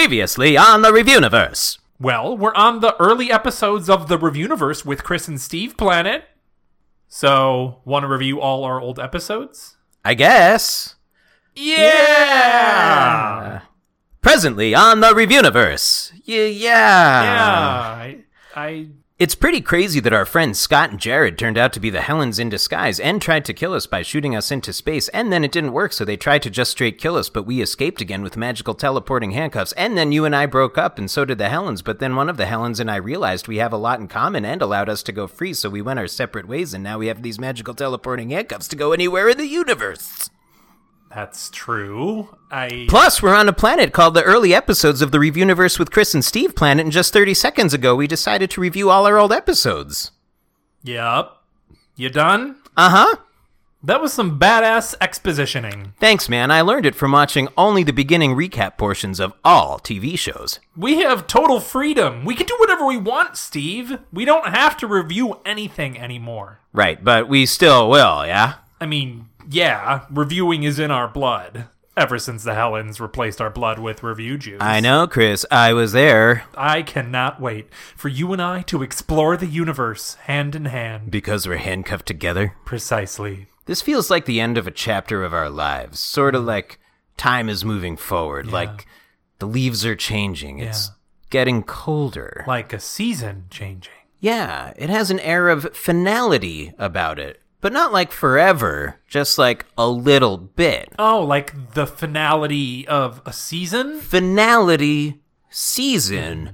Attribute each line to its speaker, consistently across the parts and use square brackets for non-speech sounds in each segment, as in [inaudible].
Speaker 1: Previously on the Reviewniverse.
Speaker 2: Well, we're on the early episodes of the Reviewniverse with Chris and Steve Planet. So, want to review all our old episodes?
Speaker 1: I guess.
Speaker 2: Yeah!
Speaker 1: Presently on the Reviewniverse. Yeah, yeah.
Speaker 2: I, I
Speaker 1: It's pretty crazy that our friends Scott and Jared turned out to be the Helens in disguise and tried to kill us by shooting us into space, and then it didn't work, so they tried to just straight kill us, but we escaped again with magical teleporting handcuffs, and then you and I broke up, and so did the Helens, but then one of the Helens and I realized we have a lot in common and allowed us to go free, so we went our separate ways, and now we have these magical teleporting handcuffs to go anywhere in the universe.
Speaker 2: that's true. I
Speaker 1: Plus, we're on a planet called the early episodes of the Review Universe with Chris and Steve planet, and just 30 seconds ago, we decided to review all our old episodes.
Speaker 2: Yup. You done?
Speaker 1: Uh huh.
Speaker 2: That was some badass expositioning.
Speaker 1: Thanks, man. I learned it from watching only the beginning recap portions of all TV shows.
Speaker 2: We have total freedom. We can do whatever we want, Steve. We don't have to review anything anymore.
Speaker 1: Right, but we still will, yeah?
Speaker 2: I mean, yeah, reviewing is in our blood. Ever since the Helens replaced our blood with review juice.
Speaker 1: I know, Chris. I was there
Speaker 2: I cannot wait for you and I to explore the universe hand in hand.
Speaker 1: because we're handcuffed together.
Speaker 2: Precisely.
Speaker 1: This feels like the end of a chapter of our lives, sort of like time is moving forward, like the leaves are changing. It's getting colder.
Speaker 2: Like a season changing.
Speaker 1: Yeah, it has an air of finality about it, but not like forever, just like a little bit.
Speaker 2: Oh, like the finality of a season?
Speaker 1: Finality, season,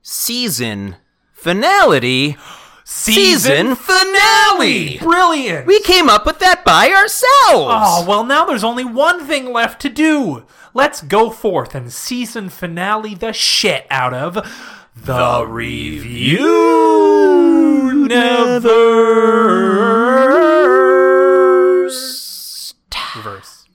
Speaker 1: season, finality, season finale!
Speaker 2: Brilliant!
Speaker 1: We came up with that by
Speaker 2: Oh,
Speaker 1: ourselves!
Speaker 2: well, now there's only one thing left to do. Let's go forth and season finale the shit out of The Review Never. Reverse.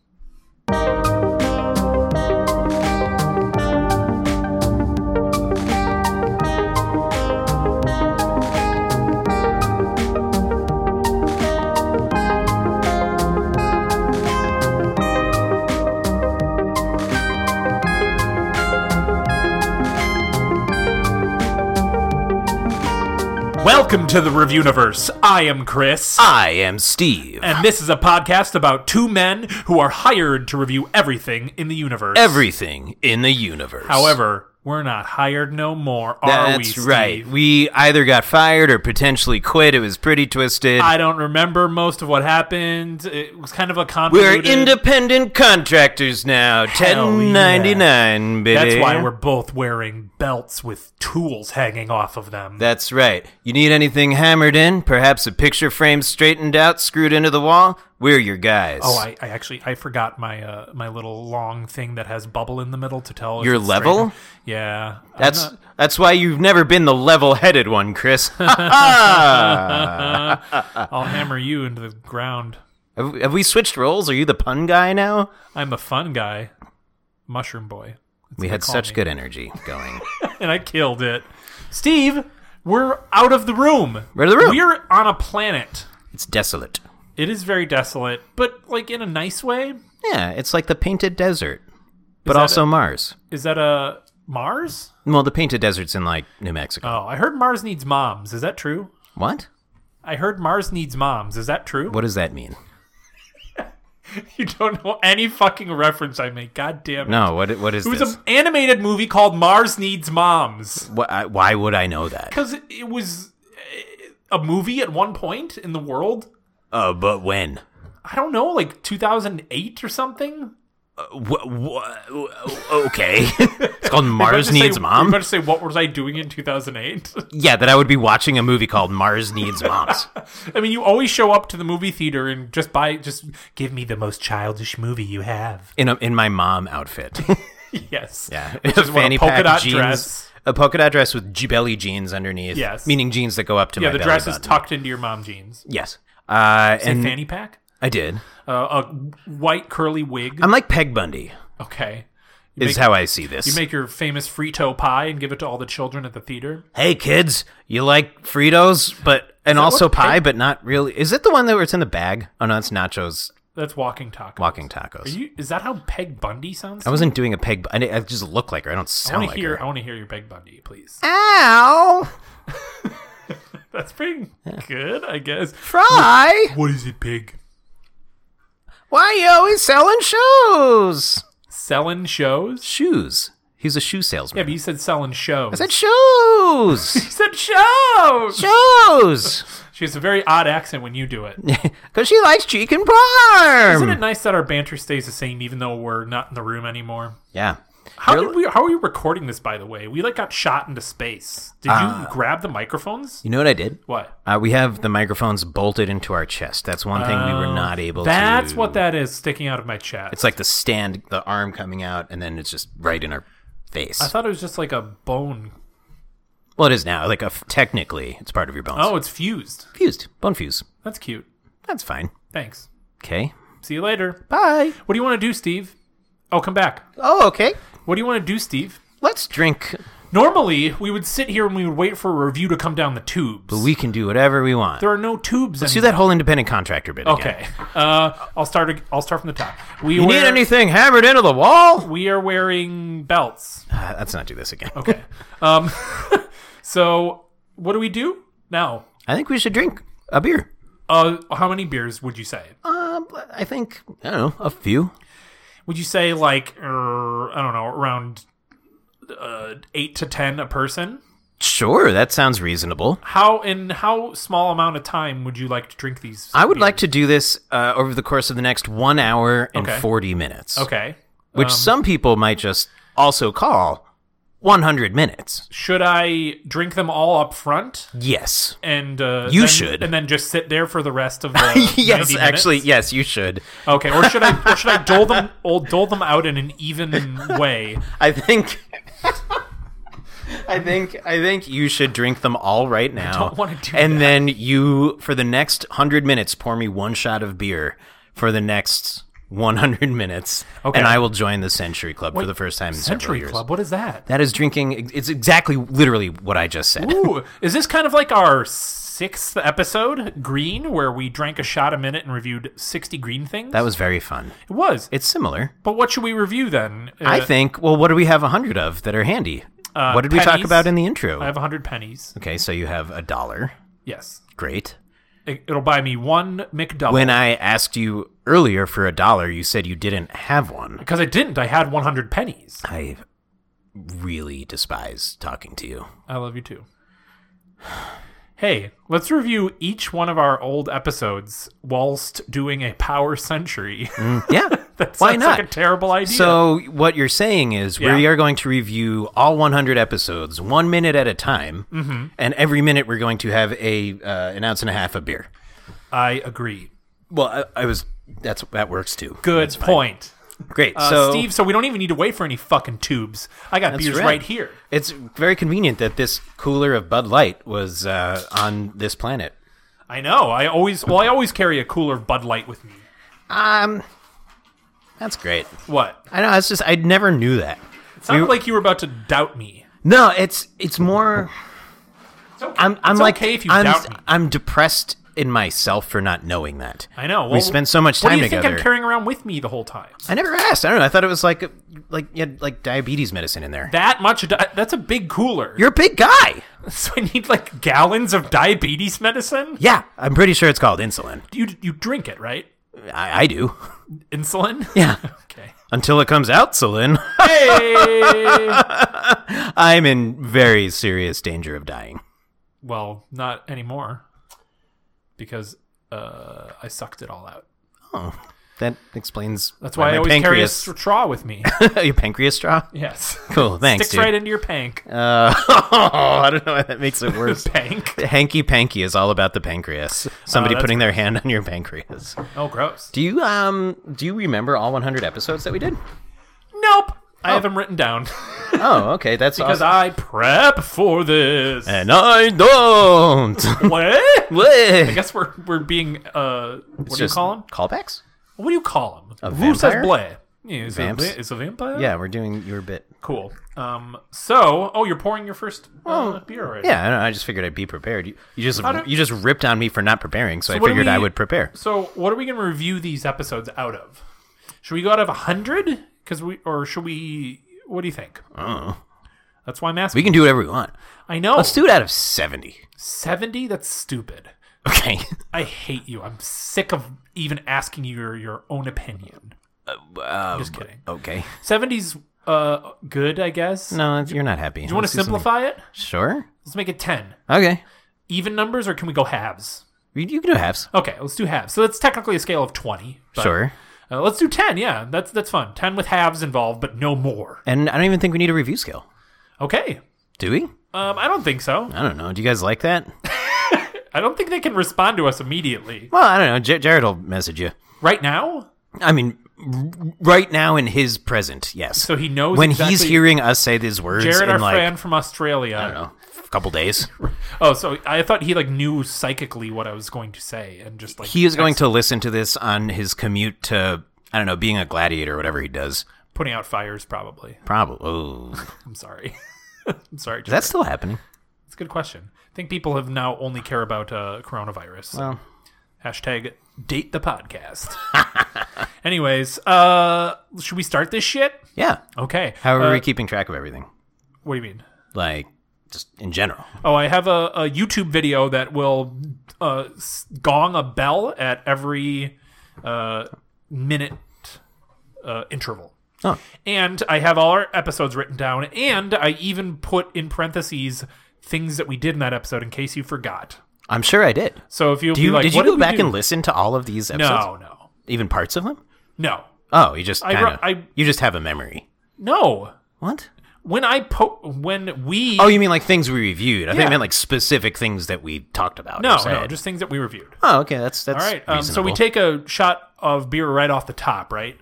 Speaker 2: Welcome to the Review Universe. I am Chris.
Speaker 1: I am Steve.
Speaker 2: And this is a podcast about two men who are hired to review everything in the universe.
Speaker 1: Everything in the universe.
Speaker 2: However, we're not hired no more, are we?
Speaker 1: that's
Speaker 2: Steve?
Speaker 1: right. We either got fired or potentially quit. It was pretty twisted.
Speaker 2: I don't remember most of what happened. It was kind of a
Speaker 1: We're
Speaker 2: convoluted.
Speaker 1: independent contractors now.
Speaker 2: Hell
Speaker 1: Ten ninety nine, baby.
Speaker 2: That's why we're both wearing belts with tools hanging off of them.
Speaker 1: That's right. You need anything hammered in? Perhaps a picture frame straightened out, screwed into the wall? We're your guys.
Speaker 2: oh, I, I actually I forgot my uh, my little long thing that has bubble in the middle to tell if
Speaker 1: Your
Speaker 2: it's
Speaker 1: level?
Speaker 2: straight. Yeah, I'm
Speaker 1: that's
Speaker 2: not-
Speaker 1: that's why you've never been the level-headed one, Chris. [laughs]
Speaker 2: I'll hammer you into the ground.
Speaker 1: have, have we switched roles? Are you the pun guy now?
Speaker 2: I'm the fun guy, mushroom boy,
Speaker 1: We had
Speaker 2: call
Speaker 1: such
Speaker 2: me.
Speaker 1: good energy
Speaker 2: [laughs]
Speaker 1: going.
Speaker 2: and I killed it. Steve, we're out of the room.
Speaker 1: We're out of the room.
Speaker 2: We're on a planet.
Speaker 1: it's desolate.
Speaker 2: It is very desolate, but like in a nice way.
Speaker 1: Yeah, it's like the painted desert, but
Speaker 2: that
Speaker 1: also Mars.
Speaker 2: Is that a Mars?
Speaker 1: Well, the painted desert's in like New Mexico.
Speaker 2: Oh, I heard Mars needs moms. Is that true?
Speaker 1: What?
Speaker 2: I heard Mars needs moms. Is that true?
Speaker 1: What does that mean?
Speaker 2: [laughs] You don't know any fucking reference I make. God damn it.
Speaker 1: No, what what is
Speaker 2: It was
Speaker 1: this?
Speaker 2: an animated movie called Mars Needs Moms.
Speaker 1: Wh- I- why would I know
Speaker 2: [laughs]
Speaker 1: that?
Speaker 2: Because it was eh, a movie at one point in the world.
Speaker 1: Uh, but when?
Speaker 2: I don't know, like 2008 or something.
Speaker 1: okay. it's
Speaker 2: [laughs]
Speaker 1: called Mars
Speaker 2: About to
Speaker 1: Needs
Speaker 2: say,
Speaker 1: Mom.
Speaker 2: I'm about to say, what was I doing in 2008?
Speaker 1: yeah, that I would be watching a movie called Mars Needs Moms.
Speaker 2: [laughs] I mean, you always show up to the movie theater and just buy, just give me the most childish movie
Speaker 1: [laughs]
Speaker 2: you have.
Speaker 1: in a, in my mom
Speaker 2: [laughs]
Speaker 1: outfit.
Speaker 2: Yes.
Speaker 1: Yeah.
Speaker 2: Which is what, a polka dot dress?
Speaker 1: A polka dot dress with g- belly jeans underneath.
Speaker 2: Yes.
Speaker 1: Meaning jeans that go up to
Speaker 2: Yeah,
Speaker 1: my
Speaker 2: the
Speaker 1: belly
Speaker 2: dress is
Speaker 1: button.
Speaker 2: tucked into your mom jeans.
Speaker 1: Yes. Uh,
Speaker 2: A
Speaker 1: and
Speaker 2: fanny pack?
Speaker 1: I did.
Speaker 2: Uh, a white curly wig.
Speaker 1: I'm like Peg Bundy,
Speaker 2: okay. You
Speaker 1: is
Speaker 2: make,
Speaker 1: how I see this.
Speaker 2: you make your famous Frito pie and give it to all the children at the theater.
Speaker 1: hey, kids, you like Fritos, but and also
Speaker 2: what Peg-
Speaker 1: pie, but not really. Is it the one that where it's in the bag? Oh no, it's nachos.
Speaker 2: That's walking tacos.
Speaker 1: Walking
Speaker 2: Are
Speaker 1: tacos.
Speaker 2: you? Is that how Peg Bundy sounds?
Speaker 1: I wasn't doing a peg. I, I just look like her. I don't
Speaker 2: I
Speaker 1: sound
Speaker 2: want to
Speaker 1: like
Speaker 2: hear.
Speaker 1: her.
Speaker 2: I want to hear your Peg Bundy, please. [laughs]
Speaker 1: Ow!
Speaker 2: That's pretty good, I guess.
Speaker 1: Fry!
Speaker 2: What is it, Pig?
Speaker 1: Why you always selling shoes?
Speaker 2: Selling shows?
Speaker 1: Shoes. He's a shoe
Speaker 2: Yeah,
Speaker 1: salesman.
Speaker 2: but you said selling shows.
Speaker 1: I said shoes!
Speaker 2: [laughs] you said shows.
Speaker 1: shoes! [laughs]
Speaker 2: She has a very odd accent when you do it.
Speaker 1: Because she likes chicken parm!
Speaker 2: Isn't it nice that our banter stays the same even though we're not in the room anymore?
Speaker 1: Yeah.
Speaker 2: How
Speaker 1: You're-
Speaker 2: did we? How are we recording this? By the way, we like got shot into space. Did
Speaker 1: Ah.
Speaker 2: you grab the microphones?
Speaker 1: You know what I did?
Speaker 2: What?
Speaker 1: Uh, we have the microphones bolted into our chest. That's one thing we were not able to.
Speaker 2: Oh, That's what that is sticking out of my chest.
Speaker 1: It's like the stand, the arm coming out, and then it's just right in our face.
Speaker 2: I thought it was just like a bone.
Speaker 1: well, it is now. Like, a f technically, it's part of your bones.
Speaker 2: Oh, it's fused.
Speaker 1: fused. Bone fuse.
Speaker 2: That's cute.
Speaker 1: That's fine.
Speaker 2: Thanks.
Speaker 1: Okay.
Speaker 2: See you later.
Speaker 1: Bye.
Speaker 2: What do you want to do, Steve? Oh, come back.
Speaker 1: Oh, okay.
Speaker 2: What do you want to do, Steve?
Speaker 1: Let's drink.
Speaker 2: Normally, we would sit here and we would wait for a review to come down the tubes.
Speaker 1: We can do whatever we want.
Speaker 2: there are no tubes.
Speaker 1: Do
Speaker 2: anymore.
Speaker 1: that whole independent contractor bit again.
Speaker 2: Okay. Uh, I'll start. ag- I'll start from the top. We
Speaker 1: You
Speaker 2: wear,
Speaker 1: need anything hammered into the wall?
Speaker 2: We are wearing belts.
Speaker 1: Uh, let's not do this again.
Speaker 2: Okay. um. [laughs] so what do we do now?
Speaker 1: I think we should drink a beer.
Speaker 2: Uh, how many beers would you say?
Speaker 1: Uh, I think, I don't know, a few.
Speaker 2: Would you say like er, I don't know around uh, eight to ten a person?
Speaker 1: Sure, that sounds reasonable.
Speaker 2: How in how small amount of time would you like to drink these?
Speaker 1: I would like to do this uh, over the course of the next one hour and
Speaker 2: Okay.
Speaker 1: 40 minutes,
Speaker 2: Okay. um,
Speaker 1: which some people might just also call 100 minutes.
Speaker 2: Should I drink them all up front
Speaker 1: Yes. [laughs]
Speaker 2: and uh,
Speaker 1: You
Speaker 2: then-
Speaker 1: should.
Speaker 2: and then just sit there for the rest of the
Speaker 1: [laughs] yes,
Speaker 2: 90
Speaker 1: actually,
Speaker 2: Uh, minutes?
Speaker 1: yes, you should.
Speaker 2: Okay, or should I or should I
Speaker 1: [laughs]
Speaker 2: dole them or dole them out in an even way?
Speaker 1: I think. I think I think you should drink them all right now.
Speaker 2: don't wanna do
Speaker 1: and then you for the next 100 minutes pour me one shot of beer for the next 100 minutes
Speaker 2: Okay.
Speaker 1: and I will join the Century Club for the first time in several
Speaker 2: Century
Speaker 1: years.
Speaker 2: Club, what is that?
Speaker 1: That is drinking it's exactly literally what I just said.
Speaker 2: Ooh, is this kind of like our sixth episode, Green, where we drank a shot a minute and reviewed sixty green things?
Speaker 1: That was very fun.
Speaker 2: it was.
Speaker 1: It's similar.
Speaker 2: But what should we review then? Uh,
Speaker 1: I think well what do we have 100 of that are handy? what did we talk
Speaker 2: pennies.
Speaker 1: about in the intro?
Speaker 2: I have hundred pennies.
Speaker 1: okay, so you have a dollar.
Speaker 2: Yes,
Speaker 1: Great.
Speaker 2: it, will buy me one McDouble.
Speaker 1: When I asked you earlier for a dollar, you said you didn't have one.
Speaker 2: because I didn't, I had 100 pennies.
Speaker 1: I really despise talking to
Speaker 2: [laughs]
Speaker 1: you.
Speaker 2: I love you too. [sighs] Hey, let's review each one of our old episodes whilst doing a power century. [laughs]
Speaker 1: Yeah.
Speaker 2: that sounds
Speaker 1: Why
Speaker 2: like a
Speaker 1: not?
Speaker 2: terrible idea.
Speaker 1: So, what you're saying is we
Speaker 2: Yeah.
Speaker 1: are going to review all 100 episodes, one minute at a time,
Speaker 2: Mm-hmm.
Speaker 1: and every minute we're going to have a uh, an ounce and a half of beer.
Speaker 2: I agree.
Speaker 1: Well, I, I was that's that works too.
Speaker 2: Good point.
Speaker 1: Great.
Speaker 2: Uh,
Speaker 1: so,
Speaker 2: Steve, so we don't even need to wait for any fucking tubes. I got beers
Speaker 1: right.
Speaker 2: right. here.
Speaker 1: it's very convenient that this cooler of Bud Light was uh, on this planet.
Speaker 2: I know. I always well, I always carry a cooler of Bud Light with me.
Speaker 1: Um, that's great.
Speaker 2: What?
Speaker 1: I know. It's just I never knew that.
Speaker 2: It sounded like you were about to doubt me.
Speaker 1: No, it's it's more.
Speaker 2: It's okay.
Speaker 1: I'm I'm
Speaker 2: It's
Speaker 1: like
Speaker 2: okay if you
Speaker 1: I'm,
Speaker 2: doubt me.
Speaker 1: I'm depressed in myself for not knowing that.
Speaker 2: I know. Well,
Speaker 1: we spend so much
Speaker 2: What do
Speaker 1: time
Speaker 2: you think
Speaker 1: together.
Speaker 2: I'm carrying around with me the whole time?
Speaker 1: I never asked. I don't know. I thought it was like like you had like diabetes medicine in there.
Speaker 2: That much? Di- that's a big cooler.
Speaker 1: You're a big guy.
Speaker 2: [laughs] So I need like gallons of diabetes medicine.
Speaker 1: Yeah, I'm pretty sure it's called insulin.
Speaker 2: You you drink it right?
Speaker 1: I, I do.
Speaker 2: Insulin.
Speaker 1: Yeah.
Speaker 2: Okay.
Speaker 1: [laughs]
Speaker 2: [laughs]
Speaker 1: Until it comes out, Celine,
Speaker 2: Hey.
Speaker 1: [laughs] I'm in very serious danger of dying.
Speaker 2: well, not anymore, because uh, I sucked it all out.
Speaker 1: Oh, that explains.
Speaker 2: That's why I always carry a
Speaker 1: pancreas,
Speaker 2: straw
Speaker 1: [laughs]
Speaker 2: with me.
Speaker 1: your pancreas straw.
Speaker 2: yes. [laughs]
Speaker 1: Cool, thanks,
Speaker 2: Sticks
Speaker 1: dude.
Speaker 2: right into your pank.
Speaker 1: Uh, [laughs] I don't know why that makes it [laughs] worse.
Speaker 2: Pank.
Speaker 1: Hanky Panky is all about the pancreas. Somebody
Speaker 2: that's
Speaker 1: putting their hand on your pancreas. [laughs]
Speaker 2: Oh, gross.
Speaker 1: Uh, Do you um do you remember all 100 episodes that we [laughs] did?
Speaker 2: Nope. I have them written down
Speaker 1: Oh, okay, that's
Speaker 2: because
Speaker 1: awesome.
Speaker 2: I prep for this.
Speaker 1: and I don't. [laughs]
Speaker 2: what?
Speaker 1: What? [laughs]
Speaker 2: I guess we're we're being uh, what do you
Speaker 1: Just
Speaker 2: call him?
Speaker 1: Callbacks?
Speaker 2: What do you call him?
Speaker 1: A
Speaker 2: Who says
Speaker 1: vampire?
Speaker 2: bleh? Yeah, is, a,
Speaker 1: Vamps?
Speaker 2: va- is a vampire?
Speaker 1: Yeah, we're doing your bit.
Speaker 2: Cool. Um, so, oh, you're pouring your first uh, beer already.
Speaker 1: Yeah, I, don't know, I just figured I'd be prepared. You, you just
Speaker 2: do-
Speaker 1: you just ripped on me for not preparing, so, I
Speaker 2: what do
Speaker 1: figured I
Speaker 2: we-
Speaker 1: would prepare.
Speaker 2: So, what are we going to review these episodes out of? Should we go out of 100? Cuz we or should we what do you think?
Speaker 1: Oh,
Speaker 2: That's why I'm
Speaker 1: we
Speaker 2: asking.
Speaker 1: can do whatever we want.
Speaker 2: I know.
Speaker 1: Let's do it out of seventy.
Speaker 2: 70? That's stupid.
Speaker 1: [laughs] Okay.
Speaker 2: I hate you. I'm sick of even asking you your, your own opinion.
Speaker 1: Um,
Speaker 2: Just kidding.
Speaker 1: okay.
Speaker 2: 70's uh good, I guess.
Speaker 1: No, it's- you're not happy.
Speaker 2: you want to simplify it?
Speaker 1: Sure.
Speaker 2: Let's make it 10.
Speaker 1: Okay.
Speaker 2: Even numbers or can we go halves?
Speaker 1: You, you can do halves.
Speaker 2: Okay, let's do halves. So that's technically a scale of 20. but-
Speaker 1: Sure.
Speaker 2: Uh, let's do 10. Yeah, that's that's fun. 10 with halves involved, but no more.
Speaker 1: And I don't even think we need a review scale.
Speaker 2: Okay.
Speaker 1: Do we?
Speaker 2: Um, I don't think so.
Speaker 1: I don't know. Do you guys like that?
Speaker 2: I don't think they can respond to us immediately.
Speaker 1: Well, I don't know. J- Jared will message you.
Speaker 2: Right now?
Speaker 1: I mean, r- right now in his present, yes.
Speaker 2: So he knows
Speaker 1: when
Speaker 2: exactly-
Speaker 1: he's hearing us say these words
Speaker 2: Jared, our
Speaker 1: in like
Speaker 2: friend from Australia.
Speaker 1: I don't know, a couple
Speaker 2: [laughs]
Speaker 1: days,
Speaker 2: Oh, so I thought he like knew psychically what I was going to say and just like
Speaker 1: he is going to listen to this on his commute to I don't know, being a gladiator, or whatever he does.
Speaker 2: putting out fires probably.
Speaker 1: Probably. Oh,
Speaker 2: I'm sorry. [laughs] I'm sorry. Jared.
Speaker 1: that's still happening.
Speaker 2: That's a good question. I think people have now only care about uh, coronavirus.
Speaker 1: Well.
Speaker 2: Hashtag date the podcast. [laughs] Anyways, uh, should we start this shit?
Speaker 1: Yeah.
Speaker 2: Okay.
Speaker 1: How are
Speaker 2: Uh,
Speaker 1: we keeping track of everything?
Speaker 2: What do you mean?
Speaker 1: Like, just in general.
Speaker 2: Oh, I have a, a YouTube video that will uh, s- gong a bell at every uh, minute uh, interval.
Speaker 1: Oh,
Speaker 2: And I have all our episodes written down, and I even put in parentheses things that we did in that episode in case you forgot.
Speaker 1: I'm sure I did.
Speaker 2: So if you'll
Speaker 1: Do
Speaker 2: be
Speaker 1: you,
Speaker 2: like,
Speaker 1: did
Speaker 2: what
Speaker 1: you go
Speaker 2: we
Speaker 1: back
Speaker 2: do?"
Speaker 1: and listen to all of these episodes?
Speaker 2: No, no,
Speaker 1: Even parts of them?
Speaker 2: no,
Speaker 1: Oh, you just
Speaker 2: wrote-
Speaker 1: kind of
Speaker 2: I-
Speaker 1: you just have a memory.
Speaker 2: no.
Speaker 1: What?
Speaker 2: When I po- when we
Speaker 1: Oh, you mean like things we reviewed? I think I
Speaker 2: Yeah.
Speaker 1: meant like specific things that we talked about. or
Speaker 2: no no
Speaker 1: said.
Speaker 2: just things that we reviewed.
Speaker 1: oh, okay. That's that's
Speaker 2: All right, um, so we
Speaker 1: reasonable.
Speaker 2: take a shot of beer right off the top, right?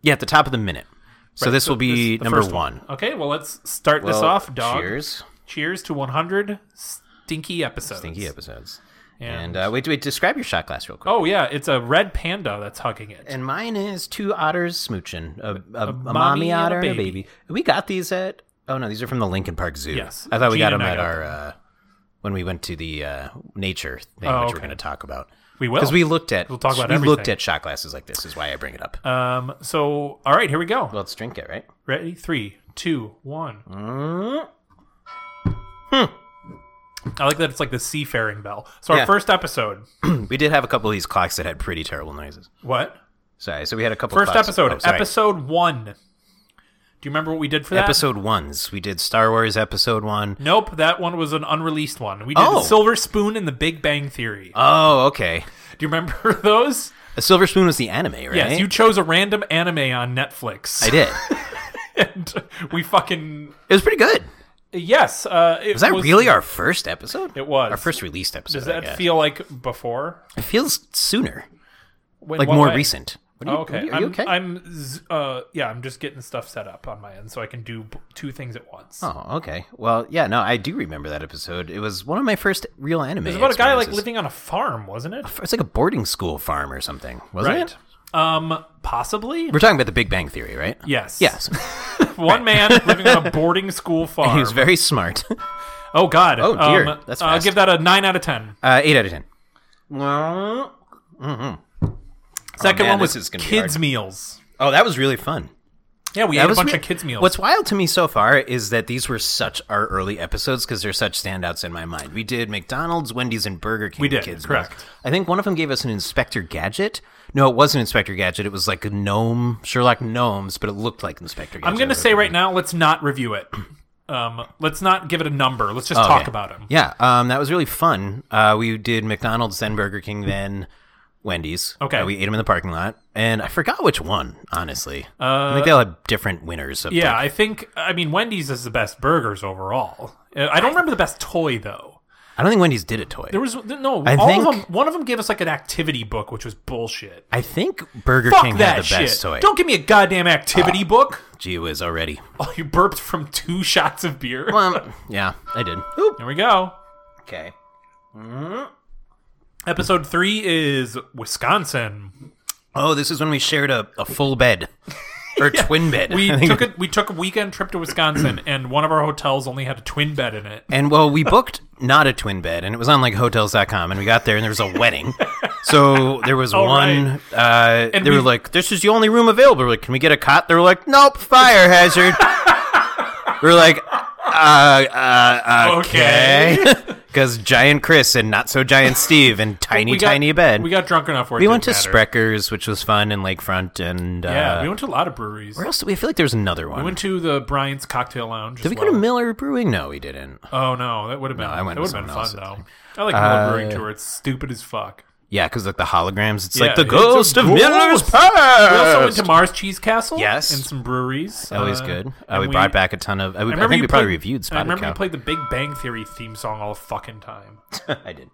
Speaker 1: yeah at the top of the minute. So this will be
Speaker 2: This- the
Speaker 1: number
Speaker 2: first
Speaker 1: one.
Speaker 2: Okay, well let's start this
Speaker 1: Well,
Speaker 2: off, dog.
Speaker 1: Cheers.
Speaker 2: Cheers to 100 stinky episodes.
Speaker 1: Stinky episodes. And,
Speaker 2: And-
Speaker 1: uh, wait, wait. Describe your shot glass real quick.
Speaker 2: Oh yeah, it's a red panda that's hugging it.
Speaker 1: And mine is two otters smooching, a, a, a mommy,
Speaker 2: mommy and a
Speaker 1: otter and a
Speaker 2: baby.
Speaker 1: baby. We got these at, oh no, these are from the Lincoln Park Zoo.
Speaker 2: Yes.
Speaker 1: I thought we
Speaker 2: Gene
Speaker 1: got them
Speaker 2: and I
Speaker 1: at
Speaker 2: got
Speaker 1: our, uh, when we went to the uh, nature thing,
Speaker 2: Oh,
Speaker 1: which we're
Speaker 2: okay.
Speaker 1: going to talk about.
Speaker 2: we will.
Speaker 1: Because we looked at,
Speaker 2: We'll talk about
Speaker 1: we looked
Speaker 2: everything.
Speaker 1: at shot glasses like this, is why I bring it up.
Speaker 2: um. So all right, here we go.
Speaker 1: Let's drink it, right? [clears throat]
Speaker 2: Ready? Three, two, one. Hmm.
Speaker 1: Mm-hmm.
Speaker 2: I like that it's like the seafaring bell. So our
Speaker 1: Yeah.
Speaker 2: first episode.
Speaker 1: we did have a couple of these clocks that had pretty terrible noises.
Speaker 2: What?
Speaker 1: Sorry, so we had a couple
Speaker 2: First
Speaker 1: clocks-
Speaker 2: episode.
Speaker 1: oh, sorry.
Speaker 2: episode one. Do you remember what we did for that?
Speaker 1: Episode ones. We did Star Wars episode one.
Speaker 2: Nope, that one was an unreleased one. We did
Speaker 1: Oh.
Speaker 2: Silver Spoon and The Big Bang Theory.
Speaker 1: Oh, okay.
Speaker 2: Do you remember [laughs] those?
Speaker 1: A Silver Spoon was the anime, right?
Speaker 2: Yes, you chose a random anime on Netflix.
Speaker 1: I did.
Speaker 2: [laughs] and we fucking
Speaker 1: It was pretty good.
Speaker 2: yes. Uh, it
Speaker 1: Was that really our first episode?
Speaker 2: It was.
Speaker 1: Our first released episode.
Speaker 2: Does
Speaker 1: I
Speaker 2: that
Speaker 1: guess.
Speaker 2: feel like before?
Speaker 1: It feels sooner,
Speaker 2: When,
Speaker 1: like
Speaker 2: what
Speaker 1: more
Speaker 2: way?
Speaker 1: recent. What are you,
Speaker 2: Oh, okay.
Speaker 1: Are you,
Speaker 2: I'm,
Speaker 1: okay?
Speaker 2: I'm z- uh, yeah. I'm just getting stuff set up on my end so I can do b- two things at once.
Speaker 1: oh, okay. Well, yeah. No, I do remember that episode. It was one of my first real anime.
Speaker 2: It's about a guy like living on a farm, wasn't it?
Speaker 1: It's like a boarding school farm or something, wasn't it?
Speaker 2: Um, possibly.
Speaker 1: We're talking about the Big Bang Theory, right?
Speaker 2: Yes.
Speaker 1: Yes.
Speaker 2: [laughs]
Speaker 1: [laughs]
Speaker 2: One man living on a boarding school farm.
Speaker 1: he was very smart. [laughs]
Speaker 2: Oh God! Oh
Speaker 1: dear.
Speaker 2: Um,
Speaker 1: That's
Speaker 2: uh,
Speaker 1: fast.
Speaker 2: give that a nine out of ten.
Speaker 1: Uh, eight out of ten.
Speaker 2: Second
Speaker 1: Oh, man,
Speaker 2: one was
Speaker 1: this is gonna be
Speaker 2: kids
Speaker 1: hard.
Speaker 2: meals.
Speaker 1: Oh, that was really fun.
Speaker 2: Yeah, we
Speaker 1: That
Speaker 2: ate a
Speaker 1: was
Speaker 2: bunch
Speaker 1: weird.
Speaker 2: of kids meals.
Speaker 1: What's wild to me so far is that these were such our early episodes because they're such standouts in my mind. We did McDonald's, Wendy's, and Burger King. We
Speaker 2: did,
Speaker 1: kids
Speaker 2: correct.
Speaker 1: meals. I think one of them gave us an Inspector Gadget. No, it wasn't Inspector Gadget. It was like a gnome, Sherlock gnomes, but it looked like Inspector. Gadget.
Speaker 2: I'm going to say right now, let's not
Speaker 1: [clears throat]
Speaker 2: review it. Um, let's not give it a number. Let's
Speaker 1: Oh,
Speaker 2: just talk about them.
Speaker 1: Yeah, um, that was really fun. Uh, we did McDonald's, then Burger King, then Wendy's.
Speaker 2: Okay.
Speaker 1: Uh, we ate them in the parking lot, and I forgot which one. Honestly, I think they all had different winners. Of
Speaker 2: Uh, Yeah, I think I mean Wendy's is the best burgers overall. Uh, I don't remember the best toy though.
Speaker 1: I don't think Wendy's did a toy.
Speaker 2: There was no
Speaker 1: I
Speaker 2: all of them.
Speaker 1: think-
Speaker 2: One of them gave us like an activity book, which was bullshit.
Speaker 1: I think Burger
Speaker 2: Fuck
Speaker 1: King had
Speaker 2: that
Speaker 1: the
Speaker 2: shit.
Speaker 1: best toy. Uh,
Speaker 2: Don't give me a goddamn activity book. [laughs]
Speaker 1: Gee whiz, already.
Speaker 2: Oh, you burped from two shots of beer.
Speaker 1: Um, yeah, I did.
Speaker 2: There we go.
Speaker 1: Okay.
Speaker 2: Episode three is Wisconsin. [laughs]
Speaker 1: Oh, this is when we shared a, a full bed. or twin bed. [laughs]
Speaker 2: We [laughs]
Speaker 1: I think.
Speaker 2: took a we took a weekend trip to Wisconsin, and one of our hotels only had a twin bed in it.
Speaker 1: And well, we booked not a twin bed, and it was on like hotels.com. And we got there, and there was a
Speaker 2: [laughs]
Speaker 1: wedding. So there was one. Uh, they
Speaker 2: we-
Speaker 1: were like, "This is the only room available." We're like, "Can we get a cot?" They were like, "Nope, fire
Speaker 2: [laughs]
Speaker 1: hazard." we are like, "Uh, uh okay," [laughs] because giant Chris and not so giant Steve and tiny,
Speaker 2: We got-
Speaker 1: tiny bed.
Speaker 2: We got drunk enough where it
Speaker 1: We went to
Speaker 2: didn't matter.
Speaker 1: Sprecker's, which was fun, and Lakefront, and uh,
Speaker 2: Yeah, we went to a lot of breweries.
Speaker 1: where else did we? I feel like there was another one.
Speaker 2: We went to the Bryant's Cocktail Lounge.
Speaker 1: did we go to Miller Brewing? No, we didn't.
Speaker 2: Oh no, that would have been.
Speaker 1: I went
Speaker 2: that
Speaker 1: to
Speaker 2: would have
Speaker 1: someone
Speaker 2: been
Speaker 1: Uh,
Speaker 2: fun though. I like Miller Brewing Tour. It's stupid as fuck.
Speaker 1: Yeah, because like the holograms, it's
Speaker 2: Yeah,
Speaker 1: like the
Speaker 2: it's a
Speaker 1: ghost of
Speaker 2: ghost.
Speaker 1: Miller's
Speaker 2: We also went
Speaker 1: past.
Speaker 2: to Mars Cheese Castle.
Speaker 1: Uh, Yes.
Speaker 2: and some breweries.
Speaker 1: Always
Speaker 2: Uh,
Speaker 1: good. Uh,
Speaker 2: and
Speaker 1: we, brought back a ton of. I, would- I
Speaker 2: remember
Speaker 1: think
Speaker 2: you
Speaker 1: we probably
Speaker 2: played-
Speaker 1: reviewed
Speaker 2: I
Speaker 1: Spotted
Speaker 2: remember
Speaker 1: Cow.
Speaker 2: you played the Big Bang Theory theme song all the fucking time.
Speaker 1: [laughs] I did.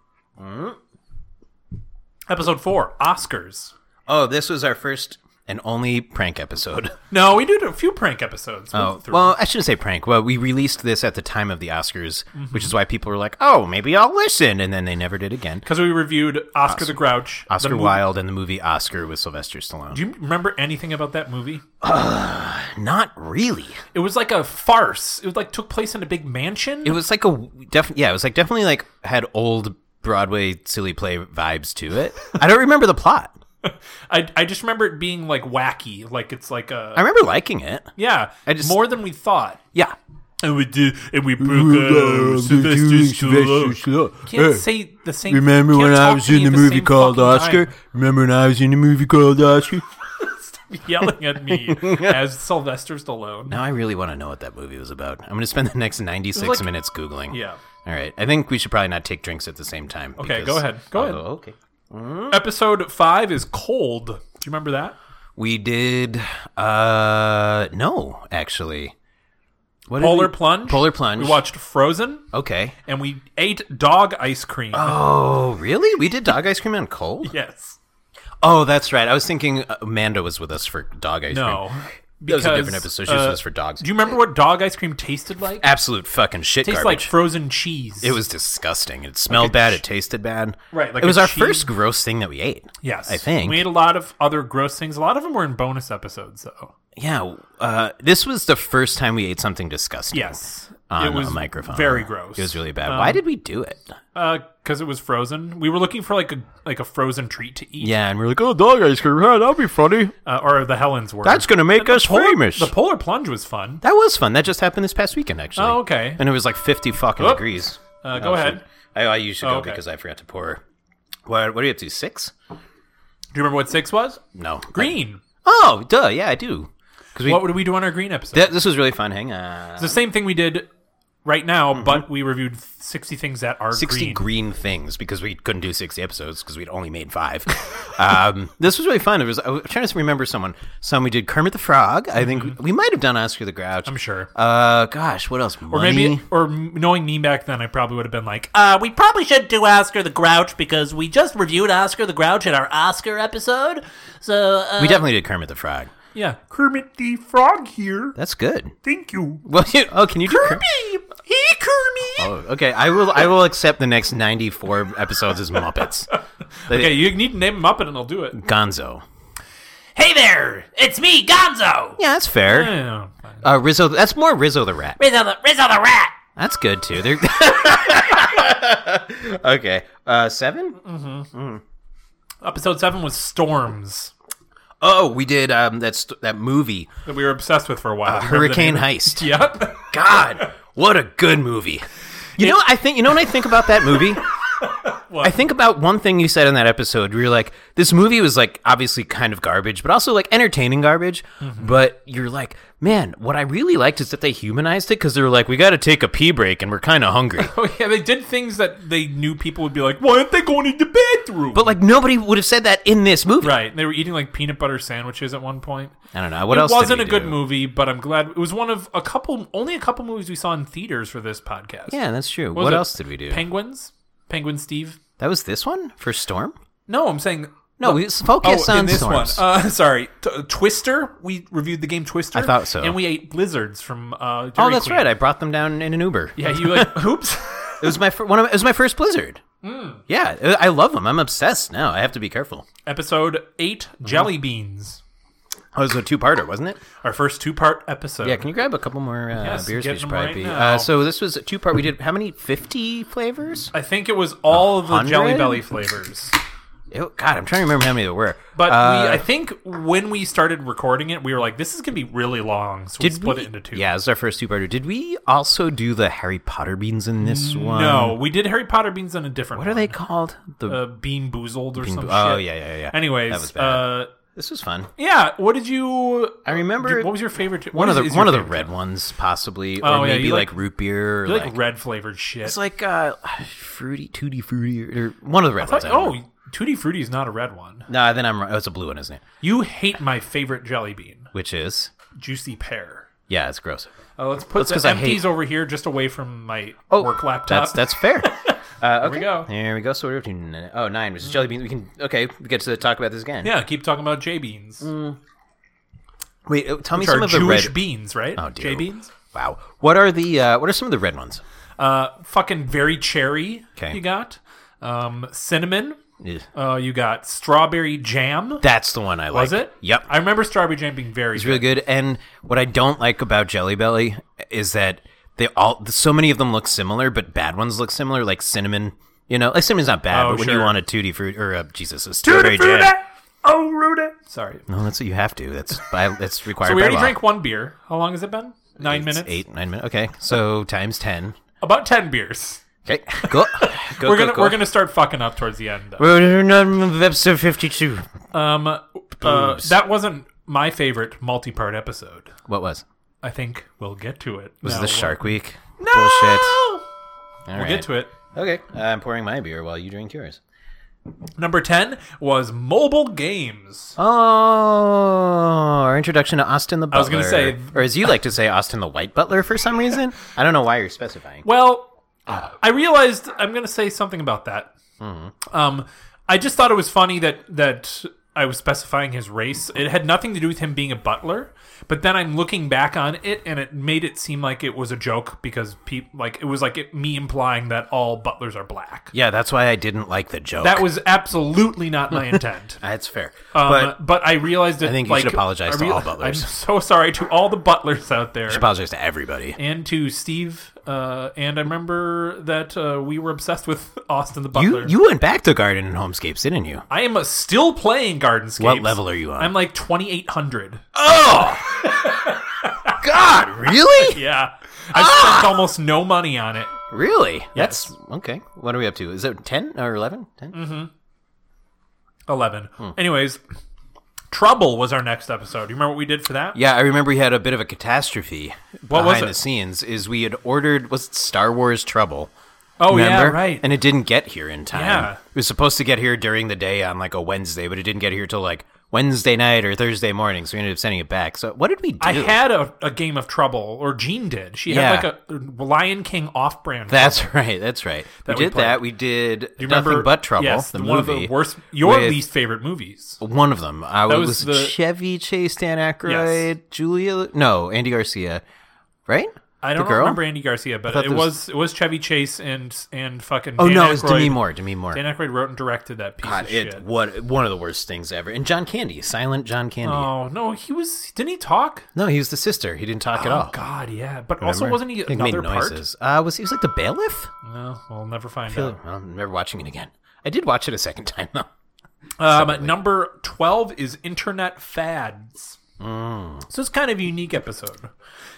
Speaker 2: Episode four, Oscars.
Speaker 1: Oh, this was our first and only prank
Speaker 2: [laughs]
Speaker 1: episode.
Speaker 2: No, we did a few prank episodes. We
Speaker 1: Oh,
Speaker 2: did three.
Speaker 1: well, I shouldn't say prank. Well, we released this at the time of the Oscars,
Speaker 2: Mm-hmm.
Speaker 1: which is why people were like, "Oh, maybe I'll listen," and then they never did again.
Speaker 2: because we reviewed Oscar, the Grouch. the
Speaker 1: Oscar
Speaker 2: movie-
Speaker 1: Wilde and the movie Oscar with Sylvester Stallone.
Speaker 2: Do you remember anything about that movie?
Speaker 1: Not really.
Speaker 2: It was like a farce. It like took place in a big mansion.
Speaker 1: It was like a def- yeah, it was like definitely like had old Broadway silly play vibes to
Speaker 2: [laughs]
Speaker 1: it. I don't remember the plot.
Speaker 2: I, I just remember it being like wacky. Like it's like a
Speaker 1: I remember liking it.
Speaker 2: yeah,
Speaker 1: just-
Speaker 2: more than we thought.
Speaker 1: Yeah.
Speaker 2: And we do, and we broke uh, Sylvester Stallone. Can't say the same.
Speaker 3: Remember
Speaker 2: can't
Speaker 3: when I
Speaker 2: talk
Speaker 3: was
Speaker 2: to me
Speaker 3: in the
Speaker 2: at
Speaker 3: movie
Speaker 2: same
Speaker 3: called
Speaker 2: fucking
Speaker 3: Oscar?
Speaker 2: time. [laughs]
Speaker 3: Remember when I was in the movie called Oscar?
Speaker 2: yelling at me as Sylvester Stallone.
Speaker 1: Now I really want to know what that movie was about. I'm going to spend the next 96
Speaker 2: like-
Speaker 1: minutes Googling.
Speaker 2: Yeah.
Speaker 1: All right. I think we should probably not take drinks at the same time.
Speaker 2: Okay, go ahead. Go ahead.
Speaker 1: Oh, okay.
Speaker 2: Episode five is cold. Do you remember that?
Speaker 1: We did, uh, no, actually. What did
Speaker 2: Polar
Speaker 1: we-
Speaker 2: plunge.
Speaker 1: Polar Plunge.
Speaker 2: We watched Frozen,
Speaker 1: Okay.
Speaker 2: and we ate dog ice cream.
Speaker 1: Oh, really? We did dog ice cream on
Speaker 2: [laughs]
Speaker 1: cold?
Speaker 2: yes.
Speaker 1: Oh, that's right. I was thinking uh, Amanda was with us for dog ice
Speaker 2: No.
Speaker 1: cream. That
Speaker 2: Because,
Speaker 1: was a different episode. She was
Speaker 2: uh,
Speaker 1: with us for dogs.
Speaker 2: Do you remember what dog ice cream tasted like?
Speaker 1: Absolute fucking shit
Speaker 2: tastes like
Speaker 1: garbage.
Speaker 2: frozen cheese.
Speaker 1: It was disgusting. It smelled bad. It tasted bad.
Speaker 2: Right, like
Speaker 1: it
Speaker 2: a
Speaker 1: was our
Speaker 2: cheese-
Speaker 1: first gross thing that we ate.
Speaker 2: Yes,
Speaker 1: I think.
Speaker 2: we ate a lot of other gross things. A lot of them were in bonus episodes, though.
Speaker 1: yeah. Uh, this was the first time we ate something disgusting.
Speaker 2: Yes,
Speaker 1: On
Speaker 2: it was
Speaker 1: a microphone.
Speaker 2: very gross.
Speaker 1: It was really
Speaker 2: Um,
Speaker 1: bad. Why did we do it?
Speaker 2: because it was frozen. We were looking for like a like a frozen treat to eat,
Speaker 1: Yeah, and we are like, oh,
Speaker 3: Oh, dog ice cream. Huh, that'll be funny.
Speaker 2: uh, or the Helens were.
Speaker 1: that's going to make us
Speaker 2: Polar-
Speaker 1: famous.
Speaker 2: The polar plunge was fun.
Speaker 1: that was fun. That just happened this past weekend, actually.
Speaker 2: Oh, okay.
Speaker 1: And it was like 50 fucking
Speaker 2: Oh.
Speaker 1: degrees.
Speaker 2: Uh, go ahead.
Speaker 1: I, I usually go
Speaker 2: Oh, okay.
Speaker 1: because I forgot to pour. What, what are you up to? Six?
Speaker 2: Do you remember what six was?
Speaker 1: No.
Speaker 2: Green.
Speaker 1: Oh, duh. Yeah, I do. Because we.
Speaker 2: What would we do on our green episode?
Speaker 1: Th- this was really fun. Hang on.
Speaker 2: it's the same thing we did right now,
Speaker 1: Mm-hmm.
Speaker 2: but we reviewed sixty things that are
Speaker 1: 60
Speaker 2: green.
Speaker 1: green things because we couldn't do 60 episodes because we'd only made five. [laughs] um, this was really fun. It was, I was trying to remember someone. Some we did Kermit the Frog. I think we might have done Oscar the Grouch.
Speaker 2: Mm-hmm. I'm sure.
Speaker 1: Uh, gosh, what else?
Speaker 2: Or maybe, or m- knowing me back then, I probably would have been like, uh, we probably should do Oscar the Grouch because we just reviewed Oscar the Grouch in our Oscar episode. So, uh,
Speaker 1: we definitely did Kermit the Frog.
Speaker 2: yeah. Kermit the Frog here.
Speaker 1: That's good. [laughs]
Speaker 2: Thank you.
Speaker 1: Well, you, oh, can you do Kermit?
Speaker 2: Hey, Kermit.
Speaker 1: Oh, okay, I will. I will accept the next 94 episodes as
Speaker 2: [laughs]
Speaker 1: Muppets. They-
Speaker 2: Okay, you need to name him up and I'll do it.
Speaker 1: Gonzo.
Speaker 2: Hey there, it's me, Gonzo.
Speaker 1: Yeah, that's fair.
Speaker 2: Yeah.
Speaker 1: Uh, Rizzo. That's more Rizzo the Rat.
Speaker 2: Rizzo the, Rizzo the Rat.
Speaker 1: That's good too.
Speaker 2: [laughs]
Speaker 1: They're [laughs] okay. Uh, seven.
Speaker 2: Episode seven was Storms
Speaker 1: Oh, we did um that st- that [laughs] movie
Speaker 2: that we were obsessed with for a while. [laughs] Remember the
Speaker 1: Uh, Hurricane
Speaker 2: name?
Speaker 1: Heist.
Speaker 2: Yep.
Speaker 1: God, what a good movie. You know, I think you know when I think about that [laughs] movie. I think about one thing you said in that episode where you're like, this movie was like obviously kind of garbage, but also like entertaining garbage. But you're like, man, what I really liked is that they humanized it because they were like, we got to take a pee break and we're kind of [laughs] hungry.
Speaker 2: [laughs] Oh yeah, they did things that they knew people would be like, "Why aren't they going to the bathroom?"
Speaker 1: but like nobody would have said that in this movie.
Speaker 2: Right. They were eating like peanut butter sandwiches at one point.
Speaker 1: I don't know. What
Speaker 2: It
Speaker 1: else? did
Speaker 2: wasn't
Speaker 1: we
Speaker 2: a good
Speaker 1: do?
Speaker 2: movie, but I'm glad it was one of a couple only a couple movies we saw in theaters for this podcast.
Speaker 1: Yeah, that's true. What,
Speaker 2: was it?
Speaker 1: else did we do?
Speaker 2: Penguins? Penguin Steve?
Speaker 1: that was this one for Storm.
Speaker 2: No, I'm saying
Speaker 1: No, we focus
Speaker 2: Oh, in
Speaker 1: on
Speaker 2: this
Speaker 1: storms.
Speaker 2: one. Uh, [laughs] sorry, T- Twister. We reviewed the game Twister. I
Speaker 1: thought so.
Speaker 2: And we ate blizzards from. Uh,
Speaker 1: oh,
Speaker 2: Dairy
Speaker 1: that's
Speaker 2: Queen.
Speaker 1: right. I brought them down in an Uber.
Speaker 2: yeah, you like [laughs] oops.
Speaker 1: It was my fir- one of it was my first Blizzard.
Speaker 2: Hmm.
Speaker 1: Yeah, I- I love them. I'm obsessed now. I have to be careful. Mm-hmm.
Speaker 2: Episode eight: Jelly beans.
Speaker 1: Oh, it was a two-parter, wasn't it?
Speaker 2: Our first two part episode.
Speaker 1: Yeah, can you grab a couple more uh,
Speaker 2: Yes,
Speaker 1: beers?
Speaker 2: getting
Speaker 1: We should
Speaker 2: them
Speaker 1: probably
Speaker 2: right
Speaker 1: be.
Speaker 2: now.
Speaker 1: Uh, so this was a two-part. We did how many? Fifty flavors?
Speaker 2: I think it was all of the Jelly
Speaker 1: hundred?
Speaker 2: Belly flavors.
Speaker 1: Oh, God, I'm trying to remember how many there were.
Speaker 2: But
Speaker 1: Uh,
Speaker 2: we, I think when we started recording it, we were like, this is going to be really long. So we
Speaker 1: did
Speaker 2: split
Speaker 1: we-
Speaker 2: it into two.
Speaker 1: Yeah, it was our first two-parter. Did we also do the Harry Potter beans in this one?
Speaker 2: No, Oh, we did Harry Potter beans on a different
Speaker 1: What are they called? The
Speaker 2: Uh, Bean Boozled or something.
Speaker 1: oh yeah yeah yeah.
Speaker 2: Anyways,
Speaker 1: that was bad.
Speaker 2: uh,
Speaker 1: this was fun.
Speaker 2: yeah. What did you.
Speaker 1: I remember
Speaker 2: What was your favorite?
Speaker 1: one of the one of the
Speaker 2: red.
Speaker 1: red ones possibly,
Speaker 2: Oh,
Speaker 1: or
Speaker 2: yeah,
Speaker 1: maybe
Speaker 2: you
Speaker 1: like,
Speaker 2: like-
Speaker 1: root beer. Or
Speaker 2: You
Speaker 1: like,
Speaker 2: like, red flavored shit.
Speaker 1: it's like uh, [sighs] fruity, tutti fruity, or one of the red
Speaker 2: Like,
Speaker 1: ones. I don't
Speaker 2: oh, Tutti Frutti is not a red one.
Speaker 1: No, then I'm wrong. Oh, it's a blue one, isn't it?
Speaker 2: You hate my favorite jelly bean,
Speaker 1: Which is
Speaker 2: juicy pear.
Speaker 1: yeah, it's gross.
Speaker 2: Uh, let's put
Speaker 1: 'cause
Speaker 2: the
Speaker 1: I
Speaker 2: empties
Speaker 1: hate-
Speaker 2: over here, just away from my
Speaker 1: Oh,
Speaker 2: work laptop.
Speaker 1: That's that's
Speaker 2: [laughs]
Speaker 1: fair. Uh, okay.
Speaker 2: we go.
Speaker 1: Here we go. So we're up to n- oh nine, which is jelly beans. We can okay. We get to talk about this again.
Speaker 2: Yeah, keep talking about J beans,
Speaker 1: Wait, uh, tell me
Speaker 2: which
Speaker 1: Mm, some
Speaker 2: are
Speaker 1: of the
Speaker 2: Jewish
Speaker 1: red.
Speaker 2: beans, right?
Speaker 1: Oh, dear.
Speaker 2: J beans.
Speaker 1: wow. What are the uh, what are some of the red ones?
Speaker 2: Uh, fucking very cherry.
Speaker 1: 'Kay.
Speaker 2: You got um, cinnamon.
Speaker 1: Ugh.
Speaker 2: Uh, you got strawberry jam.
Speaker 1: That's the one I like.
Speaker 2: Was it?
Speaker 1: Yep.
Speaker 2: I remember strawberry jam being very.
Speaker 1: It's really good. And what I don't like about Jelly Belly is that they all so many of them look similar, but bad ones look similar, like cinnamon. You know, like cinnamon's not bad,
Speaker 2: Oh,
Speaker 1: but when you
Speaker 2: sure.
Speaker 1: want a tutti fruit or a Jesus, a
Speaker 2: Tutti
Speaker 1: strawberry
Speaker 2: Frutti!
Speaker 1: jam.
Speaker 2: Oh, Rudy. Sorry.
Speaker 1: No, that's what you have to. That's by, that's required.
Speaker 2: So we
Speaker 1: by
Speaker 2: already
Speaker 1: law.
Speaker 2: drank one beer. How long has it been? Nine
Speaker 1: It's
Speaker 2: minutes.
Speaker 1: eight, nine minutes. Okay, so times ten.
Speaker 2: About ten beers.
Speaker 1: Okay,
Speaker 2: [laughs]
Speaker 1: go. go go,
Speaker 2: we're gonna
Speaker 1: go.
Speaker 2: we're gonna start fucking up towards the end.
Speaker 1: We're in, um, Episode fifty-two.
Speaker 2: Um, uh, that wasn't my favorite multi-part episode.
Speaker 1: What was? I
Speaker 2: I think Oh, we'll get to it.
Speaker 1: was
Speaker 2: now.
Speaker 1: the Shark Week
Speaker 2: No!
Speaker 1: bullshit.
Speaker 2: We'll get to it.
Speaker 1: Okay, I'm pouring my beer while you drink yours.
Speaker 2: Number ten was mobile games.
Speaker 1: Oh, our introduction to Austin the Butler. I
Speaker 2: was gonna say-
Speaker 1: or as you like to say, Austin the White Butler for some reason. I don't know why you're specifying.
Speaker 2: Well,
Speaker 1: Oh.
Speaker 2: I realized I'm going to say something about that.
Speaker 1: Mm-hmm.
Speaker 2: Um, I just thought it was funny that that I was specifying his race. It had nothing to do with him being a butler, but then I'm looking back on it, and it made it seem like it was a joke because people like it was like it, me implying that all butlers are black.
Speaker 1: Yeah, that's why I didn't like the joke.
Speaker 2: That was absolutely
Speaker 1: [laughs]
Speaker 2: not my intent.
Speaker 1: that's fair.
Speaker 2: Um,
Speaker 1: but
Speaker 2: but, I realized that I
Speaker 1: think you
Speaker 2: like,
Speaker 1: should apologize
Speaker 2: I
Speaker 1: to all
Speaker 2: I'm
Speaker 1: butlers.
Speaker 2: so sorry to all the butlers out there
Speaker 1: I apologize to everybody.
Speaker 2: and to Steve. Uh, and I remember that uh, we were obsessed with Austin the Butler.
Speaker 1: You you went back to Garden and Homescapes, didn't you?
Speaker 2: I am uh, still playing Gardenscapes.
Speaker 1: What level are you on?
Speaker 2: I'm like 2800.
Speaker 1: Ah! God, really?
Speaker 2: Oh! [laughs] Yeah. I spent almost no money on it.
Speaker 1: Really? That's okay. What are we up to? Is it ten or 11? 10?
Speaker 2: 11.
Speaker 1: Hmm.
Speaker 2: Anyways, Trouble was our next episode. You remember what we did for that?
Speaker 1: Yeah, I remember we had a bit of a catastrophe
Speaker 2: What was
Speaker 1: behind
Speaker 2: it?
Speaker 1: the scenes. Is we had ordered was it Star Wars Trouble?
Speaker 2: Oh, yeah,
Speaker 1: Remember?
Speaker 2: right.
Speaker 1: And it didn't get here in time.
Speaker 2: Yeah.
Speaker 1: It was supposed to get here during the day on like a Wednesday, but it didn't get here till like Wednesday night or Thursday morning. So we ended up sending it back. So what did we do?
Speaker 2: I had a, a game of Trouble, or Jean did. She
Speaker 1: Yeah.
Speaker 2: had like a a Lion King off brand.
Speaker 1: that's [laughs] right. That's right. we
Speaker 2: we
Speaker 1: did
Speaker 2: played.
Speaker 1: that. We did
Speaker 2: you
Speaker 1: nothing
Speaker 2: remember,
Speaker 1: but trouble.
Speaker 2: Yes,
Speaker 1: the
Speaker 2: one
Speaker 1: movie.
Speaker 2: of the worst, your
Speaker 1: with-
Speaker 2: least favorite movies.
Speaker 1: One of them. Uh, it was,
Speaker 2: was the-
Speaker 1: Chevy Chase, Dan Aykroyd, Julia. No, Andy Garcia. Right.
Speaker 2: I don't
Speaker 1: the girl?
Speaker 2: remember Andy Garcia, but
Speaker 1: thought
Speaker 2: it
Speaker 1: there
Speaker 2: was, it was Chevy Chase and and fucking.
Speaker 1: Oh
Speaker 2: Dan
Speaker 1: no, it was
Speaker 2: Aykroyd.
Speaker 1: Demi Moore. Demi Moore.
Speaker 2: Dan Aykroyd wrote and directed that piece
Speaker 1: God,
Speaker 2: of
Speaker 1: it
Speaker 2: shit.
Speaker 1: what one of the worst things ever. And John Candy, silent John Candy.
Speaker 2: Oh no, he was. Didn't he talk?
Speaker 1: no, he was the sister. He didn't talk at all.
Speaker 2: Oh, God, yeah. But also,
Speaker 1: Oh. Remember?
Speaker 2: wasn't he
Speaker 1: I think he
Speaker 2: another part?
Speaker 1: Uh, was he was like the bailiff?
Speaker 2: No, we'll never find
Speaker 1: I
Speaker 2: out.
Speaker 1: don't remember watching it again. I did watch it a second [laughs] time though.
Speaker 2: Um, number twelve is internet fads.
Speaker 1: Mm.
Speaker 2: So it's kind of a unique episode.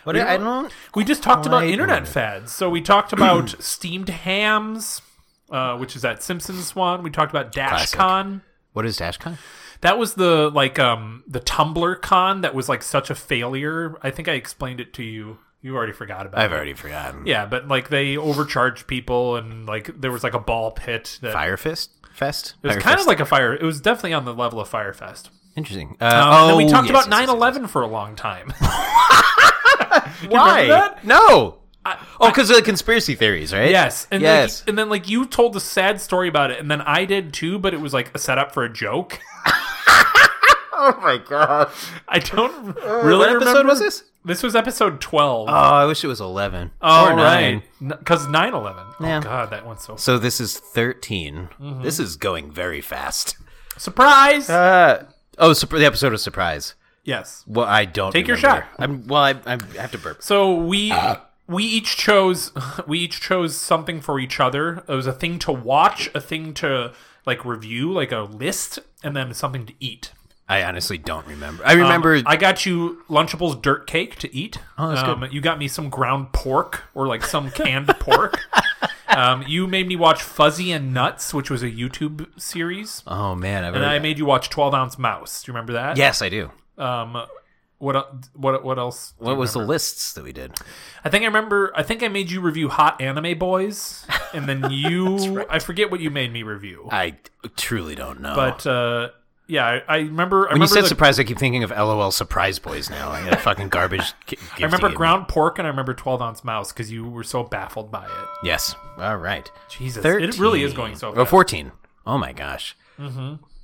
Speaker 1: What I, I don't.
Speaker 2: We just talked about
Speaker 1: Quite
Speaker 2: internet fads. So we talked about [clears throat] steamed hams, uh, which is that Simpsons one. We talked about DashCon.
Speaker 1: Classic. What is DashCon?
Speaker 2: That was the like um the Tumblr con that was like such a failure. I think I explained it to you. You already forgot about it.
Speaker 1: I've already forgotten.
Speaker 2: Yeah, but like they overcharged people and like there was like a ball pit that
Speaker 1: Fire Fist Fest.
Speaker 2: it was kind of like a fire. It was definitely on the level of Firefest.
Speaker 1: interesting. Uh,
Speaker 2: Um,
Speaker 1: oh,
Speaker 2: and then we talked
Speaker 1: yes,
Speaker 2: about
Speaker 1: yes, yes,
Speaker 2: 9 11 for a
Speaker 1: [laughs]
Speaker 2: long time. [laughs]
Speaker 1: yes. Why?
Speaker 2: that?
Speaker 1: No. oh, because of the conspiracy theories, right?
Speaker 2: yes. And,
Speaker 1: yes.
Speaker 2: Like, and then like you told the sad story about it, and then I did too, but it was like a setup for a joke. [laughs]
Speaker 1: oh my god. Uh,
Speaker 2: I don't really
Speaker 1: what episode
Speaker 2: remember.
Speaker 1: was this?
Speaker 2: This was episode 12.
Speaker 1: Oh, I wish it was eleven
Speaker 2: All
Speaker 1: or nine.
Speaker 2: right. Because 9 11.
Speaker 1: Yeah.
Speaker 2: Oh, God, that went so.
Speaker 1: So this is 13.
Speaker 2: Mm-hmm.
Speaker 1: This is going very fast.
Speaker 2: Surprise!
Speaker 1: Uh, oh, sup- the episode of Surprise.
Speaker 2: Yes.
Speaker 1: Well, I don't.
Speaker 2: Take your
Speaker 1: remember.
Speaker 2: shot.
Speaker 1: I'm, well, I, I have to burp.
Speaker 2: So we we each chose [laughs] we each chose something for each other. It was a thing to watch, a thing to like review, like a list, and then something to eat.
Speaker 1: I honestly don't remember. I remember.
Speaker 2: Um, I got you Lunchables dirt cake to eat. Oh,
Speaker 1: that's good.
Speaker 2: um, You got me some ground pork or
Speaker 1: [laughs]
Speaker 2: like some canned pork. Um, you made me watch Fuzzy and Nuts, which was a YouTube series,
Speaker 1: oh man, I've
Speaker 2: and
Speaker 1: already-
Speaker 2: I made you watch Twelve Ounce Mouse. Do you remember that?
Speaker 1: yes, I do.
Speaker 2: Um, what el- what what else? do you
Speaker 1: What was the lists that we did?
Speaker 2: I think I remember. I think I made you review Hot Anime Boys,
Speaker 1: [laughs]
Speaker 2: and then you. I forget what you made me review,
Speaker 1: I truly don't know.
Speaker 2: but uh, yeah, I, I remember. I
Speaker 1: when you
Speaker 2: remember,
Speaker 1: said
Speaker 2: the-
Speaker 1: surprise, I keep thinking of LOL Surprise Boys. Now I got a fucking
Speaker 2: [laughs]
Speaker 1: garbage. gi- gift
Speaker 2: I
Speaker 1: to
Speaker 2: remember
Speaker 1: give.
Speaker 2: ground pork, and I remember twelve ounce mouse because you were so baffled by it.
Speaker 1: Yes. All right.
Speaker 2: Jesus, it really is going so
Speaker 1: Or
Speaker 2: fast. Mm-hmm.
Speaker 1: fourteen. Oh my gosh.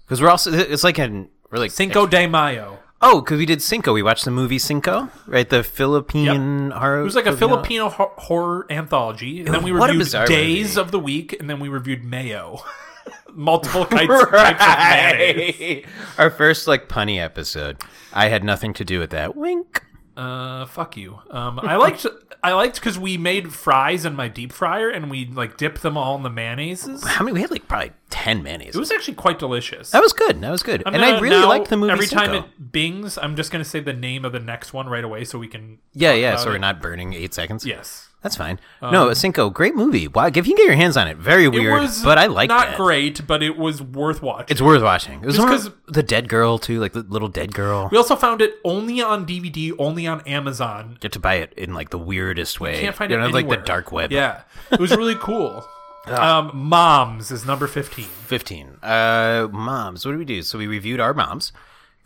Speaker 1: Because we're also it's like an we're like
Speaker 2: Cinco de Mayo.
Speaker 1: Oh, because we did Cinco. We watched the movie Cinco, right? The Philippine horror.
Speaker 2: It was like a Filipino ho- horror anthology, and then we
Speaker 1: What a
Speaker 2: reviewed
Speaker 1: bizarre
Speaker 2: Days
Speaker 1: movie.
Speaker 2: of the Week, and then we reviewed Mayo, [laughs] multiple types, types of mayonnaise.
Speaker 1: Our first like punny episode. I had nothing to do with that. Wink.
Speaker 2: Uh, fuck you. Um, I liked I liked because we made fries in my deep fryer and we like dipped them all in the mayonnaises. It
Speaker 1: How many? We had like probably ten mayonnaise.
Speaker 2: was actually quite delicious.
Speaker 1: that was good. That was good.
Speaker 2: I'm
Speaker 1: Oh, and
Speaker 2: gonna
Speaker 1: I really
Speaker 2: now-
Speaker 1: liked the movie.
Speaker 2: Every time
Speaker 1: Cinco.
Speaker 2: it bings, I'm just gonna say the name of the next one right away so we can.
Speaker 1: Yeah, yeah. So
Speaker 2: it.
Speaker 1: we're not burning eight seconds.
Speaker 2: Yes,
Speaker 1: that's fine. no, Cinco, great movie. Wow, if you can get your hands on it, very weird,
Speaker 2: it was
Speaker 1: but I like
Speaker 2: not
Speaker 1: that.
Speaker 2: great, but it was worth watching.
Speaker 1: It's worth watching. It was
Speaker 2: Just
Speaker 1: one
Speaker 2: 'cause-
Speaker 1: of the dead girl too, like the little dead girl.
Speaker 2: we also found it only on DVD, only on Amazon.
Speaker 1: Get to buy it in like the weirdest way.
Speaker 2: Can't find
Speaker 1: you
Speaker 2: it
Speaker 1: know,
Speaker 2: anywhere.
Speaker 1: like the dark web.
Speaker 2: Yeah, it was really
Speaker 1: [laughs]
Speaker 2: cool. [laughs] um, Moms is number fifteen.
Speaker 1: 15 uh moms what did we do so we reviewed our moms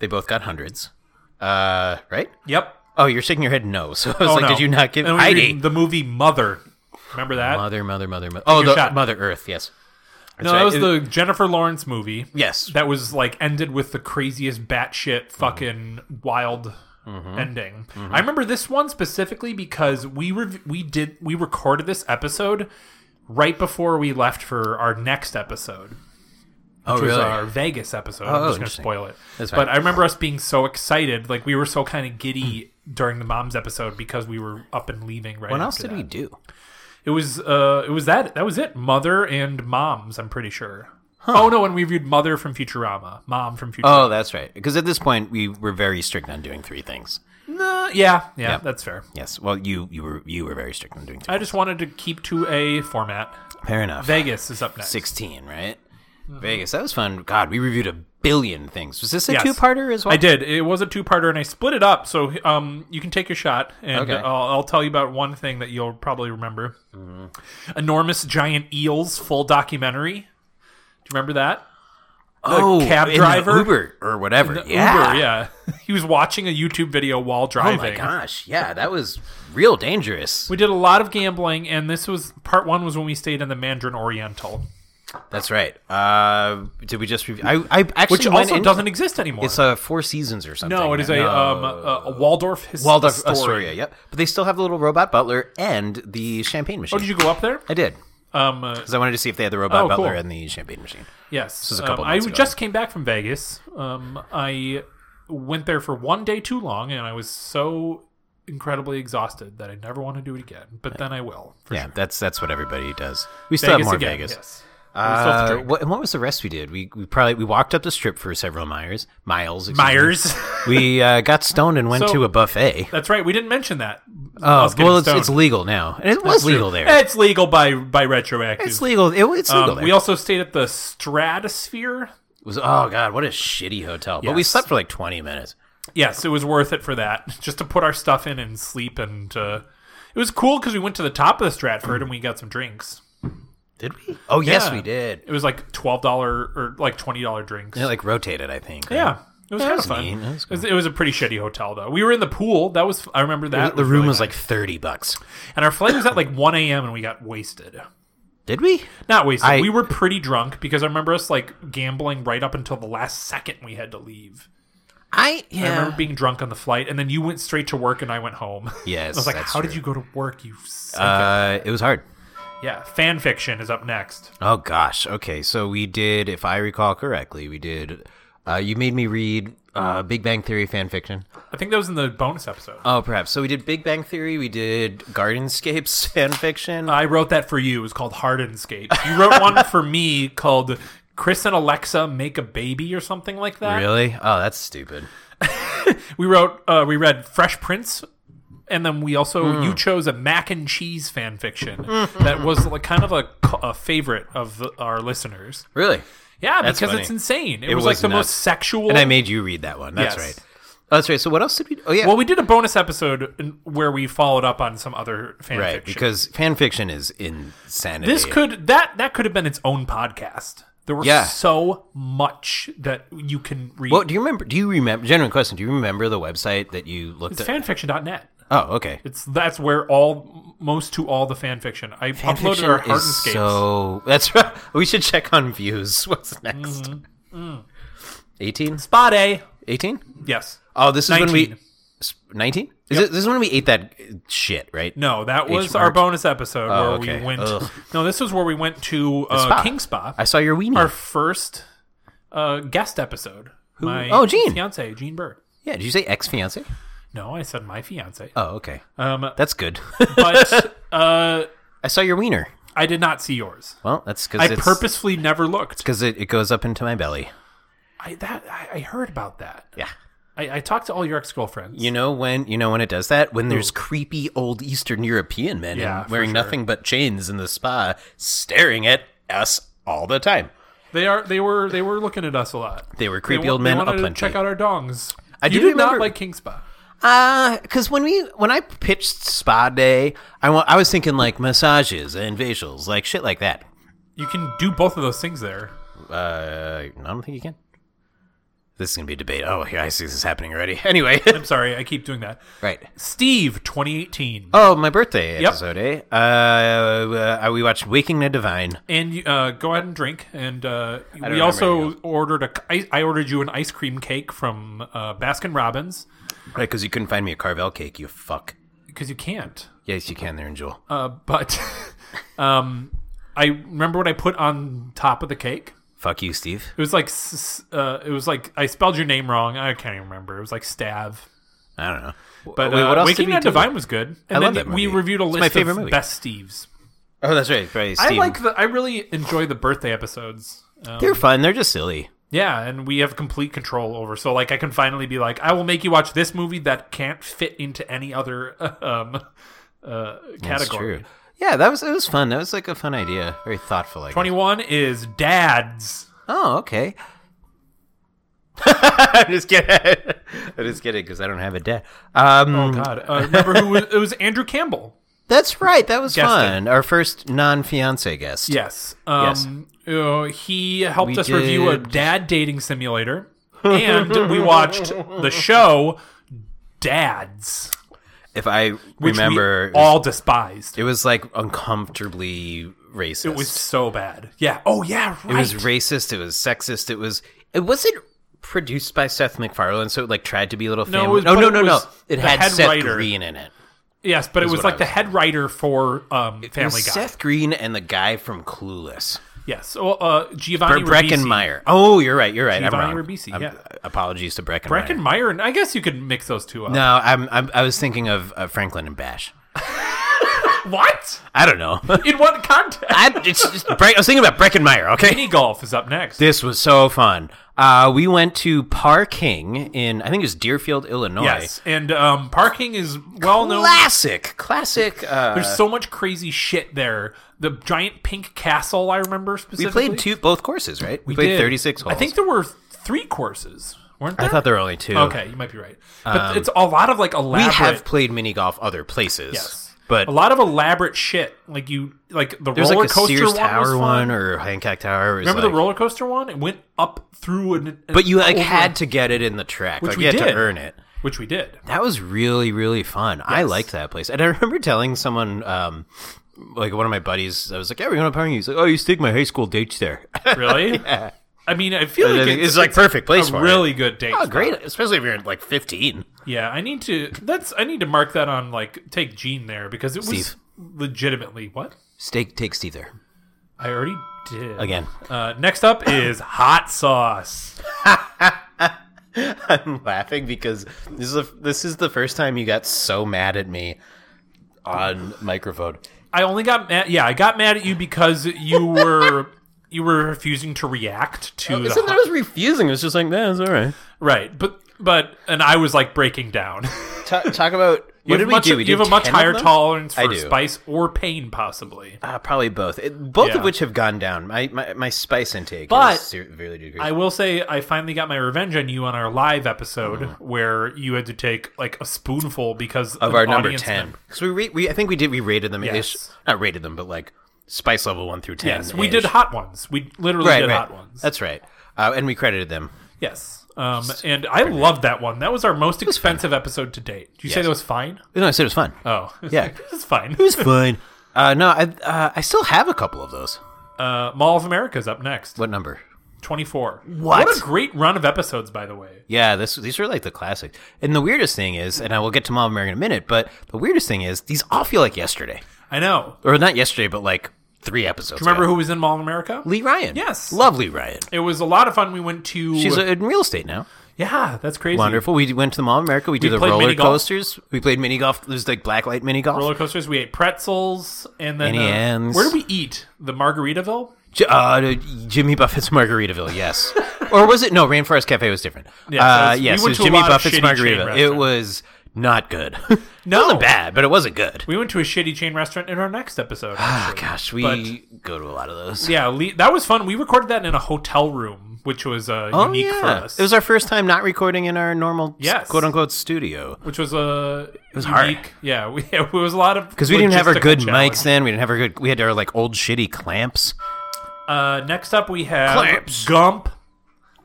Speaker 1: they both got hundreds uh right
Speaker 2: Yep.
Speaker 1: oh you're shaking your head no [laughs] so i was
Speaker 2: Oh,
Speaker 1: like
Speaker 2: no.
Speaker 1: did you not give
Speaker 2: And we
Speaker 1: heidi
Speaker 2: reviewed the movie Mother? Remember that?
Speaker 1: mother mother mother mother oh
Speaker 2: your
Speaker 1: the
Speaker 2: shot.
Speaker 1: mother earth yes
Speaker 2: No, that was the Jennifer Lawrence movie.
Speaker 1: yes Mm-hmm.
Speaker 2: That was like ended with the craziest batshit fucking wild ending. I remember this one specifically because we rev- we did we recorded this episode right before we left for our next episode.
Speaker 1: oh
Speaker 2: Which was
Speaker 1: really
Speaker 2: our uh, Vegas episode.
Speaker 1: Oh,
Speaker 2: I'm just gonna
Speaker 1: interesting.
Speaker 2: spoil it.
Speaker 1: That's fine.
Speaker 2: but I remember us being so excited, like we were so kind of giddy during the mom's episode because we were up and leaving right.
Speaker 1: what
Speaker 2: after
Speaker 1: Hmm. else did
Speaker 2: that.
Speaker 1: we do
Speaker 2: It was uh it was that that was it. Mother and Moms, I'm pretty sure. Oh no, and we reviewed Mother from Futurama, Mom from Futurama.
Speaker 1: oh that's right because at this point we were very strict on doing three things
Speaker 2: Nah, yeah, yeah,
Speaker 1: Yeah.
Speaker 2: that's fair.
Speaker 1: yes well you you were you were very strict on doing two
Speaker 2: I just wanted to keep to a format.
Speaker 1: fair enough
Speaker 2: Vegas Mm-hmm. is up next.
Speaker 1: 16 right vegas that was fun god we reviewed a billion things was this a
Speaker 2: Yes.
Speaker 1: two-parter as well
Speaker 2: I did. It was a two-parter, and I split it up. So um, you can take your shot, and
Speaker 1: Okay.
Speaker 2: I'll, I'll tell you about one thing that you'll probably remember:
Speaker 1: Mm-hmm.
Speaker 2: enormous giant eels, full documentary. Do you remember that?
Speaker 1: oh,
Speaker 2: cab
Speaker 1: in the
Speaker 2: driver?
Speaker 1: Uber or whatever. yeah.
Speaker 2: Uber, yeah. [laughs] He was watching a YouTube video while
Speaker 1: Oh
Speaker 2: driving.
Speaker 1: my gosh. Yeah, that was real dangerous.
Speaker 2: We did a lot of gambling, and this was part one was when we stayed in the Mandarin Oriental,
Speaker 1: That's right. Uh, did we just review? I, I actually
Speaker 2: which
Speaker 1: went
Speaker 2: also
Speaker 1: in-
Speaker 2: doesn't exist anymore.
Speaker 1: It's uh, Four Seasons or something.
Speaker 2: no, it is a,
Speaker 1: No.
Speaker 2: um, a, a Waldorf his-
Speaker 1: Waldorf uh,
Speaker 2: story.
Speaker 1: Astoria. Yep. But they still have the little robot butler and the champagne machine.
Speaker 2: Oh, did you go up there?
Speaker 1: I did because
Speaker 2: Um, uh,
Speaker 1: I wanted to see if they had the robot
Speaker 2: Oh, cool.
Speaker 1: butler and the champagne machine.
Speaker 2: yes.
Speaker 1: is a couple
Speaker 2: um, I
Speaker 1: months ago.
Speaker 2: just came back from Vegas. Um, I went there for one day too long, and I was so incredibly exhausted that I never want to do it again. But then I will. For
Speaker 1: Yeah,
Speaker 2: sure.
Speaker 1: that's that's what everybody does. We still have more
Speaker 2: again,
Speaker 1: Vegas.
Speaker 2: Yes. We still have to
Speaker 1: Uh,
Speaker 2: drink.
Speaker 1: what, and what was the rest we did? We, we probably we walked up the strip for several miles. Miles. excuse me.
Speaker 2: Myers. [laughs]
Speaker 1: We uh, got stoned and went
Speaker 2: So-
Speaker 1: to a buffet.
Speaker 2: That's right. We didn't mention that.
Speaker 1: Oh,
Speaker 2: Us getting
Speaker 1: well, it's,
Speaker 2: stoned.
Speaker 1: it's legal now, and it was legal there.
Speaker 2: It's legal by by retroactive.
Speaker 1: It's legal. It, it's legal.
Speaker 2: Um,
Speaker 1: there.
Speaker 2: we also stayed at the Stratosphere.
Speaker 1: It was oh god, what a shitty hotel. But we
Speaker 2: Yes.
Speaker 1: slept for like twenty minutes.
Speaker 2: Yes, it was worth it for that. [laughs] Just to put our stuff in and sleep, and uh, it was cool because we went to the top of the Stratford and we got some drinks.
Speaker 1: Did we? Oh yes,
Speaker 2: Yeah.
Speaker 1: we did.
Speaker 2: It was like twelve dollar or like twenty dollar drinks.
Speaker 1: It like rotated, I think. right?
Speaker 2: Yeah, it was kind of
Speaker 1: was
Speaker 2: fun.
Speaker 1: neat. That was
Speaker 2: It was- It was a pretty shitty hotel though. We were in the pool. That was I remember that.
Speaker 1: The room
Speaker 2: really
Speaker 1: was
Speaker 2: nice.
Speaker 1: like thirty bucks.
Speaker 2: and our flight was at like one a.m. and we got wasted.
Speaker 1: Did we?
Speaker 2: Not wasted.
Speaker 1: I-
Speaker 2: we were pretty drunk because I remember us like gambling right up until the last second we had to leave.
Speaker 1: I
Speaker 2: I
Speaker 1: yeah.
Speaker 2: remember being drunk on the flight, and then you went straight to work, and I went home. [laughs]
Speaker 1: Yes,
Speaker 2: I was like,
Speaker 1: that's
Speaker 2: "How did
Speaker 1: true.
Speaker 2: you go to work? You sick-"
Speaker 1: uh, it was hard.
Speaker 2: yeah." Fan fiction is up next.
Speaker 1: Oh gosh. Okay, so we did, if I recall correctly, we did. Uh, you made me read uh, Big Bang Theory fan fiction.
Speaker 2: I think that was in the bonus episode.
Speaker 1: Oh, perhaps. So we did Big Bang Theory. We did Gardenscapes [laughs] fan fiction.
Speaker 2: I wrote that for you. It was called Hardenskate. You
Speaker 1: [laughs]
Speaker 2: wrote one for me called Chris and Alexa Make a Baby or something like that.
Speaker 1: really? Oh, that's stupid.
Speaker 2: We wrote, uh, we read Fresh Prince, and then we also
Speaker 1: Hmm.
Speaker 2: you chose a mac and cheese fan fiction
Speaker 1: Mm-hmm.
Speaker 2: that was like kind of a, co- a favorite of the, our listeners.
Speaker 1: Really?
Speaker 2: Yeah,
Speaker 1: That's
Speaker 2: because
Speaker 1: funny.
Speaker 2: it's insane. It,
Speaker 1: It
Speaker 2: was,
Speaker 1: was
Speaker 2: like the
Speaker 1: nuts.
Speaker 2: most sexual.
Speaker 1: And I made you read that one. That's
Speaker 2: Yes.
Speaker 1: right. Oh, that's right. So what else did we? Oh, yeah.
Speaker 2: well, we did a bonus episode in- where we followed up on some other fan
Speaker 1: right,
Speaker 2: fiction.
Speaker 1: because fan fiction is insanity.
Speaker 2: this could that that could have been its own podcast. There was
Speaker 1: Yeah.
Speaker 2: so much that you can read.
Speaker 1: Well, do you remember? Do you remember? Genuine question. Do you remember the website that you looked at?
Speaker 2: It's fanfiction.net.
Speaker 1: oh, okay.
Speaker 2: It's that's where all most to all the fan fiction. I uploaded our
Speaker 1: Fanfiction is
Speaker 2: Hardenscapes.
Speaker 1: so that's right. [laughs] We should check on views. [laughs] What's next?
Speaker 2: Mm-hmm.
Speaker 1: 18?
Speaker 2: Spot A.
Speaker 1: 18?
Speaker 2: Yes.
Speaker 1: Oh, this is when we
Speaker 2: 19.
Speaker 1: s- 19? Is it, this is when we ate that uh, shit, right?
Speaker 2: No, that was
Speaker 1: mark.
Speaker 2: our bonus episode where
Speaker 1: Oh, okay.
Speaker 2: we went.
Speaker 1: Ugh.
Speaker 2: [laughs] No, this was where we went to uh,
Speaker 1: spa.
Speaker 2: King Spa.
Speaker 1: I saw your weenie.
Speaker 2: our first uh, guest episode. Who? My
Speaker 1: Oh, Jean.
Speaker 2: fiance Jean Burr.
Speaker 1: yeah, did you say ex-fiance?
Speaker 2: No, I said my fiance.
Speaker 1: Oh, okay. [laughs]
Speaker 2: Um,
Speaker 1: That's good.
Speaker 2: but uh,
Speaker 1: I saw your wiener.
Speaker 2: I did not see yours.
Speaker 1: Well, that's cuz
Speaker 2: I
Speaker 1: it's
Speaker 2: purposefully never looked.
Speaker 1: cuz it, it goes up into my belly.
Speaker 2: I that I, I heard about that.
Speaker 1: Yeah.
Speaker 2: I, I talked to all your ex girlfriends.
Speaker 1: You know when you know when it does that when there's creepy old Eastern European men in-
Speaker 2: Yeah, for
Speaker 1: wearing
Speaker 2: sure.
Speaker 1: nothing but chains in the spa staring at us all the time.
Speaker 2: They are. They were. They were looking at us a lot.
Speaker 1: They were creepy
Speaker 2: wa-
Speaker 1: old men
Speaker 2: They wanted to
Speaker 1: aplenty.
Speaker 2: check out our dongs.
Speaker 1: I
Speaker 2: you
Speaker 1: do
Speaker 2: did
Speaker 1: remember-
Speaker 2: not like King Spa.
Speaker 1: Uh, cause when we when I pitched Spa Day, I wa- I was thinking like massages and facials, like shit like that.
Speaker 2: You can do both of those things there.
Speaker 1: Uh, I don't think you can. This is gonna be a debate. Oh, yeah, I see this is happening already. [laughs] Anyway,
Speaker 2: I'm sorry, I keep doing that.
Speaker 1: right.
Speaker 2: Steve, 2018,
Speaker 1: Oh, my birthday episode, eh? Uh, uh, we watched Waking the Divine.
Speaker 2: and you, uh, go ahead and drink. And uh, we
Speaker 1: remember
Speaker 2: also
Speaker 1: anything
Speaker 2: ordered a. I, I ordered you an ice cream cake from uh, Baskin Robbins
Speaker 1: Right, cause you couldn't find me a Carvel cake, you fuck.
Speaker 2: because you can't.
Speaker 1: Yes, you can there in Jewel.
Speaker 2: Uh, but [laughs] um, I remember what I put on top of the cake.
Speaker 1: fuck you, Steve.
Speaker 2: It was like s- s- uh, it was like I spelled your name wrong. I can't even remember. It was like Stav.
Speaker 1: I don't know.
Speaker 2: But
Speaker 1: Wait,
Speaker 2: uh,
Speaker 1: what else
Speaker 2: Waking
Speaker 1: did we
Speaker 2: Night
Speaker 1: do?
Speaker 2: Divine was good. And
Speaker 1: love
Speaker 2: then
Speaker 1: that
Speaker 2: we
Speaker 1: movie.
Speaker 2: reviewed a
Speaker 1: It's
Speaker 2: list
Speaker 1: my favorite
Speaker 2: of
Speaker 1: movie.
Speaker 2: best Steves.
Speaker 1: Oh, that's right. right
Speaker 2: I
Speaker 1: Steve.
Speaker 2: like the I really enjoy the birthday episodes. Um,
Speaker 1: They're fun. They're just silly.
Speaker 2: yeah, and we have complete control over. So like I can finally be like I will make you watch this movie that can't fit into any other [laughs] um uh
Speaker 1: That's
Speaker 2: category.
Speaker 1: true. Yeah, that was it was fun. That was like a fun idea. Very thoughtful. I guess.
Speaker 2: 21 is dads.
Speaker 1: Oh, okay. [laughs] I'm just kidding. [laughs] I'm just kidding because I don't have a dad. Um,
Speaker 2: God, uh, remember who was, it was Andrew Campbell.
Speaker 1: That's right. That was
Speaker 2: Guessed
Speaker 1: fun. Our first non-fiance guest.
Speaker 2: Yes. Um, uh, he helped
Speaker 1: We
Speaker 2: us review a
Speaker 1: did-
Speaker 2: dad
Speaker 1: [laughs]
Speaker 2: dating simulator, and we watched the show Dads,
Speaker 1: If I
Speaker 2: which
Speaker 1: remember,
Speaker 2: we all despised. It
Speaker 1: it was like uncomfortably racist. It
Speaker 2: was so bad. Yeah. Oh yeah. Right.
Speaker 1: It was racist. It was sexist. It was. It wasn't produced by Seth MacFarlane, so it like tried to be a little family.
Speaker 2: it was-
Speaker 1: no,
Speaker 2: but
Speaker 1: no,
Speaker 2: it
Speaker 1: no, no.
Speaker 2: was
Speaker 1: It
Speaker 2: the
Speaker 1: had
Speaker 2: head
Speaker 1: Seth
Speaker 2: writer.
Speaker 1: Green in it.
Speaker 2: yes, but it was
Speaker 1: what I
Speaker 2: like the
Speaker 1: was-
Speaker 2: head writer for um,
Speaker 1: It
Speaker 2: Family
Speaker 1: was
Speaker 2: Guy.
Speaker 1: Seth Green and the guy from Clueless.
Speaker 2: Yes. Oh, uh, Giovanni Ribisi.
Speaker 1: Breckenmeyer. Oh, you're right. You're right.
Speaker 2: Giovanni
Speaker 1: I'm wrong.
Speaker 2: Ribisi,
Speaker 1: I'm- uh,
Speaker 2: yeah.
Speaker 1: Apologies to Breckenmeyer.
Speaker 2: Breckenmeyer, and I guess you could mix those two up.
Speaker 1: no, I'm, I'm. I was thinking of uh, Franklin and Bash. [laughs]
Speaker 2: What?
Speaker 1: I don't know.
Speaker 2: In what context?
Speaker 1: I, it's just, Bre- I was thinking about Breckenmeyer.
Speaker 2: [laughs]
Speaker 1: Okay.
Speaker 2: Mini golf is up next.
Speaker 1: This was so fun. Uh, we went to Parking in I think it was Deerfield, Illinois.
Speaker 2: yes, and um, parking is well known
Speaker 1: Classic, classic. Uh,
Speaker 2: There's so much crazy shit there. The giant pink castle, I remember
Speaker 1: we
Speaker 2: specifically.
Speaker 1: played two both courses, right? We, played
Speaker 2: Did.
Speaker 1: 36 holes.
Speaker 2: I think there were three courses, weren't there?
Speaker 1: I thought there were only two.
Speaker 2: Okay, you might be right. But it's a lot of like
Speaker 1: We
Speaker 2: elaborate.
Speaker 1: have played mini golf other places,
Speaker 2: yes,
Speaker 1: but
Speaker 2: a lot of elaborate shit. Like you, like the
Speaker 1: there's
Speaker 2: roller
Speaker 1: like a
Speaker 2: coaster
Speaker 1: Sears
Speaker 2: one was
Speaker 1: Tower
Speaker 2: fun.
Speaker 1: one or Hancock Tower.
Speaker 2: Remember the roller coaster one? It went up through an. an-
Speaker 1: But you like
Speaker 2: over-
Speaker 1: had to get it in the track.
Speaker 2: Which
Speaker 1: like
Speaker 2: we
Speaker 1: you had to
Speaker 2: did.
Speaker 1: earn it.
Speaker 2: which we did.
Speaker 1: That was really really fun. I liked that place, and I remember telling someone, um, like one of my buddies, I was like, "Yeah, we're going to party." He's like, "Oh, you used to take my high school dates there." [laughs]
Speaker 2: Really? I mean, I feel like
Speaker 1: it's, like perfect place for
Speaker 2: a
Speaker 1: it.
Speaker 2: really good date.
Speaker 1: Oh,
Speaker 2: spot.
Speaker 1: great, especially if you're like 15.
Speaker 2: Yeah, I need to. That's I need to mark that on like take Gene there because it was
Speaker 1: Steve.
Speaker 2: legitimately what
Speaker 1: Steak takes either
Speaker 2: I already did
Speaker 1: again. [coughs]
Speaker 2: Uh, next up is hot sauce.
Speaker 1: I'm [laughs] laughing because this is the, this is the first time you got so mad at me on microphone.
Speaker 2: I only got mad. Yeah, I got mad at you because you were you were refusing to react to the
Speaker 1: It's not that I was refusing. It was just like, that's all right.
Speaker 2: right. But but and I was like
Speaker 1: [laughs]
Speaker 2: breaking down.
Speaker 1: Ta talk about what
Speaker 2: you
Speaker 1: did
Speaker 2: have
Speaker 1: we
Speaker 2: much,
Speaker 1: do? We
Speaker 2: you
Speaker 1: did
Speaker 2: have a much
Speaker 1: 10 of
Speaker 2: higher
Speaker 1: them?
Speaker 2: tolerance
Speaker 1: I
Speaker 2: for
Speaker 1: do.
Speaker 2: spice or pain, possibly.
Speaker 1: Uh, probably both. It, both
Speaker 2: Yeah.
Speaker 1: of which have gone down. My my, my spice intake
Speaker 2: But-
Speaker 1: has severely decreased.
Speaker 2: I will say I finally got my revenge on you on our live episode where you had to take like a spoonful because
Speaker 1: Mm-hmm. of
Speaker 2: an
Speaker 1: our number
Speaker 2: audience
Speaker 1: ten
Speaker 2: member-
Speaker 1: because we, re- we I think we did we rated them ish
Speaker 2: Yes.
Speaker 1: not rated them but like spice level one through ten.
Speaker 2: Yes, we did hot ones. We literally
Speaker 1: right,
Speaker 2: did
Speaker 1: right.
Speaker 2: hot ones.
Speaker 1: That's right, uh, and we credited them.
Speaker 2: yes. Um, and I loved that one. That was our most expensive episode to date. Did you say
Speaker 1: Yes.
Speaker 2: that was fine?
Speaker 1: No, I said it was fun.
Speaker 2: Oh,
Speaker 1: Yeah.
Speaker 2: [laughs] it's fine.
Speaker 1: was fun. Uh, no, I uh, I still have a couple of those.
Speaker 2: Uh, Mall of America's up next.
Speaker 1: What number?
Speaker 2: 24.
Speaker 1: What?
Speaker 2: a great run of episodes, by the way.
Speaker 1: Yeah, this these are like the classics. And the weirdest thing is, and I will get to Mall of America in a minute, but the weirdest thing is these all feel like yesterday,
Speaker 2: I know.
Speaker 1: or not yesterday, but like three episodes.
Speaker 2: Remember
Speaker 1: ago.
Speaker 2: who was in Mall of America?
Speaker 1: Lee Ryan?
Speaker 2: Yes.
Speaker 1: lovely Ryan.
Speaker 2: It was a lot of fun. We went to.
Speaker 1: She's uh, in real estate now.
Speaker 2: yeah, that's crazy.
Speaker 1: Wonderful. We went to the Mall of America. We did the
Speaker 2: played
Speaker 1: roller
Speaker 2: mini golf.
Speaker 1: coasters. We played mini golf. There's like blacklight mini golf.
Speaker 2: Roller coasters. We ate pretzels. And then. uh,
Speaker 1: Any ends?
Speaker 2: Where did we eat? The Margaritaville?
Speaker 1: J- uh, Jimmy Buffett's [laughs] Margaritaville,
Speaker 2: [laughs]
Speaker 1: yes. or was it? No, Rainforest Cafe was different.
Speaker 2: Yeah, so
Speaker 1: uh,
Speaker 2: it's-
Speaker 1: yes, it
Speaker 2: we went
Speaker 1: was
Speaker 2: to a
Speaker 1: Jimmy
Speaker 2: lot of
Speaker 1: Buffett's
Speaker 2: shitty chain
Speaker 1: Margaritaville. It
Speaker 2: restaurants.
Speaker 1: was not good. [laughs]
Speaker 2: No.
Speaker 1: it wasn't bad, but it wasn't good.
Speaker 2: We went to a shitty chain restaurant in our next episode.
Speaker 1: Ah,
Speaker 2: actually.
Speaker 1: gosh, we
Speaker 2: But-
Speaker 1: go to a lot of those.
Speaker 2: yeah, Lee, that was fun. We recorded that in a hotel room, which was uh,
Speaker 1: Oh,
Speaker 2: unique
Speaker 1: yeah.
Speaker 2: for us.
Speaker 1: It was our first time not recording in our normal,
Speaker 2: Yes.
Speaker 1: quote unquote, studio.
Speaker 2: which was a it
Speaker 1: was hard.
Speaker 2: unique. Yeah, [laughs] we, it was a lot of
Speaker 1: Because we didn't have our good mics then. We didn't have our good. We had our like old shitty clamps.
Speaker 2: Uh, next up, we have
Speaker 1: Clamps.
Speaker 2: Gump.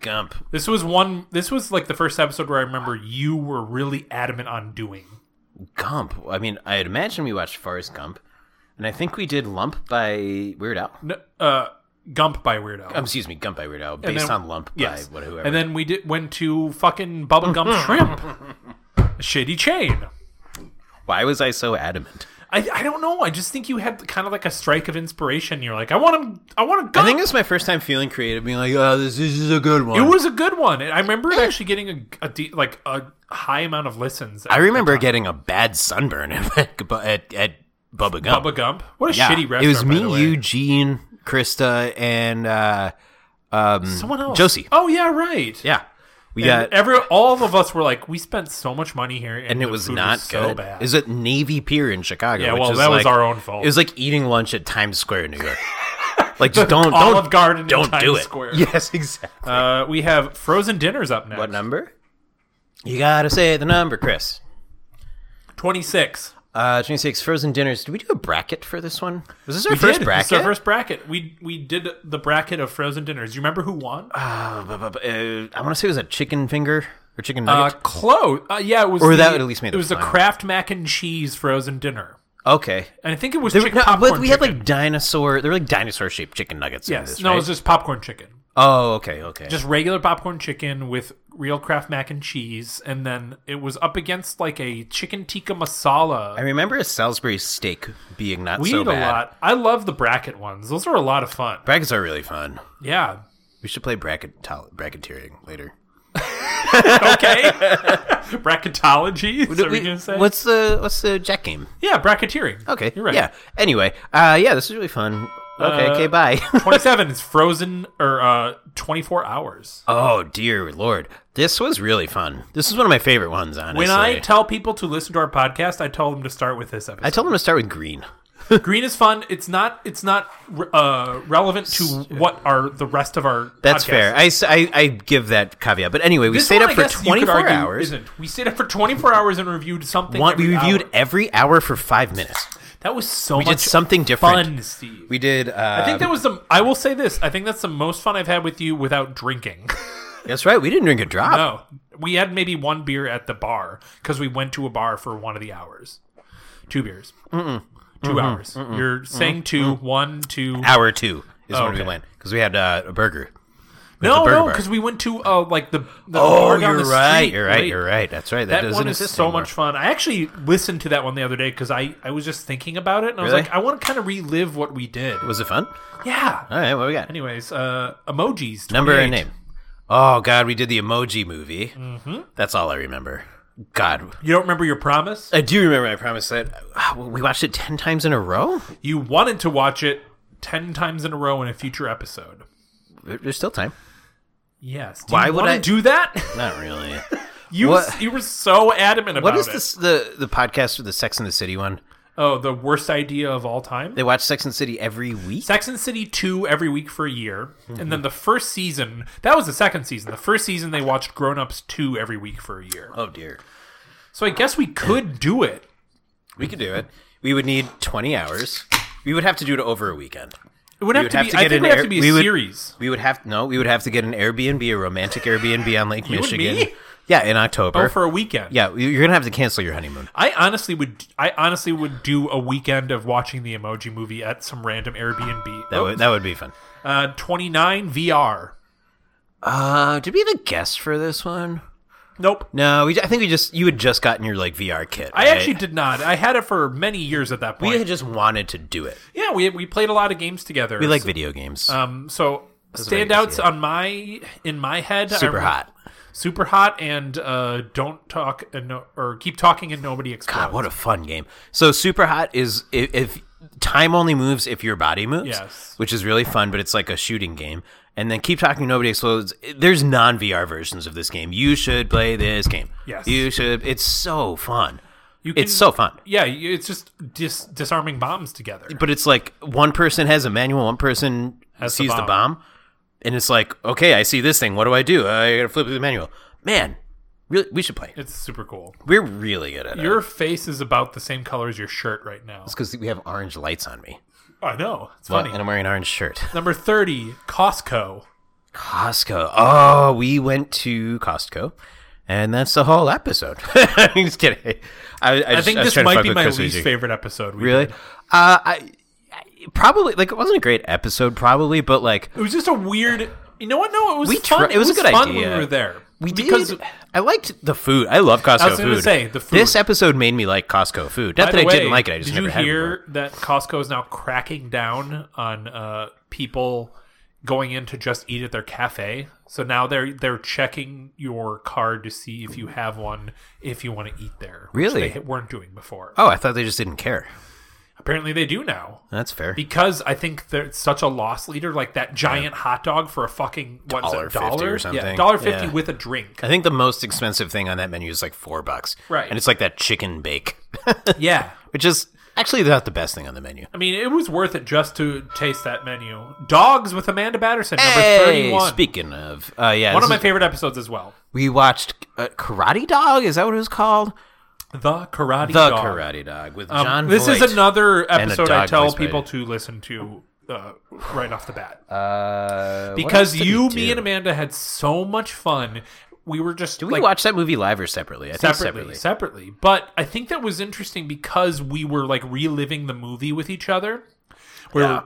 Speaker 1: Gump.
Speaker 2: This was one. This was like the first episode where I remember you were really adamant on doing.
Speaker 1: Gump. I mean, I'd imagine we watched Forrest Gump, and I think we did Lump by Weird Al.
Speaker 2: N- Uh, Gump by Weirdo.
Speaker 1: Um, excuse me, Gump by Weird Al, based
Speaker 2: then-
Speaker 1: on Lump
Speaker 2: yes,
Speaker 1: by what, whoever.
Speaker 2: and then we did went to fucking Bubba Gump
Speaker 1: [laughs]
Speaker 2: Shrimp, A shitty chain.
Speaker 1: Why was I so adamant?
Speaker 2: I, I don't know. I just think you had kind of like a strike of inspiration. You're like, I want him. I want a
Speaker 1: I
Speaker 2: Gump.
Speaker 1: think this is my first time feeling creative, being like, "Oh, this, this is a good one."
Speaker 2: it was a good one. And I remember it actually getting a, a de- like a high amount of listens.
Speaker 1: I remember getting a bad sunburn [laughs] at at, at Bubba Gump.
Speaker 2: Bubba Gump. What a
Speaker 1: Yeah.
Speaker 2: shitty restaurant.
Speaker 1: it was
Speaker 2: by the
Speaker 1: me,
Speaker 2: way.
Speaker 1: Eugene, Krista, and uh, um,
Speaker 2: Someone else.
Speaker 1: Josie.
Speaker 2: Oh yeah, right.
Speaker 1: Yeah, we
Speaker 2: Yeah.
Speaker 1: got,
Speaker 2: Every all of us were like, we spent so much money here, and,
Speaker 1: and it
Speaker 2: the
Speaker 1: was
Speaker 2: food
Speaker 1: not
Speaker 2: so
Speaker 1: good.
Speaker 2: bad.
Speaker 1: It was at Navy Pier in Chicago.
Speaker 2: Yeah,
Speaker 1: which
Speaker 2: well,
Speaker 1: is
Speaker 2: that was
Speaker 1: like-
Speaker 2: our own fault.
Speaker 1: It was like eating lunch at Times Square in New
Speaker 2: [laughs]
Speaker 1: York. like, just don't,
Speaker 2: Olive
Speaker 1: don't,
Speaker 2: Garden. in
Speaker 1: don't
Speaker 2: Times
Speaker 1: do it.
Speaker 2: Square.
Speaker 1: Yes, exactly.
Speaker 2: [laughs] Uh, we have frozen dinners up next.
Speaker 1: What number? You gotta say the number, Chris.
Speaker 2: Twenty six.
Speaker 1: Uh, 26 Frozen Dinners. Did we do a bracket for this one? Was this our first bracket?
Speaker 2: It's our first bracket. We we did the bracket of frozen dinners. You remember who won? Uh,
Speaker 1: Uh, bu- bu- bu- uh, I want to say it was a chicken finger or chicken nugget.
Speaker 2: Clo. Uh, yeah, it was.
Speaker 1: Or
Speaker 2: the-
Speaker 1: that at least made
Speaker 2: It
Speaker 1: the
Speaker 2: was the
Speaker 1: final.
Speaker 2: Kraft mac and cheese frozen dinner,
Speaker 1: okay.
Speaker 2: and I think it was
Speaker 1: There were-
Speaker 2: chicken
Speaker 1: no,
Speaker 2: popcorn.
Speaker 1: but we had
Speaker 2: chicken.
Speaker 1: like dinosaur. They were like dinosaur shaped chicken nuggets. in
Speaker 2: yes.
Speaker 1: this,
Speaker 2: no,
Speaker 1: right?
Speaker 2: it was just popcorn chicken.
Speaker 1: oh, okay, okay.
Speaker 2: just regular popcorn chicken with real Kraft mac and cheese, and then it was up against like a chicken tikka masala.
Speaker 1: I remember a Salisbury steak being not
Speaker 2: we
Speaker 1: so
Speaker 2: eat
Speaker 1: bad.
Speaker 2: a lot. I love the bracket ones; those are a lot of fun.
Speaker 1: Brackets are really fun.
Speaker 2: Yeah.
Speaker 1: We should play bracket bracketeering later.
Speaker 2: [laughs] Okay. Bracketology. Is that what
Speaker 1: We-
Speaker 2: you're gonna say?
Speaker 1: What's the what's the Jack game?
Speaker 2: yeah, bracketeering.
Speaker 1: [laughs] Okay,
Speaker 2: you're right.
Speaker 1: Yeah. Anyway, uh, yeah, this is really fun. Okay,
Speaker 2: Uh,
Speaker 1: okay, bye. [laughs]
Speaker 2: Twenty-seven is frozen or uh, twenty-four hours.
Speaker 1: Oh dear lord, this was really fun. This is one of my favorite ones, honestly.
Speaker 2: When I
Speaker 1: I
Speaker 2: tell people to listen to our podcast, I tell them to start with this episode.
Speaker 1: told them to start with green.
Speaker 2: Green is fun. It's not. It's not uh, relevant to what are the rest of our.
Speaker 1: That's
Speaker 2: podcast
Speaker 1: fair. I, s- I- I give that caveat. But anyway, we
Speaker 2: This
Speaker 1: stayed
Speaker 2: one,
Speaker 1: up
Speaker 2: I
Speaker 1: for
Speaker 2: guess you could
Speaker 1: 24
Speaker 2: argue,
Speaker 1: hours.
Speaker 2: Isn't we stayed up for 24 hours and reviewed something?
Speaker 1: One,
Speaker 2: every
Speaker 1: we reviewed
Speaker 2: hour.
Speaker 1: every hour for five minutes.
Speaker 2: that was so
Speaker 1: We
Speaker 2: much
Speaker 1: did something different.
Speaker 2: fun, Steve.
Speaker 1: We did. Uh,
Speaker 2: I think that was the. I will say this. I think that's the most fun I've had with you without drinking. [laughs]
Speaker 1: that's right. We didn't drink a drop.
Speaker 2: no, Oh, we had maybe one beer at the bar because we went to a bar for one of the hours. Two beers. Mm-mm. 2 hours. You're saying 2 one, two.
Speaker 1: Hour two is when we
Speaker 2: okay.
Speaker 1: went because we had uh, a burger. We had
Speaker 2: no,
Speaker 1: the burger
Speaker 2: no,
Speaker 1: bar.
Speaker 2: because we went to uh, like the. the
Speaker 1: Oh,
Speaker 2: bar down
Speaker 1: you're
Speaker 2: the
Speaker 1: right.
Speaker 2: street
Speaker 1: You're right.
Speaker 2: late.
Speaker 1: You're right. That's right. That,
Speaker 2: That
Speaker 1: doesn't
Speaker 2: one is
Speaker 1: exist
Speaker 2: so
Speaker 1: anymore.
Speaker 2: much fun. I actually listened to that one the other day because I, I was just thinking about it and I was
Speaker 1: Really?
Speaker 2: like, I want to kind of relive what we did.
Speaker 1: Was it fun?
Speaker 2: Yeah.
Speaker 1: All right. What we got?
Speaker 2: Anyways, uh, emojis.
Speaker 1: Number
Speaker 2: 28.
Speaker 1: and name. Oh God, we did the emoji movie. That's all I remember. God,
Speaker 2: You don't remember your promise?
Speaker 1: I do remember. I promised that ah, we watched it ten times in a row.
Speaker 2: You wanted to watch it 10 times in a row in a future episode.
Speaker 1: There- There's still time.
Speaker 2: Yes. Do
Speaker 1: Why
Speaker 2: you
Speaker 1: would
Speaker 2: wanna
Speaker 1: I-
Speaker 2: do that?
Speaker 1: Not really.
Speaker 2: [laughs] you
Speaker 1: What-
Speaker 2: you were so adamant about
Speaker 1: [laughs] what is
Speaker 2: it.
Speaker 1: this? The the podcast with the Sex and the City one?
Speaker 2: Oh, the worst idea of all time?
Speaker 1: They watch Sex and the City every week.
Speaker 2: Sex and the City 2 every week for a year.
Speaker 1: Mm-hmm.
Speaker 2: And then the first season, that was the second season. The first season, they watched Grown Ups 2 every week for a year.
Speaker 1: Oh dear.
Speaker 2: So I guess we could do it.
Speaker 1: We could do it. We would need 20 hours. We would have to do it over a weekend.
Speaker 2: It would
Speaker 1: We
Speaker 2: have
Speaker 1: would
Speaker 2: to
Speaker 1: have
Speaker 2: be,
Speaker 1: to
Speaker 2: I
Speaker 1: get
Speaker 2: think
Speaker 1: an
Speaker 2: it would have
Speaker 1: air-
Speaker 2: to be
Speaker 1: we
Speaker 2: a
Speaker 1: would-
Speaker 2: series.
Speaker 1: We would have no. We would have to get an Airbnb, a romantic Airbnb on
Speaker 2: [laughs]
Speaker 1: Lake
Speaker 2: and
Speaker 1: Michigan.
Speaker 2: me?
Speaker 1: Yeah, in October.
Speaker 2: Oh, for a weekend.
Speaker 1: yeah, you- you're gonna have to cancel your honeymoon.
Speaker 2: I honestly would. I honestly would do a weekend of watching the Emoji Movie at some random Airbnb. Oh,
Speaker 1: That would that would be fun.
Speaker 2: uh, twenty nine VR.
Speaker 1: Uh, did we have a guest for this one?
Speaker 2: Nope.
Speaker 1: No, we, I think we just you had just gotten your like VR kit.
Speaker 2: I
Speaker 1: right?
Speaker 2: actually did not. I had it for many years at that
Speaker 1: we
Speaker 2: point.
Speaker 1: had just wanted to do it.
Speaker 2: yeah, we we played a lot of games together.
Speaker 1: We like video games.
Speaker 2: Um, so
Speaker 1: what I
Speaker 2: standouts
Speaker 1: guess, yeah.
Speaker 2: on my in my head. I
Speaker 1: Super
Speaker 2: rem-
Speaker 1: hot.
Speaker 2: Super hot and uh, don't talk and no, or keep talking and nobody explodes.
Speaker 1: God, what a fun game. So super hot is if, if time only moves if your body moves,
Speaker 2: Yes.
Speaker 1: which is really fun, but it's like a shooting game. And then keep talking, nobody explodes. There's non VR versions of this game. You should play this game.
Speaker 2: Yes.
Speaker 1: you should. It's so fun.
Speaker 2: You can-
Speaker 1: it's so fun.
Speaker 2: Yeah, you- it's just dis- disarming bombs together.
Speaker 1: But it's like one person has a manual, one person
Speaker 2: Has the
Speaker 1: sees the
Speaker 2: bomb.
Speaker 1: bomb. and it's like, okay, I see this thing. What do I do? I gotta flip through the manual. Man, really, we should play.
Speaker 2: It's super cool.
Speaker 1: We're really good at it.
Speaker 2: Your face is about the same color as your shirt right now.
Speaker 1: because we have orange lights on me,
Speaker 2: I know. It's
Speaker 1: Well,
Speaker 2: funny.
Speaker 1: and I'm wearing an orange shirt.
Speaker 2: Number 30, Costco.
Speaker 1: Costco. Oh, we went to Costco, and that's the whole episode. [laughs] I'm just kidding. I,
Speaker 2: I think this might be my least favorite episode. We
Speaker 1: Really?
Speaker 2: did.
Speaker 1: Uh, I, I probably like it wasn't a great episode, probably, but like
Speaker 2: It was just a weird. You know what? No, it was
Speaker 1: We
Speaker 2: fun.
Speaker 1: tri- it was a good
Speaker 2: fun
Speaker 1: idea.
Speaker 2: When we were there.
Speaker 1: we
Speaker 2: because
Speaker 1: did. I liked the food. I love Costco
Speaker 2: I was
Speaker 1: food.
Speaker 2: gonna say, the food.
Speaker 1: This episode made me like Costco food. Not
Speaker 2: by
Speaker 1: that
Speaker 2: the
Speaker 1: I
Speaker 2: way,
Speaker 1: didn't like it. I just
Speaker 2: did
Speaker 1: never
Speaker 2: you
Speaker 1: had it
Speaker 2: hear
Speaker 1: before.
Speaker 2: that Costco is now cracking down on uh, people going in to just eat at their cafe? So now they're they're checking your card to see if you have one if you want to eat there. which
Speaker 1: Really?
Speaker 2: they weren't doing before.
Speaker 1: Oh, I thought they just didn't care.
Speaker 2: Apparently, they do now.
Speaker 1: That's fair.
Speaker 2: because I think they're such a loss leader. Like that giant hot dog for a fucking what is it,
Speaker 1: $1.50 or
Speaker 2: dollar Yeah,
Speaker 1: something.
Speaker 2: dollar fifty
Speaker 1: Yeah.
Speaker 2: with
Speaker 1: [laughs]
Speaker 2: a drink.
Speaker 1: I think the most expensive thing on that menu is like four bucks.
Speaker 2: Right.
Speaker 1: And it's like that chicken bake, [laughs]
Speaker 2: Yeah,
Speaker 1: which is actually not the best thing on the menu.
Speaker 2: I mean it was worth it just to taste that menu. Dogs with Amanda Batterson, number thirty-one.
Speaker 1: Speaking of, uh, yeah,
Speaker 2: One
Speaker 1: this
Speaker 2: of my
Speaker 1: is-
Speaker 2: favorite episodes as well.
Speaker 1: we watched uh, Karate Dog. Is that what it was called?
Speaker 2: The Karate
Speaker 1: The
Speaker 2: Dog.
Speaker 1: Karate Dog with
Speaker 2: Um,
Speaker 1: John.
Speaker 2: this
Speaker 1: Voight.
Speaker 2: is another
Speaker 1: a
Speaker 2: episode I
Speaker 1: dog
Speaker 2: tell
Speaker 1: voiced by-
Speaker 2: people to listen to uh, right off the bat
Speaker 1: Uh, what
Speaker 2: because
Speaker 1: else did
Speaker 2: you,
Speaker 1: we
Speaker 2: me,
Speaker 1: do?
Speaker 2: and Amanda had so much fun. We were just
Speaker 1: Did we
Speaker 2: like,
Speaker 1: watch that movie live or separately? I think separately.
Speaker 2: separately, separately. But I think that was interesting because we were like reliving the movie with each other. Where
Speaker 1: Yeah.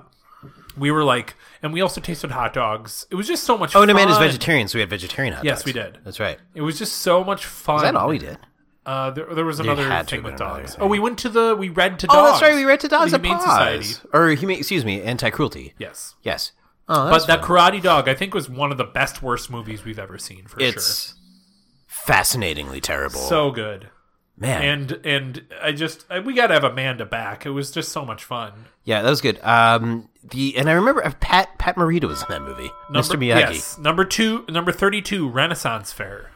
Speaker 2: we were like, and we also tasted hot dogs. It was just so much.
Speaker 1: Oh, and Amanda's
Speaker 2: fun.
Speaker 1: vegetarian, so we had vegetarian hot
Speaker 2: Yes,
Speaker 1: dogs.
Speaker 2: we did.
Speaker 1: That's right.
Speaker 2: It was just so much fun.
Speaker 1: Is that all we did?
Speaker 2: Uh, there, there was another
Speaker 1: had to
Speaker 2: thing
Speaker 1: have been
Speaker 2: with
Speaker 1: another
Speaker 2: dogs.
Speaker 1: thing.
Speaker 2: Oh, we went to the we read to dogs.
Speaker 1: Oh, that's right. We read to dogs
Speaker 2: The
Speaker 1: at
Speaker 2: Humane
Speaker 1: Paws.
Speaker 2: Society.
Speaker 1: Or, humane, excuse me, anti cruelty.
Speaker 2: Yes,
Speaker 1: Yes. Oh,
Speaker 2: but
Speaker 1: that's
Speaker 2: that Karate Dog, I think, was one of the best worst movies we've ever seen for
Speaker 1: it's fascinatingly terrible.
Speaker 2: sure. So good.
Speaker 1: Man.
Speaker 2: And and I just I, we gotta have Amanda back. It was just so much fun.
Speaker 1: yeah, that was good. Um, the And I remember uh, Pat Pat Morita was in that movie. Mr. Miyagi.
Speaker 2: Yes, number two, number thirty-two, Renaissance Fair.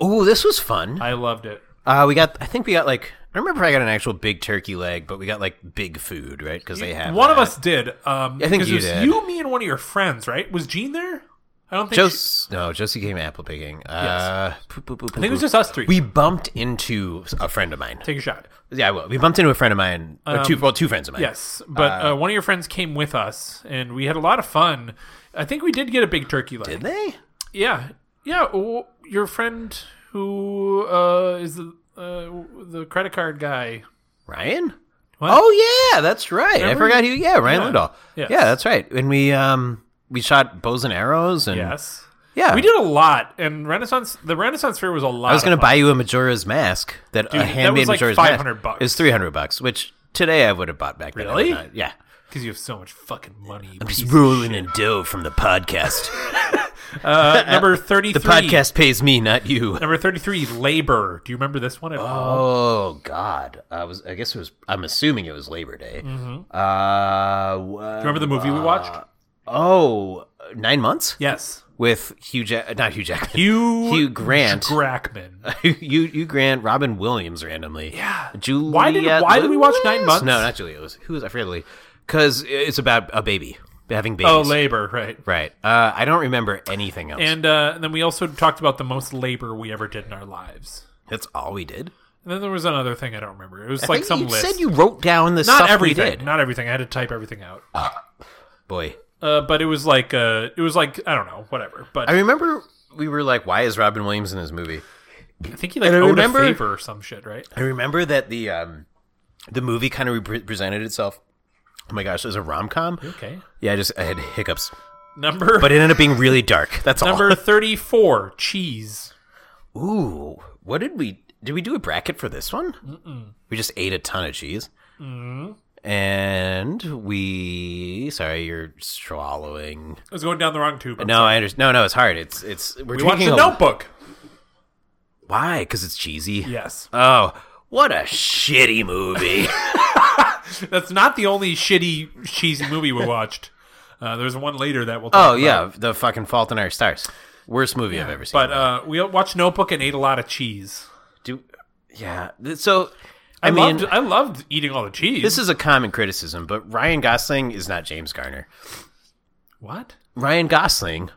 Speaker 1: Oh, this was fun.
Speaker 2: I loved it.
Speaker 1: Uh, we got. I think we got like. I remember I got an actual big turkey leg, but we got like big food, right? Because they have
Speaker 2: One of
Speaker 1: that.
Speaker 2: us did. Um,
Speaker 1: I think
Speaker 2: because it
Speaker 1: you
Speaker 2: was
Speaker 1: did.
Speaker 2: You, me, and one of your friends, right? Was Gene there? I don't think. she-
Speaker 1: Jos- no, Josie came apple picking. Uh, poop, poop, poop,
Speaker 2: I think it was just us three.
Speaker 1: We bumped into a friend of mine.
Speaker 2: Take a shot.
Speaker 1: Yeah, well, we bumped into a friend of mine. Or two, well, two friends of mine.
Speaker 2: Um, Yes, but uh, one of your friends came with us, and we had a lot of fun. I think we did get a big turkey leg.
Speaker 1: Did they?
Speaker 2: Yeah, yeah. w your friend who uh, is the uh, the credit card guy.
Speaker 1: Ryan?
Speaker 2: What?
Speaker 1: Oh yeah, that's right.
Speaker 2: Remember
Speaker 1: I forgot who. Yeah, Ryan
Speaker 2: Yeah.
Speaker 1: Lindahl.
Speaker 2: Yes.
Speaker 1: Yeah, that's right. And we um we shot bows and arrows and
Speaker 2: Yes.
Speaker 1: yeah.
Speaker 2: We did a lot, and Renaissance. The Renaissance Fair was a lot.
Speaker 1: I was
Speaker 2: going
Speaker 1: going to buy you a Majora's mask that
Speaker 2: Dude,
Speaker 1: a
Speaker 2: that was
Speaker 1: handmade
Speaker 2: like
Speaker 1: Majora's
Speaker 2: 500
Speaker 1: mask
Speaker 2: bucks.
Speaker 1: is three hundred bucks, which today I would have bought back. then. I
Speaker 2: Really?
Speaker 1: would not. Yeah.
Speaker 2: because you have so much fucking money. you
Speaker 1: Just
Speaker 2: piece of
Speaker 1: rolling
Speaker 2: shit.
Speaker 1: in dough from the
Speaker 2: [laughs]
Speaker 1: podcast.
Speaker 2: Uh, number
Speaker 1: [laughs]
Speaker 2: thirty-three.
Speaker 1: The podcast pays me, not you.
Speaker 2: Number thirty-three. Labor. Do you remember this one? At all?
Speaker 1: Oh God! I was. I guess it was. I'm assuming it was Labor Day. Uh, wha-
Speaker 2: Mm-hmm. Remember the movie we
Speaker 1: uh,
Speaker 2: watched?
Speaker 1: Oh, nine months
Speaker 2: Yes.
Speaker 1: with Hugh. Ja- uh, not Hugh Jackman.
Speaker 2: Hugh
Speaker 1: Hugh Grant.
Speaker 2: Grackman.
Speaker 1: [laughs] Hugh, Hugh Grant, Robin Williams, randomly.
Speaker 2: Yeah.
Speaker 1: Julia.
Speaker 2: Why did- why did we watch Nine
Speaker 1: Lewis?
Speaker 2: Months?
Speaker 1: No, not Julia. Lewis. Who was I forget Because it's about a baby having babies.
Speaker 2: Oh, labor, right.
Speaker 1: right. Uh, I don't remember anything else.
Speaker 2: And, uh, and then we also talked about the most labor we ever did in our lives.
Speaker 1: That's all we did.
Speaker 2: And then there was another thing I don't remember. It was
Speaker 1: I
Speaker 2: like
Speaker 1: think
Speaker 2: some
Speaker 1: you
Speaker 2: list.
Speaker 1: said you wrote down the
Speaker 2: not
Speaker 1: stuff we
Speaker 2: everything.
Speaker 1: did.
Speaker 2: Not everything. I had to type everything out.
Speaker 1: Boy,
Speaker 2: Uh, but it was like uh, it was like I don't know, whatever. But
Speaker 1: I
Speaker 2: I,
Speaker 1: remember we were like, "Why is Robin Williams in this movie?"
Speaker 2: think he like
Speaker 1: and I
Speaker 2: owed
Speaker 1: remember-
Speaker 2: a favor or some shit, right?
Speaker 1: I remember that the um, the movie kind of represented itself. Oh my gosh, as a rom com.
Speaker 2: Okay.
Speaker 1: Yeah, I just I had hiccups,
Speaker 2: Number
Speaker 1: but it ended up being really dark. That's all.
Speaker 2: [laughs] number thirty four. Cheese.
Speaker 1: Ooh, what did we? Did we do a bracket for this one? We just ate a ton of cheese.
Speaker 2: Mm-hmm.
Speaker 1: And we, sorry, you're swallowing.
Speaker 2: I was going down the wrong tube. I'm
Speaker 1: No,
Speaker 2: sorry.
Speaker 1: I understand. No, no, it's hard. It's it's. We're
Speaker 2: we watched
Speaker 1: taking
Speaker 2: the
Speaker 1: a-
Speaker 2: Notebook.
Speaker 1: Why? Because it's cheesy.
Speaker 2: Yes,
Speaker 1: Oh, what a shitty movie.
Speaker 2: [laughs] that's not the only shitty cheesy movie we watched. Uh, there's one later that we'll. Talk
Speaker 1: oh
Speaker 2: about.
Speaker 1: yeah, the fucking Fault in Our Stars. Worst movie I've ever seen.
Speaker 2: But uh, we watched Notebook and ate a lot of cheese.
Speaker 1: Do yeah. th- So I,
Speaker 2: I,
Speaker 1: mean,
Speaker 2: loved I loved eating all the cheese.
Speaker 1: this is a common criticism, but Ryan Gosling is not James Garner.
Speaker 2: what? [laughs]
Speaker 1: Ryan Gosling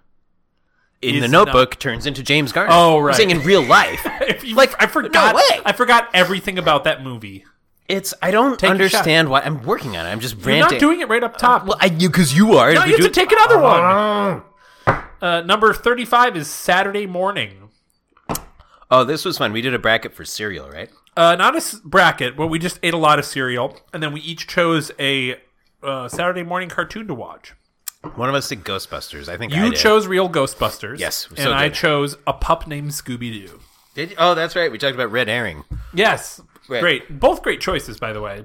Speaker 1: in
Speaker 2: Is
Speaker 1: The
Speaker 2: not-
Speaker 1: Notebook turns into James Garner.
Speaker 2: Oh,
Speaker 1: I'm
Speaker 2: right.
Speaker 1: saying in real
Speaker 2: [laughs]
Speaker 1: life,
Speaker 2: If you-
Speaker 1: Like,
Speaker 2: I forgot.
Speaker 1: no way.
Speaker 2: I forgot everything about that movie.
Speaker 1: it's I don't
Speaker 2: a
Speaker 1: understand why I'm working on it. I'm just
Speaker 2: You're
Speaker 1: ranting.
Speaker 2: not doing it right up top.
Speaker 1: Uh, well, I because you are.
Speaker 2: now
Speaker 1: If we
Speaker 2: you have
Speaker 1: do-
Speaker 2: to take another one. Uh, number thirty-five is Saturday morning.
Speaker 1: oh, this was fun. We did a bracket for cereal, right?
Speaker 2: Uh, not a s- bracket, but we just ate a lot of cereal, and then we each chose a uh, Saturday morning cartoon to watch.
Speaker 1: One of us did Ghostbusters. I think I
Speaker 2: You
Speaker 1: did.
Speaker 2: chose Real Ghostbusters.
Speaker 1: Yes, so
Speaker 2: and I
Speaker 1: good.
Speaker 2: chose a pup named Scooby Doo.
Speaker 1: Did you? Oh, that's right. We talked about Red Herring.
Speaker 2: Yes,
Speaker 1: Right.
Speaker 2: great. Both great choices, by the way.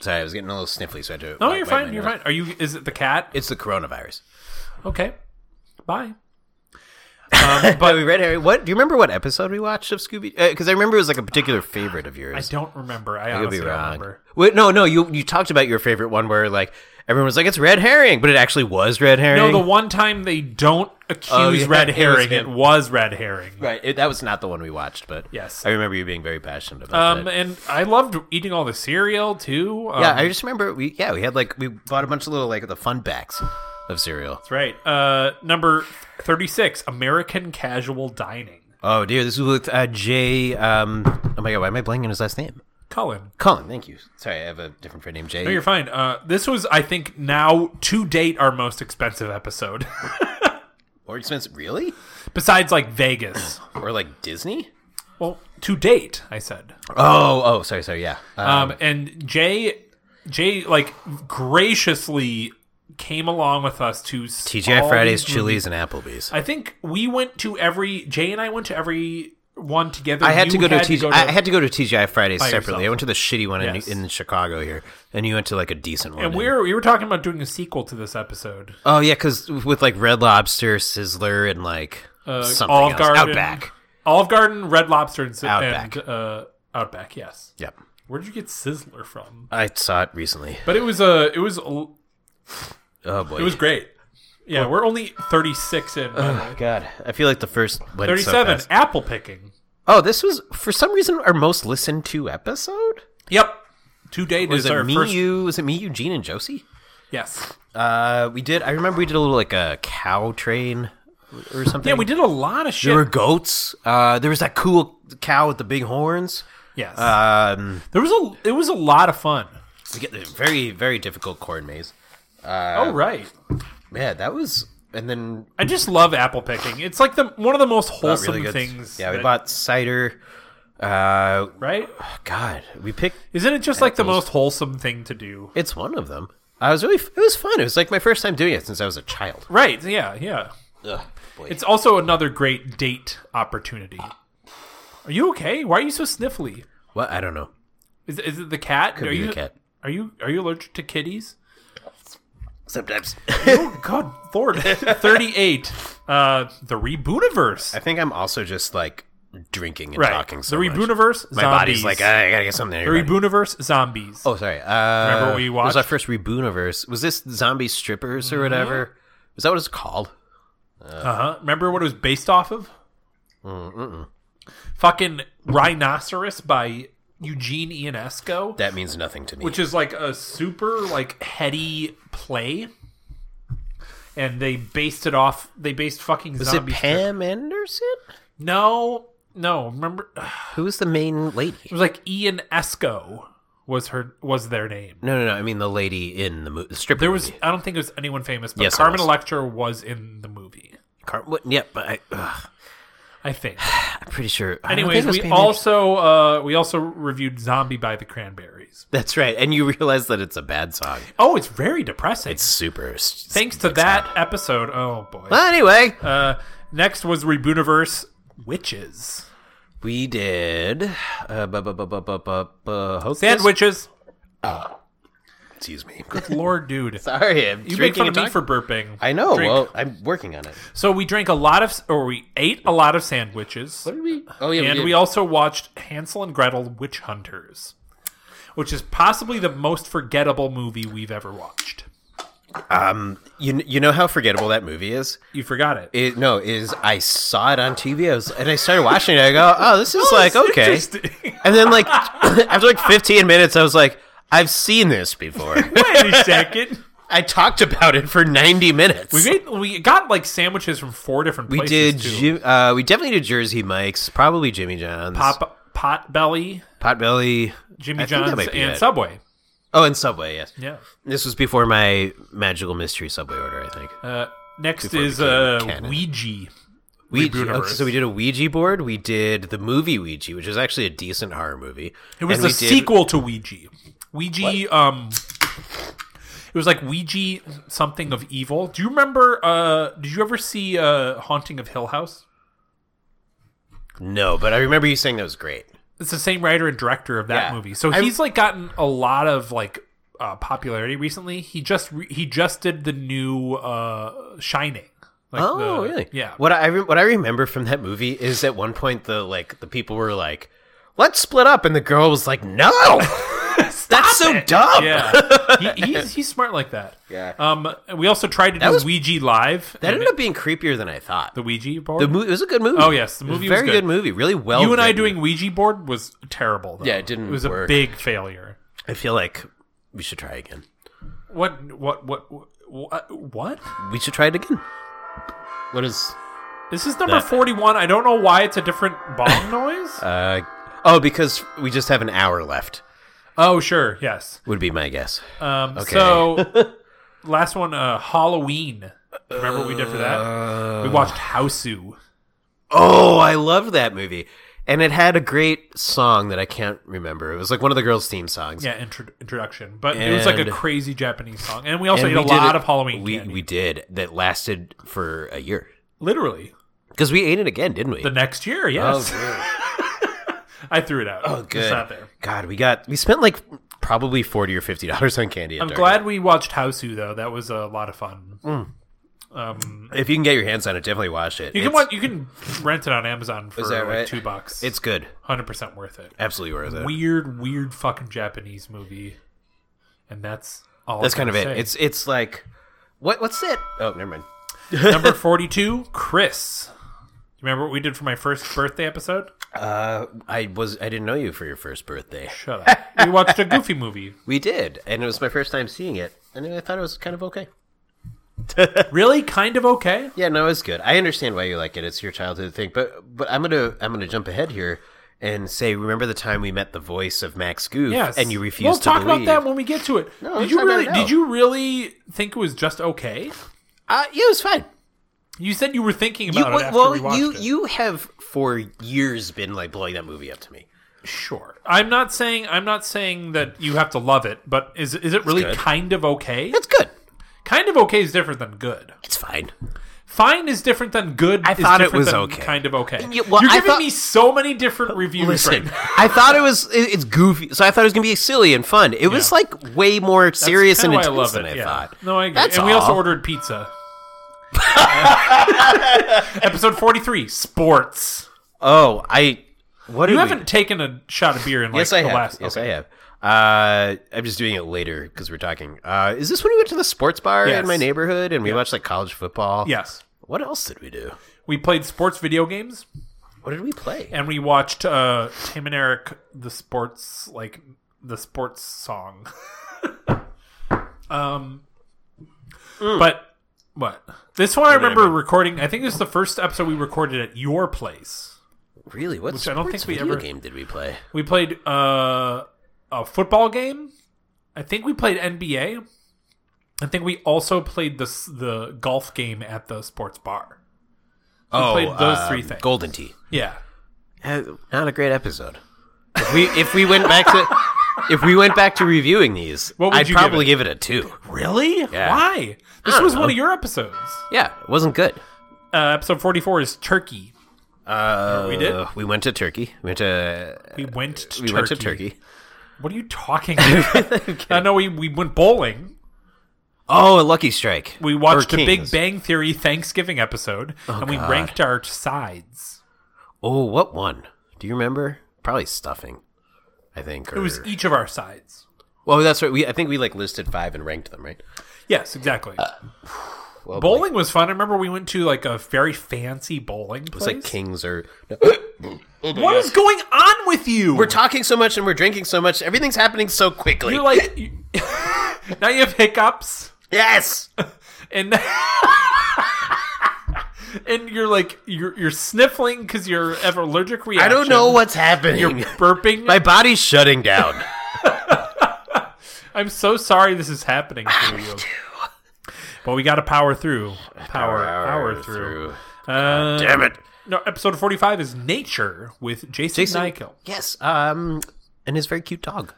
Speaker 1: Sorry, I was getting a little sniffly, so I had to.
Speaker 2: No,
Speaker 1: wipe-
Speaker 2: you're
Speaker 1: wipe
Speaker 2: fine.
Speaker 1: my
Speaker 2: You're
Speaker 1: nose.
Speaker 2: fine. Are you? Is it the cat?
Speaker 1: It's the coronavirus.
Speaker 2: Okay. Bye. Um,
Speaker 1: But
Speaker 2: but
Speaker 1: Oh, we read Harry. What do you remember? What episode we watched of Scooby? Because I remember it was like a particular favorite of
Speaker 2: Oh, I
Speaker 1: yours.
Speaker 2: don't remember. I
Speaker 1: I could be
Speaker 2: honestly don't
Speaker 1: wrong.
Speaker 2: remember.
Speaker 1: Wait, no, no. You you talked about your favorite one where like everyone was like it's red herring, but it actually was red herring.
Speaker 2: No, the one time they don't accuse
Speaker 1: Oh, yeah,
Speaker 2: red
Speaker 1: it was
Speaker 2: herring, it
Speaker 1: him.
Speaker 2: was red herring.
Speaker 1: [laughs] right. It, that was not the one we watched, but
Speaker 2: Yes.
Speaker 1: I remember you being very passionate about
Speaker 2: Um,
Speaker 1: that.
Speaker 2: and I loved eating all the cereal too. Um,
Speaker 1: Yeah, I just remember we yeah we had like we bought a bunch of little like the fun packs of cereal.
Speaker 2: that's right. Uh, number thirty-six, American casual dining.
Speaker 1: Oh dear, this was with uh, Jay. Um, oh my god, why am I blanking on his last name?
Speaker 2: Colin,
Speaker 1: Colin, thank you. Sorry, I have a different friend named Jay.
Speaker 2: no, you're fine. Uh, this was, I think, now to date our most expensive episode, [laughs]
Speaker 1: Or expensive, really?
Speaker 2: besides like Vegas.
Speaker 1: Or like Disney?
Speaker 2: well, to date, I said.
Speaker 1: Oh, oh, sorry, sorry, yeah. Uh,
Speaker 2: Um, and Jay, Jay, like graciously came along with us to
Speaker 1: TGI
Speaker 2: all
Speaker 1: Fridays,
Speaker 2: these
Speaker 1: Chili's, and Applebee's. I,
Speaker 2: I think we went to every Jay and I went to every one together.
Speaker 1: had to
Speaker 2: You
Speaker 1: go to
Speaker 2: had
Speaker 1: TGI. I had to go to TGI Fridays separately.
Speaker 2: yourself.
Speaker 1: I went to the shitty one
Speaker 2: Yes.
Speaker 1: in, in Chicago here, and you went to like a decent one.
Speaker 2: and
Speaker 1: in-
Speaker 2: we were we were talking about doing a sequel to this episode.
Speaker 1: oh yeah, because with like Red Lobster, Sizzler, and like something
Speaker 2: Uh, Olive
Speaker 1: else.
Speaker 2: Garden,
Speaker 1: Outback.
Speaker 2: Olive Garden, Red Lobster, and, Si-
Speaker 1: Outback.
Speaker 2: and uh, Outback. Yes.
Speaker 1: Yep,
Speaker 2: Where did you get Sizzler from?
Speaker 1: I saw it recently.
Speaker 2: But it was uh, it was l-
Speaker 1: Oh boy,
Speaker 2: it was great. Yeah, we're only thirty six in. by the way.
Speaker 1: God. I feel like the first went so
Speaker 2: Thirty seven.
Speaker 1: fast.
Speaker 2: apple picking.
Speaker 1: oh, this was for some reason our most listened to episode.
Speaker 2: Yep. To date
Speaker 1: Was
Speaker 2: is our
Speaker 1: it me,
Speaker 2: first.
Speaker 1: you? Was it me, Eugene, and Josie?
Speaker 2: Yes.
Speaker 1: Uh, we did. I remember we did a little like a cow train or something.
Speaker 2: Yeah, we did a lot of shit.
Speaker 1: There were goats. Uh, there was that cool cow with the big horns.
Speaker 2: yes.
Speaker 1: Um,
Speaker 2: there was a. It was a lot of fun.
Speaker 1: we get the very very difficult corn maze. Uh,
Speaker 2: oh right.
Speaker 1: Yeah, that was. And then
Speaker 2: I just love apple picking. It's like the one of the most
Speaker 1: bought
Speaker 2: wholesome
Speaker 1: really good
Speaker 2: things.
Speaker 1: Yeah, we
Speaker 2: that-
Speaker 1: bought cider. Uh,
Speaker 2: right.
Speaker 1: God, we picked.
Speaker 2: Isn't it just like the most wholesome thing to do?
Speaker 1: It's one of them. I was really. It was fun. It was like my first time doing it since I was a child.
Speaker 2: Right. Yeah. Yeah.
Speaker 1: Ugh, boy.
Speaker 2: It's also another great date opportunity. Are you okay? Why are you so sniffly?
Speaker 1: what I don't know.
Speaker 2: Is, is it the cat?
Speaker 1: Could
Speaker 2: are
Speaker 1: be
Speaker 2: you
Speaker 1: the cat.
Speaker 2: Are you are you allergic to kitties?
Speaker 1: Sometimes.
Speaker 2: Oh, God, Lord. [laughs] 38. Uh, the Rebooniverse.
Speaker 1: I think I'm also just like drinking and
Speaker 2: Right.
Speaker 1: talking so
Speaker 2: the
Speaker 1: much.
Speaker 2: Rebooniverse,
Speaker 1: My
Speaker 2: zombies.
Speaker 1: body's like, I gotta get something.
Speaker 2: The
Speaker 1: Here, buddy."
Speaker 2: Rebooniverse, zombies.
Speaker 1: Oh, sorry. Uh,
Speaker 2: Remember what we
Speaker 1: It was our
Speaker 2: watched? Mm-hmm.
Speaker 1: first Rebooniverse. Was this Zombie Strippers or whatever? Is that what it's called?
Speaker 2: Uh-huh. Remember what it was based off of? Fucking Rhinoceros by Eugene Ionesco,
Speaker 1: That means nothing to me.
Speaker 2: which is like a super like heady play. And they based it off. They based fucking
Speaker 1: was it
Speaker 2: zombies.
Speaker 1: Pam Anderson?
Speaker 2: no, no. Remember, it
Speaker 1: Who was the main lady?
Speaker 2: was like Ian Esco was her was their name.
Speaker 1: No, no, no. I mean the lady in the, mo- the stripper.
Speaker 2: There was
Speaker 1: movie.
Speaker 2: I don't think it was anyone famous, but
Speaker 1: Yes, it
Speaker 2: Carmen
Speaker 1: was.
Speaker 2: Electra was in the movie.
Speaker 1: Car- what? Yeah, but I, ugh,
Speaker 2: I think.
Speaker 1: I'm pretty sure. I don't
Speaker 2: Anyways,
Speaker 1: think it was
Speaker 2: we
Speaker 1: Pam Anderson.
Speaker 2: also uh, we also reviewed Zombie by the Cranberries.
Speaker 1: That's right. And you realize that it's a bad song.
Speaker 2: Oh, it's very depressing.
Speaker 1: It's super. s-
Speaker 2: Thanks to that episode. Oh boy.
Speaker 1: Well, anyway,
Speaker 2: Uh, next was Rebooniverse Witches.
Speaker 1: we did. Uh, bu- bu- bu- bu- bu- bu- bu- Hocus?
Speaker 2: Sand witches.
Speaker 1: Excuse me.
Speaker 2: Lord,
Speaker 1: [laughs]
Speaker 2: dude.
Speaker 1: Sorry, I'm
Speaker 2: You make
Speaker 1: drinking
Speaker 2: fun of
Speaker 1: and
Speaker 2: me
Speaker 1: talking.
Speaker 2: for burping.
Speaker 1: I know.
Speaker 2: Drink.
Speaker 1: Well, I'm working on it.
Speaker 2: So we drank a lot of, or we ate a lot of sandwiches,
Speaker 1: Oh yeah,
Speaker 2: and
Speaker 1: did.
Speaker 2: we also watched Hansel and Gretel: Witch Hunters, which is possibly the most forgettable movie we've ever watched.
Speaker 1: You, kn- you know how forgettable that movie is?
Speaker 2: You forgot it.
Speaker 1: It no is I saw it on TV I was, and I started watching it. I go, oh, this is like
Speaker 2: [laughs] It's
Speaker 1: okay.
Speaker 2: interesting. [laughs]
Speaker 1: And then like [coughs] after like 15 minutes, I was like, I've seen this
Speaker 2: [laughs]
Speaker 1: before.
Speaker 2: Wait a second.
Speaker 1: I talked about it for 90 minutes.
Speaker 2: We made, we got like sandwiches from four different
Speaker 1: We
Speaker 2: places.
Speaker 1: did.
Speaker 2: too.
Speaker 1: Jim, uh, we definitely did Jersey Mike's, probably Jimmy John's,
Speaker 2: Pop Potbelly,
Speaker 1: Potbelly,
Speaker 2: Jimmy
Speaker 1: I think that
Speaker 2: John's,
Speaker 1: might be
Speaker 2: and
Speaker 1: it.
Speaker 2: Subway.
Speaker 1: Oh, and Subway. Yes.
Speaker 2: Yeah.
Speaker 1: This was before my magical mystery Subway order. I think.
Speaker 2: Uh, next
Speaker 1: Before
Speaker 2: is
Speaker 1: we
Speaker 2: uh,
Speaker 1: became canon.
Speaker 2: Ouija.
Speaker 1: Ouija,
Speaker 2: Reboot
Speaker 1: okay, so we did a Ouija board. We did the movie Ouija, which is actually a decent horror movie.
Speaker 2: It was
Speaker 1: And
Speaker 2: the
Speaker 1: we did-
Speaker 2: sequel to Ouija. Ouija. Um, it was like Ouija something of evil. Do you remember? Uh, did you ever see uh, Haunting of Hill House?
Speaker 1: No, but I remember you saying that was great.
Speaker 2: It's the same writer and director of that
Speaker 1: Yeah.
Speaker 2: movie. So
Speaker 1: I-
Speaker 2: he's like gotten a lot of like uh, popularity recently. He just re- he just did the new uh, Shining. Like
Speaker 1: Oh,
Speaker 2: the-
Speaker 1: really?
Speaker 2: Yeah.
Speaker 1: What I re- what I remember from that movie is at one point the like the people were like, "Let's split up," and the girl was like,
Speaker 2: [laughs]
Speaker 1: "No, that's so dumb." [laughs]
Speaker 2: Yeah, he, he's, he's smart like that.
Speaker 1: Yeah.
Speaker 2: Um, we also tried to do
Speaker 1: was-
Speaker 2: Ouija live.
Speaker 1: That
Speaker 2: and
Speaker 1: ended up being creepier than I thought.
Speaker 2: the Ouija board.
Speaker 1: The movie Oh, it was a good movie.
Speaker 2: Oh, yes, the
Speaker 1: It was a
Speaker 2: movie was
Speaker 1: very
Speaker 2: good.
Speaker 1: movie, really well.
Speaker 2: you and I
Speaker 1: written.
Speaker 2: doing Ouija board was terrible. Though.
Speaker 1: Yeah, it didn't
Speaker 2: It was a
Speaker 1: work.
Speaker 2: big failure.
Speaker 1: I feel like we should try again.
Speaker 2: What? What? What? What? What?
Speaker 1: We should try it again. What is?
Speaker 2: This is number forty-one. I don't know why it's a different
Speaker 1: [laughs]
Speaker 2: bong noise.
Speaker 1: Uh, oh, because we just have an hour left.
Speaker 2: oh, sure, yes.
Speaker 1: Would be my guess.
Speaker 2: Um, So,
Speaker 1: [laughs]
Speaker 2: last one, uh, Halloween. Remember what we did for that?
Speaker 1: Uh,
Speaker 2: We watched Houseu.
Speaker 1: Oh, I loved that movie. And it had a great song that I can't remember. It was like one of the girls' theme songs.
Speaker 2: Yeah, intro- introduction, but it was like a
Speaker 1: And-
Speaker 2: crazy Japanese song, and we also
Speaker 1: And
Speaker 2: ate a
Speaker 1: we did
Speaker 2: lot
Speaker 1: it-
Speaker 2: of Halloween
Speaker 1: We
Speaker 2: candy.
Speaker 1: we did that lasted for a year
Speaker 2: Literally,
Speaker 1: because we ate it again, didn't we? Oh,
Speaker 2: the next year. Yes, [laughs] I threw it out. Oh,
Speaker 1: good.
Speaker 2: It's not there.
Speaker 1: God, we got we spent like probably forty or fifty dollars on candy. at
Speaker 2: I'm
Speaker 1: Target.
Speaker 2: glad we watched Houseu though. That was a lot of fun.
Speaker 1: Mm.
Speaker 2: Um,
Speaker 1: if you can get your hands on it, definitely watch it.
Speaker 2: you
Speaker 1: it's,
Speaker 2: can watch, you can rent it on Amazon for
Speaker 1: Is that
Speaker 2: like
Speaker 1: right?
Speaker 2: two bucks.
Speaker 1: It's good,
Speaker 2: hundred percent worth it.
Speaker 1: absolutely worth it.
Speaker 2: Weird, weird fucking Japanese movie, and that's all.
Speaker 1: That's
Speaker 2: I'm
Speaker 1: kind of
Speaker 2: gonna
Speaker 1: it.
Speaker 2: say.
Speaker 1: It's it's like what what's it? Oh, never mind.
Speaker 2: Number 42, Chris. You remember what we did for my first birthday episode?
Speaker 1: Uh, I was I didn't know you for your first birthday.
Speaker 2: Shut up. We watched a goofy movie.
Speaker 1: We did, and it was my first time seeing it, and I thought it was kind of okay.
Speaker 2: Really kind of okay.
Speaker 1: Yeah, no, it's good. I understand why you like it. It's your childhood thing, but but I'm gonna I'm gonna jump ahead here and say, remember the time we met the voice of Max Goof,
Speaker 2: Yes.
Speaker 1: and you refused
Speaker 2: We'll
Speaker 1: to
Speaker 2: talk
Speaker 1: believe?
Speaker 2: about that when we get to it.
Speaker 1: No,
Speaker 2: did
Speaker 1: let's
Speaker 2: you
Speaker 1: talk about
Speaker 2: really
Speaker 1: it now.
Speaker 2: did you really think it was just okay?
Speaker 1: Uh, yeah, it was fine.
Speaker 2: You said you were thinking
Speaker 1: You,
Speaker 2: about it after
Speaker 1: well,
Speaker 2: we watched
Speaker 1: you
Speaker 2: it.
Speaker 1: you have for years been like blowing that movie up to me.
Speaker 2: Sure. I'm not saying I'm not saying that you have to love it, but is is it really
Speaker 1: good.
Speaker 2: kind of okay?
Speaker 1: It's good.
Speaker 2: Kind of okay is different than good.
Speaker 1: It's fine.
Speaker 2: Fine is different than good.
Speaker 1: I
Speaker 2: is
Speaker 1: thought it
Speaker 2: different
Speaker 1: was
Speaker 2: than
Speaker 1: okay.
Speaker 2: Kind of okay.
Speaker 1: Yeah, well,
Speaker 2: You're
Speaker 1: I
Speaker 2: giving
Speaker 1: thought-
Speaker 2: me so many different reviews.
Speaker 1: Listen,
Speaker 2: right now.
Speaker 1: I thought it was it- it's goofy, so I thought it was gonna be silly and fun. It was
Speaker 2: Yeah.
Speaker 1: like way more serious
Speaker 2: That's
Speaker 1: and
Speaker 2: kinda
Speaker 1: intense
Speaker 2: why I love
Speaker 1: than
Speaker 2: it.
Speaker 1: I
Speaker 2: yeah.
Speaker 1: thought.
Speaker 2: No, I agree.
Speaker 1: That's
Speaker 2: and we also
Speaker 1: all.
Speaker 2: ordered
Speaker 1: [laughs]
Speaker 2: pizza. Uh, Episode forty-three, sports.
Speaker 1: Oh, I what
Speaker 2: You
Speaker 1: did we-
Speaker 2: haven't taken a shot of beer in like
Speaker 1: Yes, I
Speaker 2: the
Speaker 1: have.
Speaker 2: last.
Speaker 1: yes,
Speaker 2: okay.
Speaker 1: I have. Uh, I'm just doing it later because we're talking. Uh, is this when we went to the sports bar
Speaker 2: Yes.
Speaker 1: in my neighborhood and we watched like college football?
Speaker 2: Yes,
Speaker 1: What else did we do?
Speaker 2: we played sports video games
Speaker 1: What did we play?
Speaker 2: and we watched uh, Tim and Eric the sports like the sports song. [laughs] um,
Speaker 1: Hmm.
Speaker 2: but what this one I remember recording. I think this is the first episode we recorded at your place.
Speaker 1: really? What
Speaker 2: I
Speaker 1: sports
Speaker 2: don't think we
Speaker 1: video
Speaker 2: ever-
Speaker 1: game did we play?
Speaker 2: We played uh, a football game. I think we played NBA. I think we also played the s- the golf game at the sports bar. We played those three things.
Speaker 1: Oh, um, Golden Tee.
Speaker 2: Yeah.
Speaker 1: Uh, not a great episode. If we if we went back to if we went back to reviewing these,
Speaker 2: What would
Speaker 1: I'd
Speaker 2: you give
Speaker 1: probably
Speaker 2: it?
Speaker 1: give it? a two.
Speaker 2: Really? Why? This
Speaker 1: don't
Speaker 2: was
Speaker 1: know.
Speaker 2: one of your episodes.
Speaker 1: Yeah, it wasn't good.
Speaker 2: Uh, episode 44 is Turkey.
Speaker 1: Uh,
Speaker 2: we did?
Speaker 1: We went to Turkey. We went to
Speaker 2: We went to
Speaker 1: Uh, we
Speaker 2: Turkey.
Speaker 1: went to Turkey.
Speaker 2: What are you
Speaker 1: [laughs]
Speaker 2: talking about? I know we, we went bowling.
Speaker 1: Oh, a Lucky Strike.
Speaker 2: We
Speaker 1: Or
Speaker 2: watched the Big
Speaker 1: Kings. Oh,
Speaker 2: Bang Theory Thanksgiving episode, and we
Speaker 1: God.
Speaker 2: ranked our sides.
Speaker 1: Oh, what one? Do you remember? Probably stuffing. I think. Or...
Speaker 2: It was each of our sides.
Speaker 1: Well, that's right. We I think we like listed five and ranked them, right?
Speaker 2: Yes, exactly.
Speaker 1: Uh, Well,
Speaker 2: bowling was fun. I remember we went to like a very fancy bowling
Speaker 1: It's
Speaker 2: place.
Speaker 1: like Kings or no,
Speaker 2: What is going on with you?
Speaker 1: we're talking so much and we're drinking so much. Everything's happening so quickly.
Speaker 2: You're like you- [laughs] now you have hiccups
Speaker 1: yes.
Speaker 2: and [laughs] and you're like you're you're sniffling because you're have an allergic reaction.
Speaker 1: I don't know what's happening.
Speaker 2: you're burping.
Speaker 1: My body's shutting down.
Speaker 2: I'm so sorry this is happening
Speaker 1: Ah,
Speaker 2: to you. But we got to power through. Power, power, through. Uh,
Speaker 1: Damn it.
Speaker 2: No, episode 45 is Nature with Jason,
Speaker 1: Jason-
Speaker 2: Nichol.
Speaker 1: Yes. Um, and his very cute dog.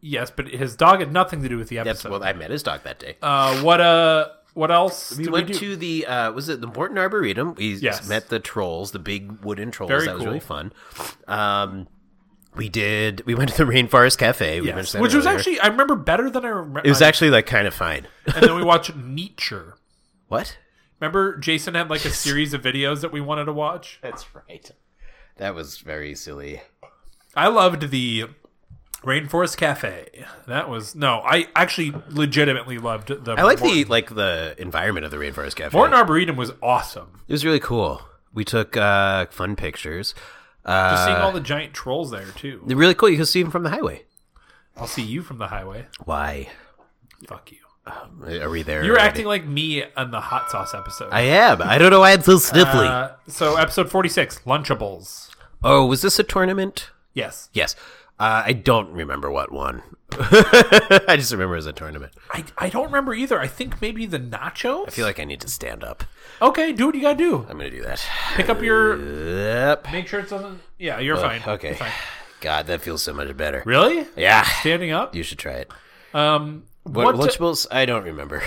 Speaker 2: Yes, but his dog had nothing to do with the
Speaker 1: Yes.
Speaker 2: episode.
Speaker 1: Well, I met his dog that day.
Speaker 2: Uh, what uh, what else?
Speaker 1: we
Speaker 2: did
Speaker 1: went
Speaker 2: we do?
Speaker 1: to the uh, was it the Morton Arboretum? We
Speaker 2: Yes.
Speaker 1: met the trolls, the big wooden trolls.
Speaker 2: Very
Speaker 1: that was
Speaker 2: cool.
Speaker 1: really fun. Um, we did. We went to the Rainforest Cafe. We
Speaker 2: Yes,
Speaker 1: mentioned that
Speaker 2: which was
Speaker 1: earlier.
Speaker 2: actually I remember better than I remember.
Speaker 1: it was actually like kind of fine. [laughs]
Speaker 2: and then we watched Nature.
Speaker 1: what?
Speaker 2: Remember, Jason had like a series of videos that we wanted to watch.
Speaker 1: That's right. That was very silly.
Speaker 2: I loved the Rainforest Cafe. That was no, I actually legitimately loved the.
Speaker 1: I like
Speaker 2: Morton.
Speaker 1: the like the environment of the Rainforest Cafe.
Speaker 2: Morton Arboretum was awesome.
Speaker 1: It was really cool. We took uh, fun pictures. Uh,
Speaker 2: Seeing all the giant trolls there too.
Speaker 1: they're really cool. You can see them from the highway.
Speaker 2: I'll see you from the highway.
Speaker 1: Why
Speaker 2: Fuck you.
Speaker 1: are we there?
Speaker 2: You're
Speaker 1: already?
Speaker 2: acting like me on the hot sauce episode.
Speaker 1: I am. I don't know why I'm so sniffly.
Speaker 2: uh, so episode 46, Lunchables.
Speaker 1: oh, was this a tournament?
Speaker 2: Yes.
Speaker 1: Yes. Uh, I don't remember what one. [laughs] I just remember it was a tournament. I
Speaker 2: I, I don't remember either. I think maybe the nachos. I
Speaker 1: feel like I need to stand up.
Speaker 2: okay, do what you gotta do.
Speaker 1: I'm gonna do that.
Speaker 2: Pick up your.
Speaker 1: Yep.
Speaker 2: Make sure it doesn't. Yeah, you're fine.
Speaker 1: Uh, Okay.
Speaker 2: You're fine.
Speaker 1: God, that feels so much better.
Speaker 2: Really?
Speaker 1: Yeah.
Speaker 2: Standing up.
Speaker 1: You should try it.
Speaker 2: Um.
Speaker 1: What,
Speaker 2: What?
Speaker 1: Lunchables? I don't remember.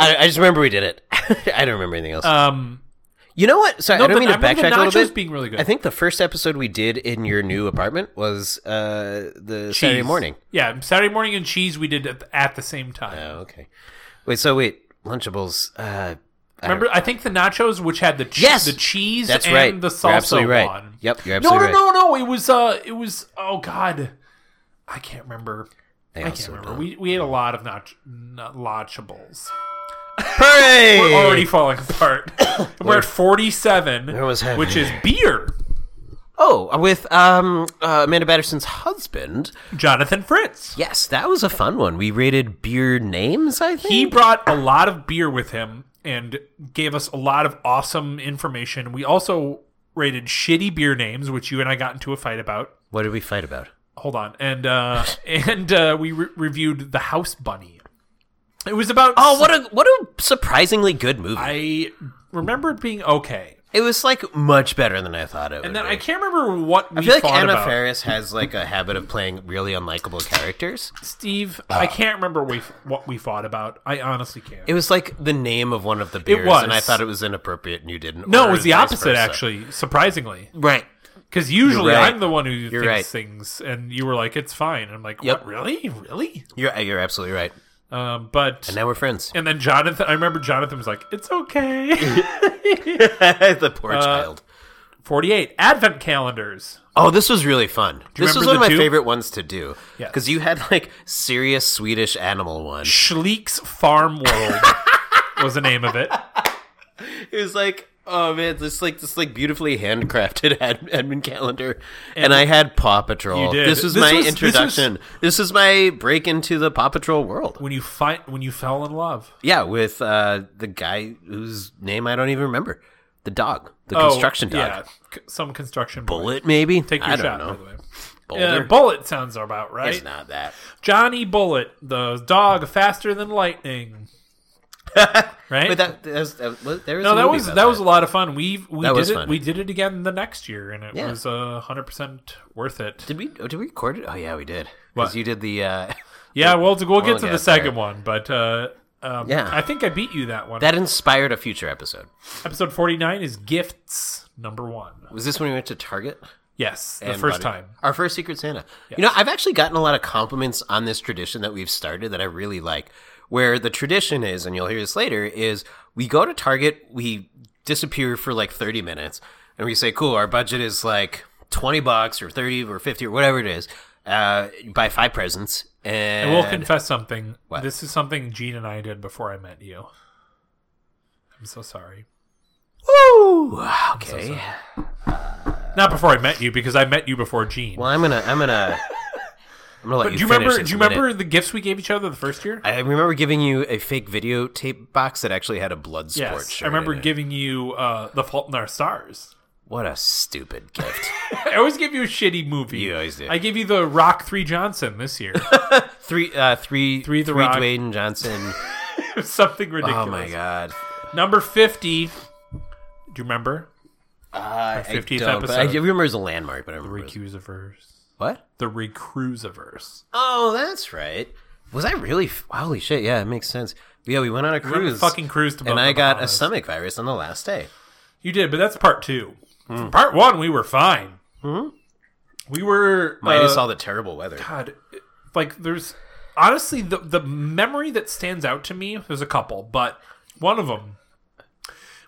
Speaker 1: I, I just remember we did it. [laughs] I don't remember anything else.
Speaker 2: um.
Speaker 1: you know what? Sorry, I don't
Speaker 2: but
Speaker 1: mean to
Speaker 2: I remember the
Speaker 1: backtrack a little
Speaker 2: nachos
Speaker 1: bit.
Speaker 2: being really good.
Speaker 1: I think the first episode we did in your new apartment was uh, the Saturday
Speaker 2: cheese.
Speaker 1: morning.
Speaker 2: Yeah, Saturday morning and cheese. We did at the, at the same time.
Speaker 1: Oh, okay. Wait, so wait, Lunchables. Uh,
Speaker 2: Remember? I think the nachos, which had the che-
Speaker 1: Yes!
Speaker 2: the cheese
Speaker 1: That's
Speaker 2: and
Speaker 1: right.
Speaker 2: the
Speaker 1: You're
Speaker 2: salsa
Speaker 1: absolutely right.
Speaker 2: one.
Speaker 1: Yep, you're
Speaker 2: no, no,
Speaker 1: absolutely
Speaker 2: no, no. It was uh, it was oh god, I can't remember.
Speaker 1: I,
Speaker 2: I can't
Speaker 1: also
Speaker 2: remember.
Speaker 1: don't.
Speaker 2: We we ate a lot of nach- not lunchables.
Speaker 1: Hooray!
Speaker 2: We're already
Speaker 1: [coughs]
Speaker 2: falling apart. [coughs] We're at 47,
Speaker 1: was happy.
Speaker 2: which is beer.
Speaker 1: Oh, with um, uh, Amanda Batterson's husband.
Speaker 2: Jonathan Fritz.
Speaker 1: Yes, that was a fun one. We rated beer names, I think.
Speaker 2: He brought a lot of beer with him and gave us a lot of awesome information. We also rated shitty beer names, which you and I got into a fight about.
Speaker 1: what did we fight about?
Speaker 2: Hold on,
Speaker 1: [laughs]
Speaker 2: and uh, and uh, we re- reviewed the House Bunny. It was about
Speaker 1: Oh, what Oh, a what a surprisingly good movie.
Speaker 2: I remember it being okay.
Speaker 1: It was like much better than I thought it would.
Speaker 2: And then
Speaker 1: be.
Speaker 2: I can't remember what
Speaker 1: I
Speaker 2: we
Speaker 1: feel like
Speaker 2: fought
Speaker 1: Anna
Speaker 2: about.
Speaker 1: Faris has like a habit of playing really unlikable characters.
Speaker 2: Steve,
Speaker 1: Ah.
Speaker 2: I can't remember we, what we fought about. I honestly can't.
Speaker 1: It was like the name of one of the beers,
Speaker 2: was.
Speaker 1: and I thought it was inappropriate, and you didn't.
Speaker 2: no,
Speaker 1: or
Speaker 2: it was the
Speaker 1: vice
Speaker 2: opposite,
Speaker 1: versa.
Speaker 2: actually, surprisingly.
Speaker 1: Right.
Speaker 2: Because usually
Speaker 1: right.
Speaker 2: I'm the one who thinks
Speaker 1: right.
Speaker 2: things, and you were like, it's fine. And I'm like,
Speaker 1: Yep.
Speaker 2: what, really? Really?
Speaker 1: You're you're absolutely right.
Speaker 2: Um, but.
Speaker 1: And now we're friends.
Speaker 2: And then Jonathan, I remember Jonathan was like, it's okay. [laughs] uh,
Speaker 1: [laughs] the poor child.
Speaker 2: 48. Advent calendars.
Speaker 1: Oh, this was really fun. This
Speaker 2: remember
Speaker 1: was one of my
Speaker 2: the two?
Speaker 1: favorite ones to do.
Speaker 2: Yes.
Speaker 1: Because you had like serious Swedish animal one.
Speaker 2: Schleek's Farm
Speaker 1: [laughs]
Speaker 2: World was the name of it.
Speaker 1: It was like, oh man, this like this like beautifully handcrafted [laughs] ad- admin calendar. And, I had Paw Patrol.
Speaker 2: You did.
Speaker 1: This was
Speaker 2: This
Speaker 1: my
Speaker 2: was- this
Speaker 1: introduction. This was, my break into the Paw Patrol world.
Speaker 2: When you find when you fell in love.
Speaker 1: Yeah, with uh, the guy whose name I don't even remember. The dog, the construction dog.
Speaker 2: Oh, Yeah, c- some construction boy.
Speaker 1: Bullet, maybe.
Speaker 2: Take your
Speaker 1: I don't
Speaker 2: shot. By the
Speaker 1: know.
Speaker 2: way.
Speaker 1: Boulder.
Speaker 2: Yeah, bullet sounds about right.
Speaker 1: it's not that.
Speaker 2: Johnny Bullet, the dog faster
Speaker 1: [laughs]
Speaker 2: than lightning. right?
Speaker 1: But that, that was, that was, there was
Speaker 2: no,
Speaker 1: a
Speaker 2: that
Speaker 1: movie
Speaker 2: was
Speaker 1: about
Speaker 2: that was a lot of fun. We we
Speaker 1: That
Speaker 2: did
Speaker 1: was
Speaker 2: it.
Speaker 1: fun.
Speaker 2: We did it again the next year, and it
Speaker 1: Yeah.
Speaker 2: was was hundred percent worth it.
Speaker 1: Did we? oh, Did we record it? Oh yeah, we did. Because
Speaker 2: What?
Speaker 1: you did the. Uh, [laughs]
Speaker 2: yeah, well, to, we'll get to
Speaker 1: get
Speaker 2: the second
Speaker 1: there.
Speaker 2: one, but uh, um,
Speaker 1: Yeah.
Speaker 2: I think I beat you that one.
Speaker 1: that inspired a future episode.
Speaker 2: Episode forty nine is gifts number one.
Speaker 1: Was this when we went to Target?
Speaker 2: Yes, the
Speaker 1: and
Speaker 2: first
Speaker 1: Buddy.
Speaker 2: time.
Speaker 1: Our first Secret Santa. You know, I've actually gotten a lot of compliments on this tradition that we've started that I really like. Where the tradition is, and you'll hear this later, is we go to Target, we disappear for like 30 minutes, and we say, cool, our budget is like 20 bucks or 30 or 50 or whatever it is. Uh, buy five presents. And,
Speaker 2: I will confess something.
Speaker 1: What?
Speaker 2: This is something Gene and I did before I met you. I'm so sorry.
Speaker 1: Woo! Okay.
Speaker 2: Not before I met you, because I met you before Gene.
Speaker 1: Well, I'm gonna, I'm
Speaker 2: [laughs]
Speaker 1: gonna, I'm gonna let
Speaker 2: but
Speaker 1: you.
Speaker 2: do you
Speaker 1: finish
Speaker 2: remember?
Speaker 1: in
Speaker 2: Do you
Speaker 1: a minute.
Speaker 2: remember the gifts we gave each other the first year?
Speaker 1: I remember giving you a fake videotape box that actually had a blood sport
Speaker 2: yes,
Speaker 1: shirt.
Speaker 2: I remember
Speaker 1: in it.
Speaker 2: giving you uh, the Fault in Our Stars.
Speaker 1: What a stupid gift!
Speaker 2: I always give you a shitty movie.
Speaker 1: You always do.
Speaker 2: I gave you the Rock Three Johnson
Speaker 1: [laughs]
Speaker 2: this year. [laughs]
Speaker 1: three, uh, three,
Speaker 2: Three The
Speaker 1: three
Speaker 2: Rock.
Speaker 1: Dwayne
Speaker 2: [laughs]
Speaker 1: Johnson.
Speaker 2: Something
Speaker 1: oh
Speaker 2: ridiculous.
Speaker 1: my god!
Speaker 2: Number fifty. Do you remember
Speaker 1: Uh,
Speaker 2: 50th
Speaker 1: I don't, but I
Speaker 2: episode.
Speaker 1: remember it was a landmark, but I don't remember it was-
Speaker 2: Recusiverse?
Speaker 1: what.
Speaker 2: The Recruisiverse.
Speaker 1: Oh, that's right. Was I really? F- holy shit! Yeah, it makes sense. Yeah, we went on a
Speaker 2: We went on a
Speaker 1: cruise,
Speaker 2: fucking cruise to
Speaker 1: and I
Speaker 2: Bahamas.
Speaker 1: got a stomach virus on the last day.
Speaker 2: You did, but that's part two.
Speaker 1: Hmm.
Speaker 2: Part one, we were fine. We were
Speaker 1: Minus
Speaker 2: uh,
Speaker 1: all the terrible weather.
Speaker 2: God. Like, there's honestly the the memory that stands out to me. There's a couple, but one of them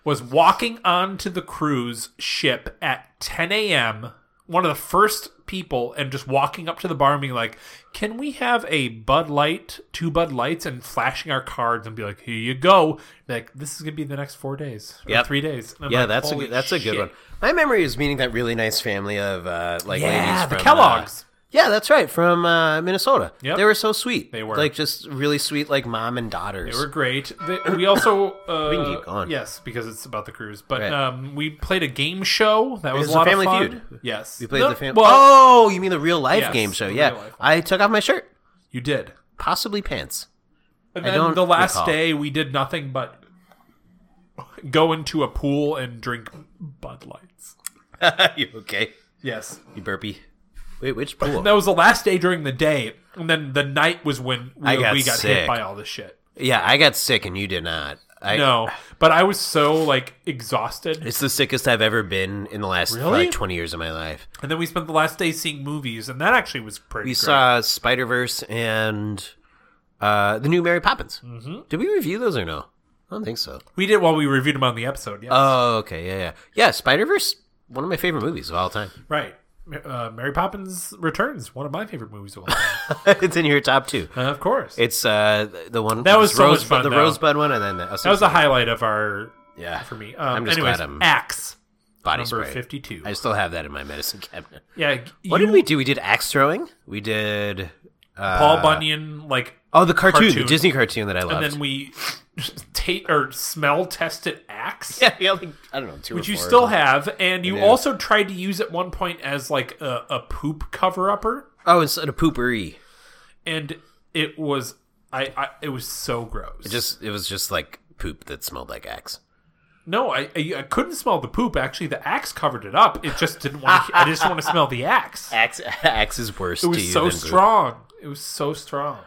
Speaker 2: was walking onto the cruise ship at 10 a.m. One of the first people, and just walking up to the bar and being like, "Can we have a Bud Light, two Bud Lights?" and flashing our cards and be like, "Here you go." Like, this is gonna be the next four days, or
Speaker 1: Yep.
Speaker 2: three days. And I'm
Speaker 1: Yeah,
Speaker 2: like,
Speaker 1: that's a
Speaker 2: "Holy
Speaker 1: good, that's a good
Speaker 2: shit."
Speaker 1: one. My memory is meeting that really nice family of uh, like
Speaker 2: Yeah,
Speaker 1: ladies
Speaker 2: the
Speaker 1: from,
Speaker 2: Kellogg's.
Speaker 1: uh, yeah, that's right, from uh, Minnesota.
Speaker 2: Yep.
Speaker 1: they were so sweet.
Speaker 2: They were.
Speaker 1: like just really sweet, like mom and daughters.
Speaker 2: They were great. The- we
Speaker 1: [coughs]
Speaker 2: also uh,
Speaker 1: We can keep going.
Speaker 2: Yes, because it's about the cruise. But
Speaker 1: Right.
Speaker 2: um, we played a game show that was
Speaker 1: was a
Speaker 2: a lot
Speaker 1: Family
Speaker 2: of fun.
Speaker 1: Feud.
Speaker 2: Yes,
Speaker 1: We played
Speaker 2: No,
Speaker 1: the family.
Speaker 2: Well,
Speaker 1: oh, you mean the real life
Speaker 2: Yes,
Speaker 1: game show?
Speaker 2: the
Speaker 1: Yeah,
Speaker 2: real life.
Speaker 1: I took off my shirt,
Speaker 2: you did.
Speaker 1: possibly pants. [laughs]
Speaker 2: And
Speaker 1: I
Speaker 2: then
Speaker 1: don't
Speaker 2: the last
Speaker 1: recall.
Speaker 2: day, we did nothing but go into a pool and drink Bud Lights.
Speaker 1: you okay?
Speaker 2: Yes,
Speaker 1: You burpy. Wait, which
Speaker 2: [laughs]
Speaker 1: pool?
Speaker 2: that was the last day during the day, and then the night was when we
Speaker 1: I got
Speaker 2: we got hit
Speaker 1: sick.
Speaker 2: by all this shit.
Speaker 1: Yeah, I got sick and you did not. I,
Speaker 2: No, but I was so like exhausted.
Speaker 1: It's the sickest I've ever been in the last
Speaker 2: Really?
Speaker 1: like twenty years of my life.
Speaker 2: And then we spent the last day seeing movies, and that actually was pretty.
Speaker 1: We
Speaker 2: great.
Speaker 1: saw Spider Verse and uh, the new Mary Poppins. Mm-hmm. Did we review those or no? I don't think so.
Speaker 2: We did while we reviewed them on the episode. Yes.
Speaker 1: Oh, okay, yeah, yeah, yeah. Spider Verse, one of my favorite movies of all time. [laughs]
Speaker 2: Right. Uh, Mary Poppins Returns, one of my favorite movies of all time.
Speaker 1: [laughs] it's in your top two.
Speaker 2: Uh, of course.
Speaker 1: It's uh, the- the one
Speaker 2: That was
Speaker 1: it's
Speaker 2: so much
Speaker 1: Rosebud-
Speaker 2: fun,
Speaker 1: The
Speaker 2: though.
Speaker 1: Rosebud one, and then the, oh,
Speaker 2: that was a highlight of our,
Speaker 1: yeah
Speaker 2: for me. Um,
Speaker 1: I'm just
Speaker 2: anyways,
Speaker 1: glad I'm-
Speaker 2: Axe,
Speaker 1: body
Speaker 2: number
Speaker 1: spray.
Speaker 2: 52.
Speaker 1: I still have that in my medicine cabinet.
Speaker 2: yeah.
Speaker 1: What
Speaker 2: you-
Speaker 1: did we do? We did axe throwing. We did uh,
Speaker 2: Paul Bunyan, like,
Speaker 1: Oh, the cartoon, the
Speaker 2: cartoon.
Speaker 1: Disney cartoon that I loved.
Speaker 2: and then we tape or smell tested Axe.
Speaker 1: [laughs] yeah, we had, like, I don't know. Two
Speaker 2: Which
Speaker 1: or
Speaker 2: you
Speaker 1: four
Speaker 2: still
Speaker 1: of them.
Speaker 2: have, and you also tried to use at one point as like a, a poop cover upper,
Speaker 1: Oh, it's a poopery.
Speaker 2: and it was I, I it was so gross.
Speaker 1: Just it was just like poop that smelled like axe.
Speaker 2: No, I, I I couldn't smell the poop. Actually, the axe covered it up. It just didn't want. To, I just want to smell the
Speaker 1: [laughs]
Speaker 2: axe.
Speaker 1: Axe, axe is worse.
Speaker 2: It
Speaker 1: to
Speaker 2: was
Speaker 1: you
Speaker 2: so
Speaker 1: than poop.
Speaker 2: strong. It was so strong.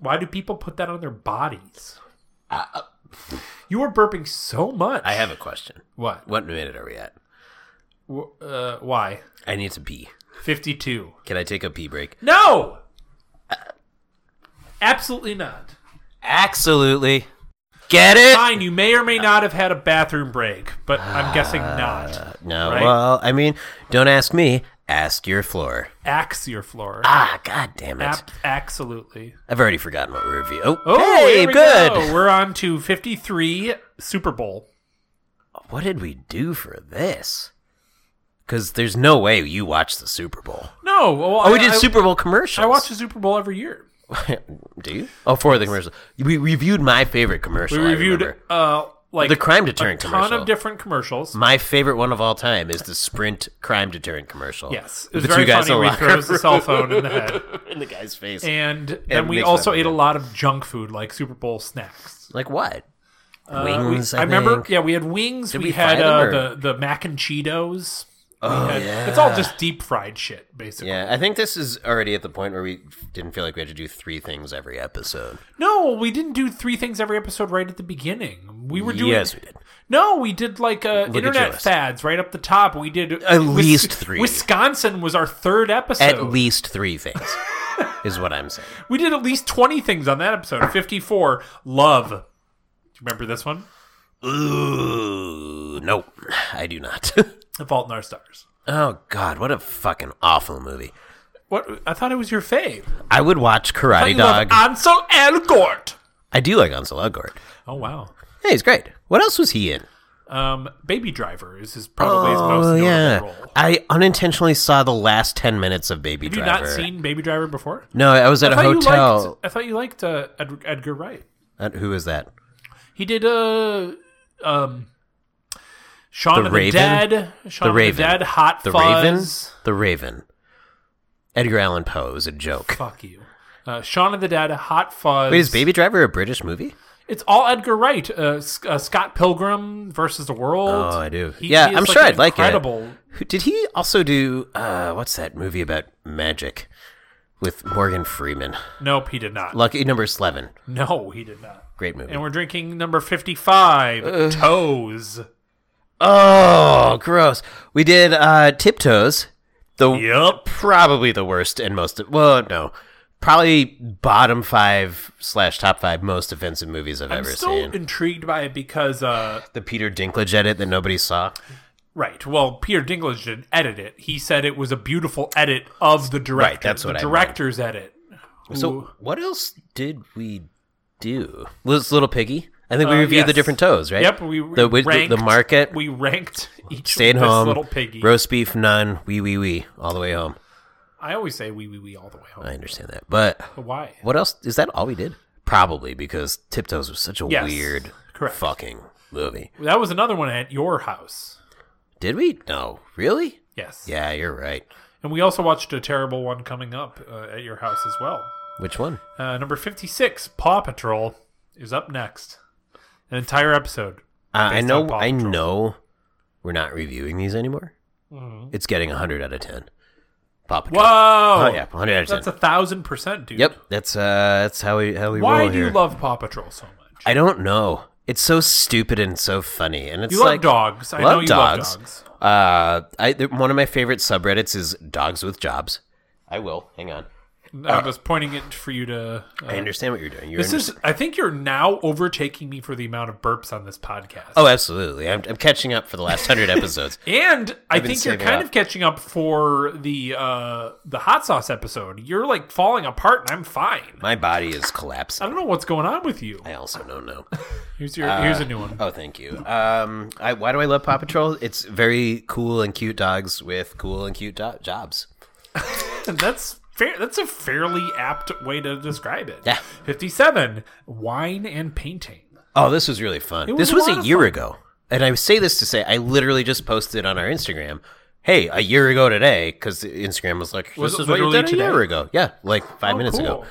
Speaker 2: Why do people put that on their bodies? You were burping so much.
Speaker 1: Uh, I have a question.
Speaker 2: what?
Speaker 1: What minute are we at?
Speaker 2: W- Uh, why?
Speaker 1: I need to pee.
Speaker 2: Fifty-two.
Speaker 1: Can I take a pee break?
Speaker 2: No. Absolutely not.
Speaker 1: Absolutely. Get it?
Speaker 2: Fine. You may or may not have had a bathroom break, but I'm guessing not.
Speaker 1: No.
Speaker 2: Right.
Speaker 1: Well, I mean, don't ask me. Ask your floor.
Speaker 2: Axe your floor.
Speaker 1: Ah, god damn it.
Speaker 2: Ab- absolutely.
Speaker 1: I've already forgotten what we review. Oh,
Speaker 2: Oh,
Speaker 1: hey,
Speaker 2: here we
Speaker 1: good.
Speaker 2: go. We're on to 53 Super Bowl.
Speaker 1: What did we do for this? Because there's no way you watched the Super Bowl.
Speaker 2: No, well,
Speaker 1: Oh, we did
Speaker 2: Uh, I,
Speaker 1: Super Bowl commercials.
Speaker 2: I watch the Super Bowl every year.
Speaker 1: [laughs] do you? Oh, for the commercial. We reviewed my favorite commercial.
Speaker 2: We
Speaker 1: I
Speaker 2: reviewed
Speaker 1: remember.
Speaker 2: uh like
Speaker 1: the crime
Speaker 2: a ton
Speaker 1: deterrent commercial.
Speaker 2: of different commercials.
Speaker 1: my favorite one of all time is the Sprint crime deterrent commercial.
Speaker 2: Yes, it was
Speaker 1: the
Speaker 2: very
Speaker 1: two guys
Speaker 2: funny.
Speaker 1: in
Speaker 2: We
Speaker 1: the
Speaker 2: throws the [laughs] cell phone in the head,
Speaker 1: [laughs] in the guy's face.
Speaker 2: and then
Speaker 1: And
Speaker 2: we
Speaker 1: mixed
Speaker 2: also
Speaker 1: up,
Speaker 2: ate a
Speaker 1: yeah.
Speaker 2: lot of junk food like Super Bowl snacks.
Speaker 1: like what?
Speaker 2: Uh, we-
Speaker 1: Wings.
Speaker 2: I, remember.
Speaker 1: think.
Speaker 2: Yeah, we had wings. we
Speaker 1: we
Speaker 2: had
Speaker 1: fry them,
Speaker 2: uh,
Speaker 1: or-
Speaker 2: the the mac and Cheetos.
Speaker 1: Oh,
Speaker 2: And
Speaker 1: yeah.
Speaker 2: It's all just deep fried shit, basically.
Speaker 1: Yeah, I think this is already at the point where we didn't feel like we had to do three things every episode.
Speaker 2: No, we didn't do three things every episode right at the beginning. We were doing
Speaker 1: yes, we did.
Speaker 2: No, we did like uh,
Speaker 1: your
Speaker 2: internet
Speaker 1: list.
Speaker 2: fads right up the top. We did
Speaker 1: At least three.
Speaker 2: Wisconsin was our third episode.
Speaker 1: At least three things [laughs] is what I'm saying.
Speaker 2: we did at least twenty things on that episode. Fifty-four, love. Do you remember this one?
Speaker 1: Ooh, no, I do not. [laughs]
Speaker 2: The Fault in Our Stars.
Speaker 1: oh God, what a fucking awful movie!
Speaker 2: What I thought it was your fave.
Speaker 1: I would watch Karate
Speaker 2: You love
Speaker 1: Dog.
Speaker 2: Ansel Elgort.
Speaker 1: I do like Ansel Elgort.
Speaker 2: Oh wow.
Speaker 1: Hey, he's great. What else was he in?
Speaker 2: Um, Baby Driver is his probably his most
Speaker 1: Oh
Speaker 2: notable
Speaker 1: yeah,
Speaker 2: role.
Speaker 1: I unintentionally saw the last ten minutes of Baby
Speaker 2: Have you
Speaker 1: Driver.
Speaker 2: not seen Baby Driver before?
Speaker 1: No, I was at a
Speaker 2: I thought You
Speaker 1: hotel.
Speaker 2: liked, I thought you liked uh, Ed- Edgar Wright.
Speaker 1: Uh, Who is that?
Speaker 2: He did uh um Shaun
Speaker 1: The
Speaker 2: of
Speaker 1: Raven?
Speaker 2: the Dead, Shaun
Speaker 1: The
Speaker 2: of
Speaker 1: Raven.
Speaker 2: the Dead, Hot
Speaker 1: The Raven?
Speaker 2: Fuzz.
Speaker 1: The Raven. Edgar Allan Poe is a joke.
Speaker 2: Fuck you. Uh, Shaun of the Dead, Hot Fuzz.
Speaker 1: Wait, is Baby Driver a British movie?
Speaker 2: It's all Edgar Wright. Uh, S- uh, Scott Pilgrim versus the World.
Speaker 1: Oh, I do.
Speaker 2: He
Speaker 1: yeah,
Speaker 2: is,
Speaker 1: I'm sure
Speaker 2: an
Speaker 1: I'd like
Speaker 2: incredible.
Speaker 1: it. Who- Did he also do uh, what's that movie about magic with Morgan Freeman?
Speaker 2: Nope, he did not.
Speaker 1: Lucky number eleven.
Speaker 2: No, he did not.
Speaker 1: Great movie.
Speaker 2: And we're drinking number fifty-five, Toes.
Speaker 1: Oh, gross. We did uh, Tiptoes. The
Speaker 2: Yup.
Speaker 1: probably the worst and most well, no, probably bottom five slash top five most offensive movies I've
Speaker 2: I'm
Speaker 1: ever
Speaker 2: still
Speaker 1: seen.
Speaker 2: intrigued by it because, uh,
Speaker 1: the Peter Dinklage edit that nobody saw.
Speaker 2: right. Well, Peter Dinklage didn't edit it. He said it was a beautiful edit of the director.
Speaker 1: that's what
Speaker 2: the
Speaker 1: I meant.
Speaker 2: director's edit.
Speaker 1: So what else did we do? Was Little Piggy? I think we
Speaker 2: Uh,
Speaker 1: reviewed the
Speaker 2: yes.
Speaker 1: different toes, right?
Speaker 2: Yep, we
Speaker 1: the wi- the,
Speaker 2: ranked,
Speaker 1: the market, [laughs]
Speaker 2: We ranked each
Speaker 1: stay at
Speaker 2: [laughs] this
Speaker 1: home,
Speaker 2: little piggy.
Speaker 1: roast beef, none, wee wee wee, all the way home.
Speaker 2: I always say wee wee wee all the way home.
Speaker 1: I understand that, but
Speaker 2: But Why?
Speaker 1: what else is that? All we did probably because Tiptoes was such a
Speaker 2: Yes,
Speaker 1: weird,
Speaker 2: correct.
Speaker 1: fucking movie.
Speaker 2: That was another one at your house.
Speaker 1: Did we? No, really?
Speaker 2: Yes.
Speaker 1: Yeah, you're right.
Speaker 2: And we also watched a terrible one coming up uh, at your house as well.
Speaker 1: Which one?
Speaker 2: Uh, number fifty-six, Paw Patrol, is up next. An entire episode.
Speaker 1: Uh, I
Speaker 2: Based on
Speaker 1: know.
Speaker 2: Paw
Speaker 1: I
Speaker 2: Patrol.
Speaker 1: know. We're not reviewing these anymore. It's getting hundred out of ten. Paw Patrol.
Speaker 2: Mm-hmm. Whoa!
Speaker 1: Oh yeah, hundred out of ten.
Speaker 2: that's a thousand percent, dude.
Speaker 1: Yep, that's uh, that's how we how we
Speaker 2: Why
Speaker 1: roll
Speaker 2: do
Speaker 1: here.
Speaker 2: you love Paw Patrol so much?
Speaker 1: I don't know. It's so stupid and so funny, and it's
Speaker 2: You love
Speaker 1: like
Speaker 2: dogs. I
Speaker 1: love
Speaker 2: know you
Speaker 1: dogs.
Speaker 2: love dogs.
Speaker 1: Uh, I th- one of my favorite subreddits is dogs with jobs. I will hang on.
Speaker 2: I was pointing it for you to.
Speaker 1: Uh,
Speaker 2: uh,
Speaker 1: I understand what you're doing. You're
Speaker 2: This is. I think you're now overtaking me for the amount of burps on this podcast.
Speaker 1: oh, absolutely. I'm, I'm catching up for the last hundred
Speaker 2: [laughs]
Speaker 1: episodes.
Speaker 2: And I
Speaker 1: been
Speaker 2: think you're
Speaker 1: saving
Speaker 2: kind
Speaker 1: up.
Speaker 2: of catching up for the uh, the hot sauce episode. You're like falling apart, and I'm fine.
Speaker 1: My body is
Speaker 2: I
Speaker 1: collapsing.
Speaker 2: don't know what's going on with you.
Speaker 1: I also don't know.
Speaker 2: Here's your here's a new one.
Speaker 1: Oh, thank you. Um, I, why do I love Paw Patrol? It's very cool and cute dogs with cool and cute do- jobs. Uh,
Speaker 2: That's fair. That's a fairly apt way to describe it.
Speaker 1: Yeah.
Speaker 2: Fifty-seven wine and painting.
Speaker 1: Oh, this was really fun.
Speaker 2: was
Speaker 1: this
Speaker 2: a
Speaker 1: was
Speaker 2: lot
Speaker 1: a
Speaker 2: of
Speaker 1: year
Speaker 2: fun.
Speaker 1: ago. And I say this to say, I literally just posted on our Instagram, hey, a year ago today, because Instagram was like, this
Speaker 2: Was it
Speaker 1: is what you
Speaker 2: literally
Speaker 1: did a year
Speaker 2: today? Oh,
Speaker 1: ago. Yeah, like five minutes ago.
Speaker 2: cool.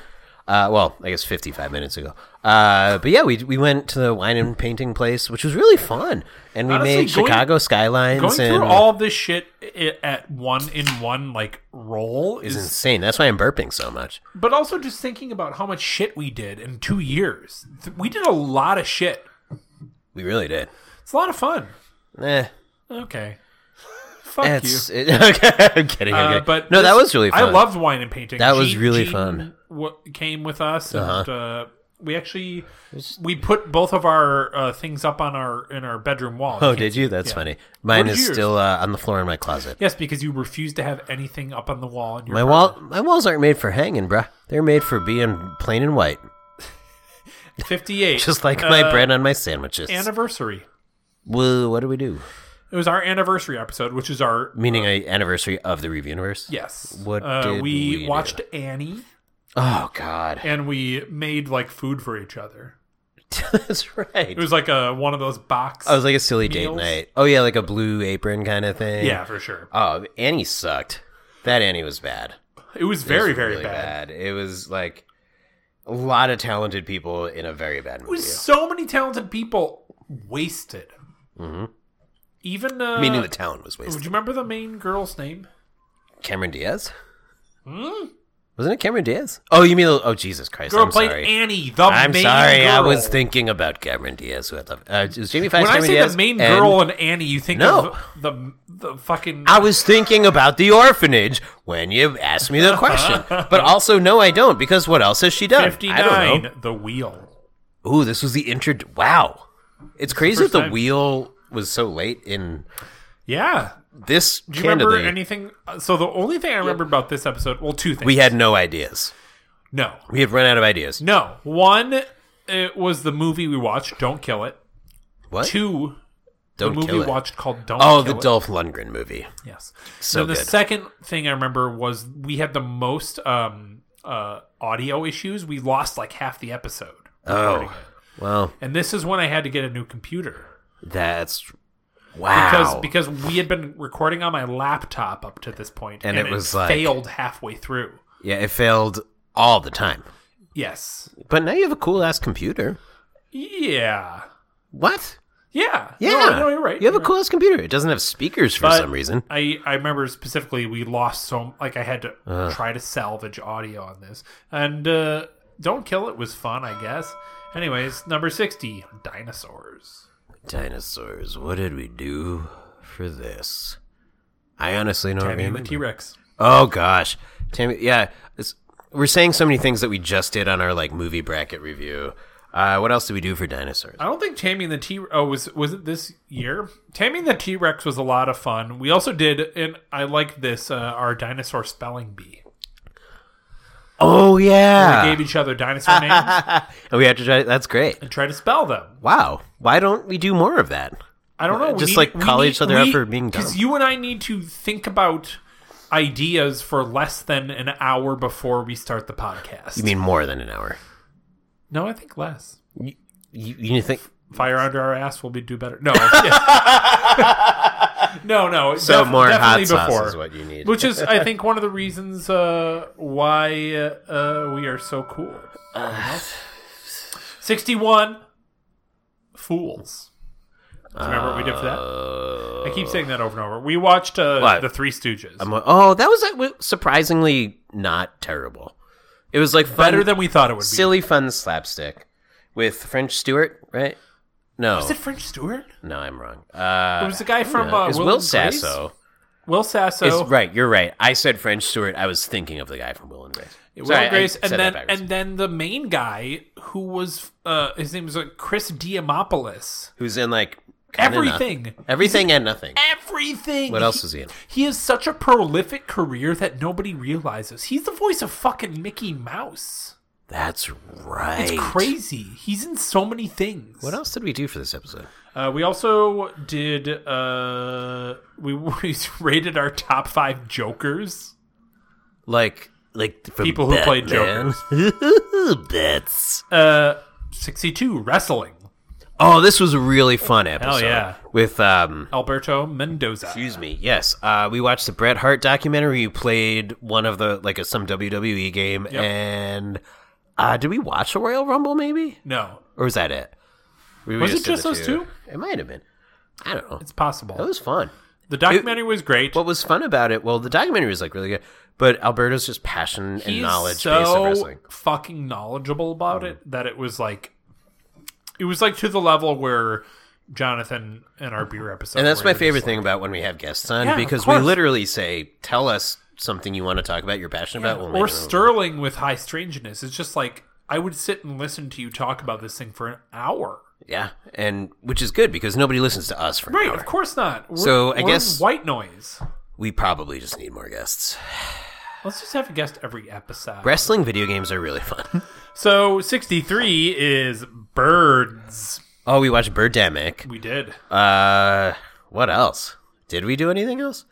Speaker 1: Uh, well, I guess 55 minutes ago. Uh, but yeah, we we went to the wine and painting place, which was really fun, and we
Speaker 2: Honestly,
Speaker 1: made
Speaker 2: going-
Speaker 1: Chicago skylines
Speaker 2: Going
Speaker 1: and
Speaker 2: through all this shit i- at one in one like roll is,
Speaker 1: it's insane. That's why I'm burping so much.
Speaker 2: but also just thinking about how much shit we did in two years. Th- We did a lot of shit.
Speaker 1: We really did.
Speaker 2: It's a lot of fun.
Speaker 1: Eh,
Speaker 2: Okay, fuck you.
Speaker 1: it's it, [laughs] okay. I'm kidding.
Speaker 2: Uh,
Speaker 1: okay.
Speaker 2: but
Speaker 1: no, that
Speaker 2: this-
Speaker 1: was really fun.
Speaker 2: I loved wine and painting.
Speaker 1: That was really fun. Uh-huh.
Speaker 2: W- came with us, and uh, we actually we put both of our uh, things up on our in our bedroom wall.
Speaker 1: Oh,
Speaker 2: You can't
Speaker 1: did you?
Speaker 2: see-
Speaker 1: That's
Speaker 2: yeah.
Speaker 1: funny. Mine
Speaker 2: did
Speaker 1: is
Speaker 2: yours?
Speaker 1: still uh, on the floor in my closet.
Speaker 2: Yes, because you refused to have anything up on the wall. In your [laughs]
Speaker 1: My wall,
Speaker 2: apartment.
Speaker 1: my walls aren't made for hanging, bruh. They're made for being plain and white, [laughs]
Speaker 2: fifty-eight,
Speaker 1: just like my
Speaker 2: Uh,
Speaker 1: bread on my sandwiches.
Speaker 2: anniversary.
Speaker 1: Woo! What do we do?
Speaker 2: It was our anniversary episode, which is our
Speaker 1: Meaning a anniversary of the Reeve universe.
Speaker 2: yes.
Speaker 1: What
Speaker 2: uh,
Speaker 1: did
Speaker 2: we,
Speaker 1: we do?
Speaker 2: watched Annie,
Speaker 1: Oh God,
Speaker 2: and we made like food for each other.
Speaker 1: [laughs] that's right.
Speaker 2: It was like a one of those box.
Speaker 1: I was like a silly
Speaker 2: meals.
Speaker 1: date night. Oh yeah, like a blue apron kind of thing.
Speaker 2: yeah, for sure.
Speaker 1: Oh, Annie sucked. That Annie was bad. It
Speaker 2: It was
Speaker 1: was
Speaker 2: very, very
Speaker 1: really
Speaker 2: bad.
Speaker 1: It was like a lot of talented people in a very bad
Speaker 2: It
Speaker 1: movie.
Speaker 2: was so many talented people wasted.
Speaker 1: Mm-hmm.
Speaker 2: Even uh,
Speaker 1: Meaning the talent was
Speaker 2: do
Speaker 1: wasted.
Speaker 2: you remember the main girl's name?
Speaker 1: Cameron Diaz? Wasn't it Cameron Diaz? Oh, you mean the- oh Jesus Christ!
Speaker 2: Hmm? Girl
Speaker 1: I'm
Speaker 2: played
Speaker 1: sorry.
Speaker 2: Annie, the
Speaker 1: I'm
Speaker 2: main
Speaker 1: sorry.
Speaker 2: girl.
Speaker 1: I was thinking about Cameron Diaz. Who I love. Uh, it was Jamie Foxx.
Speaker 2: when I
Speaker 1: Cameron
Speaker 2: say
Speaker 1: Diaz,
Speaker 2: the main
Speaker 1: and-
Speaker 2: girl and Annie, you think
Speaker 1: No.
Speaker 2: of the the fucking.
Speaker 1: I was thinking about the orphanage when you asked me the
Speaker 2: [laughs]
Speaker 1: question, but also no, I don't because what else has she done? I don't know.
Speaker 2: 59 the wheel
Speaker 1: Ooh, this was the intro. Wow, it's crazy that
Speaker 2: first
Speaker 1: the
Speaker 2: time.
Speaker 1: wheel was so late in
Speaker 2: yeah
Speaker 1: this.
Speaker 2: do you remember
Speaker 1: candidly,
Speaker 2: anything uh, so the only thing i remember about this episode well two things
Speaker 1: we had no ideas.
Speaker 2: no
Speaker 1: We had run out of ideas.
Speaker 2: no one it was the movie we watched don't kill it
Speaker 1: What?
Speaker 2: two
Speaker 1: don't
Speaker 2: the movie
Speaker 1: kill
Speaker 2: we
Speaker 1: it.
Speaker 2: watched called don't
Speaker 1: oh, the
Speaker 2: kill
Speaker 1: Dolph Lundgren movie.
Speaker 2: it. yes
Speaker 1: So
Speaker 2: Then the
Speaker 1: good.
Speaker 2: second thing i remember was we had the most um uh audio issues we lost like half the episode recording
Speaker 1: Oh,
Speaker 2: it.
Speaker 1: well,
Speaker 2: and this is when i had to get a new computer
Speaker 1: that's wow.
Speaker 2: because because we had been recording on my laptop up to this point,
Speaker 1: And it was like-
Speaker 2: failed halfway through.
Speaker 1: yeah, it failed all the time.
Speaker 2: Yes.
Speaker 1: But now you have a cool ass computer.
Speaker 2: Yeah.
Speaker 1: What?
Speaker 2: Yeah.
Speaker 1: Yeah,
Speaker 2: No, no, you're right.
Speaker 1: You have a
Speaker 2: You're right.
Speaker 1: cool ass computer. It doesn't have speakers for
Speaker 2: But
Speaker 1: some reason.
Speaker 2: I I remember specifically we lost so like I had to
Speaker 1: Uh.
Speaker 2: try to salvage audio on this, and uh, don't kill it was fun I guess. Anyways, number sixty, dinosaurs.
Speaker 1: Dinosaurs. What did we do for this? I honestly don't
Speaker 2: Tammy and the
Speaker 1: remember.
Speaker 2: T Rex.
Speaker 1: oh gosh, Tammy. Yeah, it's, we're saying so many things that we just did on our like movie bracket review. Uh, what else did we do for dinosaurs?
Speaker 2: I don't think Tammy and the T. Oh, was was it this year? Tammy and the T Rex was a lot of fun. We also did, and I like this uh, our dinosaur spelling bee.
Speaker 1: Oh
Speaker 2: We
Speaker 1: yeah,
Speaker 2: gave each other
Speaker 1: [laughs]
Speaker 2: dinosaur names
Speaker 1: and we had to try. That's great.
Speaker 2: and tried to spell them.
Speaker 1: Wow. Why don't we do more of that?
Speaker 2: I don't know.
Speaker 1: Just, like, call each other out for being dumb.
Speaker 2: Because you and I need to think about ideas for less than an hour before we start the podcast.
Speaker 1: You mean more than an hour?
Speaker 2: no? I think less.
Speaker 1: You, you, you think?
Speaker 2: Fire under our ass will be do better. No, yeah. no, no.
Speaker 1: So more
Speaker 2: definitely
Speaker 1: hot sauce
Speaker 2: before.
Speaker 1: is what you need.
Speaker 2: which
Speaker 1: [laughs]
Speaker 2: is I think one of the reasons uh, why uh, we are so cool. You
Speaker 1: Uh,
Speaker 2: know? Sixty-one fools. Do you remember what we did for that? I keep saying that over and over. We watched uh,
Speaker 1: What?
Speaker 2: the Three Stooges.
Speaker 1: I'm like, oh, that was uh, surprisingly not terrible. It was like fun,
Speaker 2: Better than we thought it would be.
Speaker 1: silly fun slapstick with French Stewart, right? No,
Speaker 2: Was it French Stewart?
Speaker 1: no, I'm wrong. Uh,
Speaker 2: It was the guy from
Speaker 1: no,
Speaker 2: uh,
Speaker 1: it's
Speaker 2: Will,
Speaker 1: Will
Speaker 2: and Grace?
Speaker 1: Sasso.
Speaker 2: Will Sasso.
Speaker 1: It's right. You're right. I said French Stewart. I was thinking of the guy from Will and Grace.
Speaker 2: Will
Speaker 1: Sorry, I
Speaker 2: Grace,
Speaker 1: said
Speaker 2: and
Speaker 1: that
Speaker 2: then
Speaker 1: backwards.
Speaker 2: and then the main guy who was uh, his name was like Chris Diamopoulos.
Speaker 1: who's in like kinda
Speaker 2: Everything,
Speaker 1: nothing. everything, and nothing.
Speaker 2: everything.
Speaker 1: What else is he in?
Speaker 2: He has such a prolific career that nobody realizes. He's the voice of fucking Mickey Mouse.
Speaker 1: That's right.
Speaker 2: It's crazy. He's in so many things.
Speaker 1: What else did we do for this episode?
Speaker 2: Uh, we also did. Uh, we, [laughs] we rated our top five Jokers.
Speaker 1: Like, like from
Speaker 2: People who played
Speaker 1: Batman. [laughs] Bets.
Speaker 2: Uh, [laughs] Sixty-two wrestling.
Speaker 1: Oh, this was a really fun episode.
Speaker 2: yeah.
Speaker 1: With um,
Speaker 2: Alberto Mendoza.
Speaker 1: excuse me. Yes, uh, we watched the Bret Hart documentary. You played one of the like a some WWE game, E and Uh, did we watch the Royal Rumble maybe?
Speaker 2: No,
Speaker 1: Or was that it? We
Speaker 2: Was it
Speaker 1: did
Speaker 2: just
Speaker 1: the
Speaker 2: those two?
Speaker 1: It might have been. I don't know.
Speaker 2: it's possible.
Speaker 1: That was fun.
Speaker 2: the documentary was great.
Speaker 1: What was fun about it? Well, the documentary was like really good, but Alberto's just passion and
Speaker 2: He's
Speaker 1: knowledge based
Speaker 2: so
Speaker 1: of wrestling. Hmm.
Speaker 2: fucking knowledgeable about it that it was like, it was like to the level where Jonathan and our beer episode.
Speaker 1: And that's
Speaker 2: where
Speaker 1: my
Speaker 2: it was-
Speaker 1: favorite thing about when we have guests on
Speaker 2: Yeah, of
Speaker 1: because we
Speaker 2: course.
Speaker 1: literally say, "Tell us something you want to talk about, you're passionate about." we'll
Speaker 2: Or
Speaker 1: make it."
Speaker 2: Sterling with high strangeness. It's just like I would sit and listen to you talk about this thing for an hour.
Speaker 1: yeah, and which is good because nobody listens to us for an
Speaker 2: Right,
Speaker 1: hour.
Speaker 2: of course not. We're,
Speaker 1: So, I
Speaker 2: we're
Speaker 1: guess-
Speaker 2: white noise.
Speaker 1: We probably just need more guests.
Speaker 2: Let's just have a guest every episode.
Speaker 1: Wrestling video games are really fun. [laughs]
Speaker 2: So sixty three is birds.
Speaker 1: oh, we watched Birdemic.
Speaker 2: We did.
Speaker 1: Uh, what else? Did we do anything else?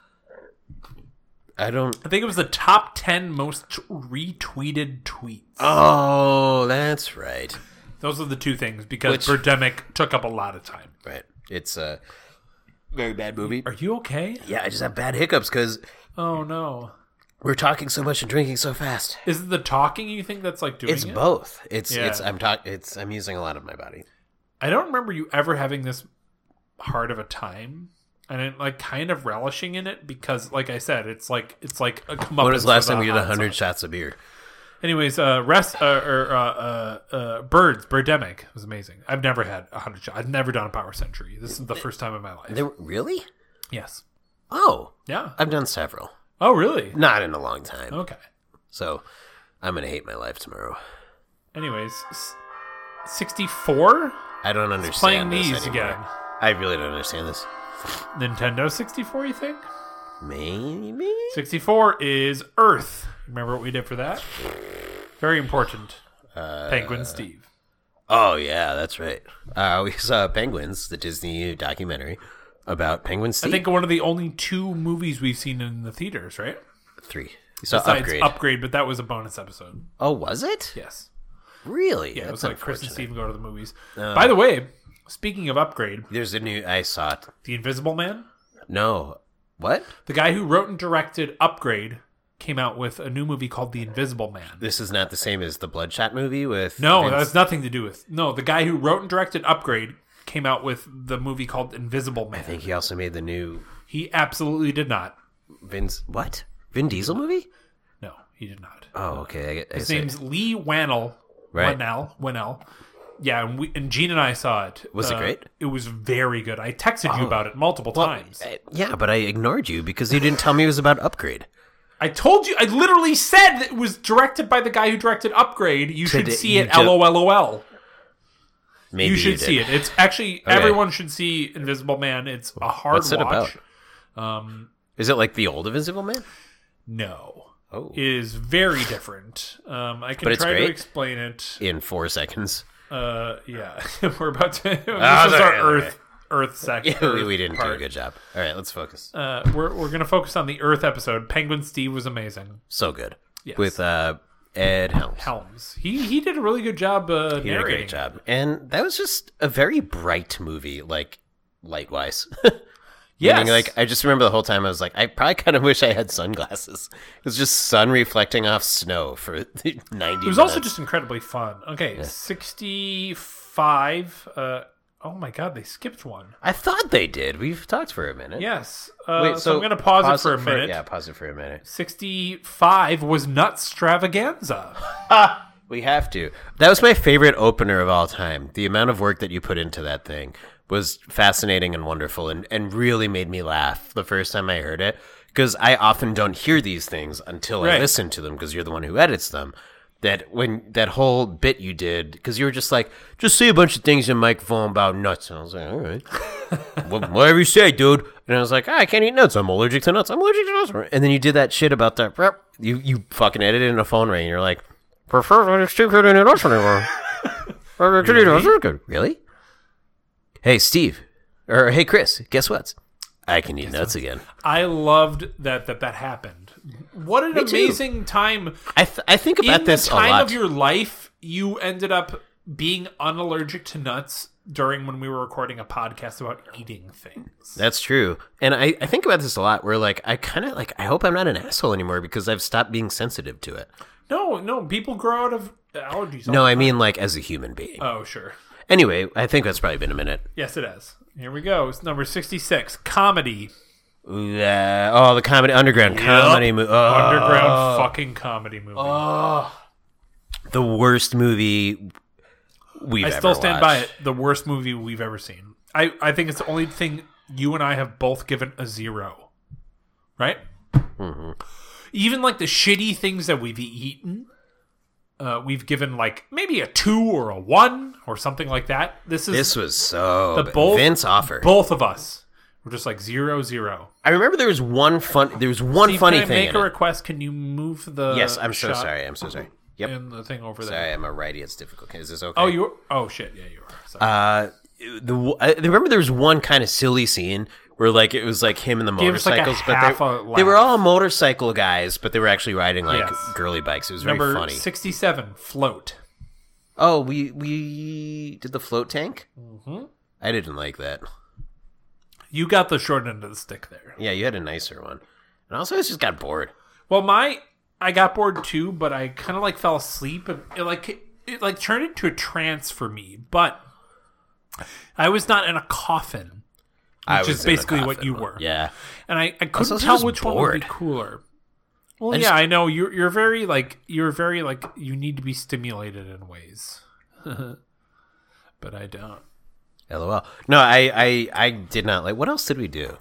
Speaker 1: I don't.
Speaker 2: I think it was the top ten most t- retweeted tweets.
Speaker 1: Oh, that's right.
Speaker 2: Those are the two things because
Speaker 1: Which-
Speaker 2: Birdemic took up a lot of time.
Speaker 1: Right. It's a very bad movie.
Speaker 2: Are you okay?
Speaker 1: Yeah, I just have bad hiccups because
Speaker 2: Oh no.
Speaker 1: we're talking so much and drinking so fast.
Speaker 2: Is it the talking you think that's like doing
Speaker 1: It's
Speaker 2: it?
Speaker 1: both. It's
Speaker 2: Yeah.
Speaker 1: it's I'm talk it's I'm using a lot of my body.
Speaker 2: I don't remember you ever having this hard of a time. And it, like kind of relishing in it because, like I said, it's like it's like a come
Speaker 1: When was the last time we did hundred shots of beer?
Speaker 2: Anyways, uh, rest uh, or uh, uh, uh, birds, birdemic was amazing. I've never had a hundred shot. I've never done a power century. This is the first time in my life.
Speaker 1: There, really?
Speaker 2: Yes.
Speaker 1: Oh,
Speaker 2: Yeah.
Speaker 1: I've done several.
Speaker 2: Oh, really?
Speaker 1: Not in a long time.
Speaker 2: Okay.
Speaker 1: So I'm gonna hate my life tomorrow.
Speaker 2: Anyways, sixty-four
Speaker 1: I don't understand.
Speaker 2: playing
Speaker 1: this
Speaker 2: these
Speaker 1: anymore.
Speaker 2: again.
Speaker 1: I really don't understand this.
Speaker 2: Nintendo sixty-four. You think
Speaker 1: Maybe.
Speaker 2: sixty-four is Earth? Remember what we did for that? Very important.
Speaker 1: Uh,
Speaker 2: Penguin Steve.
Speaker 1: Oh yeah, that's right. Uh, we saw Penguins, the Disney documentary about penguins.
Speaker 2: I think one of the only two movies we've seen in the theaters, right?
Speaker 1: three. We saw
Speaker 2: Besides
Speaker 1: upgrade.
Speaker 2: upgrade, but that was a bonus episode.
Speaker 1: oh, was it?
Speaker 2: Yes.
Speaker 1: Really?
Speaker 2: Yeah, it was
Speaker 1: That's
Speaker 2: like Chris
Speaker 1: unfortunate.
Speaker 2: and
Speaker 1: Uh.
Speaker 2: Steven go to the movies. By the way, speaking of upgrade,
Speaker 1: There's a new. I saw it.
Speaker 2: The Invisible Man,
Speaker 1: No. What?
Speaker 2: the guy who wrote and directed Upgrade, came out with a new movie called The Invisible Man.
Speaker 1: This is not the same as the Bloodshot movie with.
Speaker 2: No, that
Speaker 1: Vince-
Speaker 2: has nothing to do with. No, the guy who wrote and directed Upgrade came out with the movie called Invisible
Speaker 1: I
Speaker 2: Man.
Speaker 1: think he also made the new
Speaker 2: He absolutely did not.
Speaker 1: Vince. What? Vin Diesel movie?
Speaker 2: No, he did not.
Speaker 1: Oh, okay. I get, I
Speaker 2: His
Speaker 1: see.
Speaker 2: name's Lee Wannell.
Speaker 1: Right.
Speaker 2: Wannell. Wannell. Yeah, and, we, and Gene and I saw it. Uh,
Speaker 1: Was it great? Oh.
Speaker 2: It was very good. I texted you about it multiple times.
Speaker 1: Uh, yeah, but I ignored you because you didn't tell me it was about Upgrade.
Speaker 2: I told you. I literally said that it was directed by the guy who directed Upgrade. You should
Speaker 1: Did it-
Speaker 2: see
Speaker 1: you
Speaker 2: it.
Speaker 1: ju-
Speaker 2: LOLOL.
Speaker 1: Maybe
Speaker 2: You should
Speaker 1: did.
Speaker 2: see it. It's actually everyone should see Invisible Man. It's a hard
Speaker 1: What's it
Speaker 2: watch.
Speaker 1: about? Is it like the old Invisible Man?
Speaker 2: No,
Speaker 1: Oh,
Speaker 2: it is very different. Um, I can
Speaker 1: But it's
Speaker 2: try
Speaker 1: great.
Speaker 2: to explain it.
Speaker 1: in four seconds.
Speaker 2: Uh, yeah, [laughs] we're about to. this
Speaker 1: Ah,
Speaker 2: is
Speaker 1: sorry,
Speaker 2: our
Speaker 1: sorry.
Speaker 2: Earth Earth section.
Speaker 1: we, we didn't do a good job. All right, let's focus.
Speaker 2: Uh, we're we're gonna focus on the Earth episode. Penguin Steve was amazing.
Speaker 1: so good
Speaker 2: yes.
Speaker 1: with uh, Ed Helms.
Speaker 2: Helms, he he did a really good job. Uh,
Speaker 1: He did a
Speaker 2: narrating.
Speaker 1: great job, and that was just a very bright movie, like light wise. [laughs]
Speaker 2: Yes.
Speaker 1: Meaning, like I just remember the whole time I was like, I probably kind of wish I had sunglasses. It was just sun reflecting off snow for [laughs] ninety.
Speaker 2: It was also just incredibly fun. Okay, 65. Uh, oh my god, they skipped one.
Speaker 1: I thought they did. We've talked for a minute.
Speaker 2: Yes. Uh, so, I'm going to pause, it for a minute.
Speaker 1: yeah, pause it for a minute.
Speaker 2: 65 was Nutstravaganza.
Speaker 1: We have to. That was my favorite opener of all time. The amount of work that you put into that thing was fascinating and wonderful, and and really made me laugh the first time I heard it because I often don't hear these things until I
Speaker 2: Right.
Speaker 1: listen to them because you're the one who edits them. That when that whole bit you did because you were just like just say a bunch of things in the microphone about nuts and I was like all right Wh- whatever you say dude and I was like "Ah, I can't eat nuts I'm allergic to nuts I'm allergic to nuts and then you did that shit about that rep- you you fucking edited in a phone ring and you're like prefer when it's stupid and it's [laughs] anymore really? really hey Steve or hey Chris guess what I can eat nuts again
Speaker 2: I loved that that that happened. What an
Speaker 1: too.
Speaker 2: amazing time.
Speaker 1: I th- I think
Speaker 2: In
Speaker 1: about this
Speaker 2: the
Speaker 1: a
Speaker 2: time
Speaker 1: lot.
Speaker 2: of your life, you ended up being unallergic to nuts during when we were recording a podcast about eating things.
Speaker 1: That's true. And I, I think about this a lot where like I kind of like I hope I'm not an asshole anymore because I've stopped being sensitive to it.
Speaker 2: No, no, people grow out of allergies.
Speaker 1: No,
Speaker 2: all-
Speaker 1: I mean like as a human being.
Speaker 2: Oh, sure.
Speaker 1: Anyway, I think that's probably been a minute.
Speaker 2: Yes, it has. Here we go. It's number 66, comedy.
Speaker 1: Yeah. Oh, the comedy underground comedy uh, movie.
Speaker 2: Underground fucking comedy movie.
Speaker 1: the worst movie we've
Speaker 2: I
Speaker 1: ever
Speaker 2: still stand by
Speaker 1: watched.
Speaker 2: it. The worst movie we've ever seen. I, I think it's the only thing you and I have both given a zero. Right?
Speaker 1: Mm-hmm.
Speaker 2: Even like the shitty things that we've eaten, uh, we've given like maybe a two or a one or something like that. This is
Speaker 1: This was so
Speaker 2: The
Speaker 1: bad.
Speaker 2: both-
Speaker 1: Vince Offer.
Speaker 2: both of us. We're just like zero zero.
Speaker 1: I remember there was one fun. There was one
Speaker 2: Steve,
Speaker 1: funny
Speaker 2: can I
Speaker 1: thing.
Speaker 2: Make
Speaker 1: in
Speaker 2: a
Speaker 1: it.
Speaker 2: request. Can you move the?
Speaker 1: Yes, I'm so
Speaker 2: shot
Speaker 1: sorry. I'm so sorry. Yep.
Speaker 2: In the thing over
Speaker 1: Sorry,
Speaker 2: there.
Speaker 1: I'm a righty. It's difficult. Is this okay?
Speaker 2: Oh, you. Were, oh shit. Yeah, you are. Sorry.
Speaker 1: Uh, the I remember there was one kind of silly scene where like it was like him and the
Speaker 2: Gave us, like, a
Speaker 1: motorcycles,
Speaker 2: half
Speaker 1: but
Speaker 2: a
Speaker 1: they, they were
Speaker 2: laugh.
Speaker 1: all motorcycle guys, but they were actually riding like
Speaker 2: Yes.
Speaker 1: girly bikes. It was very
Speaker 2: Number
Speaker 1: funny.
Speaker 2: sixty-seven. Float.
Speaker 1: Oh, we we did the float tank. Mm-hmm. I didn't like that.
Speaker 2: You got the short end of the stick there.
Speaker 1: Yeah, you had a nicer one, and also I just got bored.
Speaker 2: Well, my I got bored too, but I kind of like fell asleep. and It like it like turned into a trance for me, but I was not in a coffin,
Speaker 1: I
Speaker 2: which
Speaker 1: was
Speaker 2: is
Speaker 1: in a
Speaker 2: basically what
Speaker 1: coffin.
Speaker 2: you were.
Speaker 1: Yeah,
Speaker 2: and I, I couldn't
Speaker 1: also
Speaker 2: tell
Speaker 1: just
Speaker 2: which one would be
Speaker 1: bored.
Speaker 2: cooler. Well,
Speaker 1: I
Speaker 2: yeah,
Speaker 1: just-
Speaker 2: I know you're you're very like you're very like you need to be stimulated in ways, [laughs] but I don't.
Speaker 1: lol. No, I, I I did not like. What else did we do?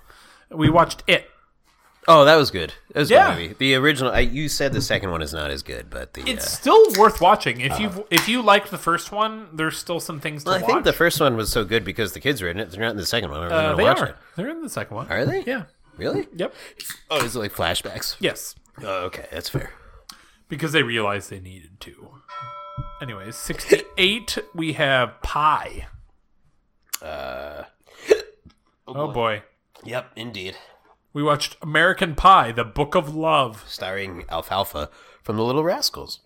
Speaker 2: We watched it.
Speaker 1: Oh, that was good. That was a
Speaker 2: Yeah.
Speaker 1: good movie. The original. I, you said the second one is not as good, but the
Speaker 2: It's
Speaker 1: uh,
Speaker 2: still worth watching if you if you liked the first one. There's still some things to
Speaker 1: Uh-huh. Well, I
Speaker 2: watch.
Speaker 1: think the first one was so good because the kids were in it. They're not in the second one. I
Speaker 2: Uh,
Speaker 1: remember
Speaker 2: they
Speaker 1: watching
Speaker 2: are.
Speaker 1: it.
Speaker 2: They're in the second one.
Speaker 1: Are they?
Speaker 2: Yeah.
Speaker 1: Really?
Speaker 2: Yep.
Speaker 1: Oh, is it like flashbacks?
Speaker 2: Yes.
Speaker 1: Oh, okay, that's fair.
Speaker 2: Because they realized they needed to. Anyways, 68, we have Pie. Uh, oh, boy.
Speaker 1: Yep, indeed.
Speaker 2: We watched American Pie, The Book of Love.
Speaker 1: Starring Alfalfa from The Little Rascals.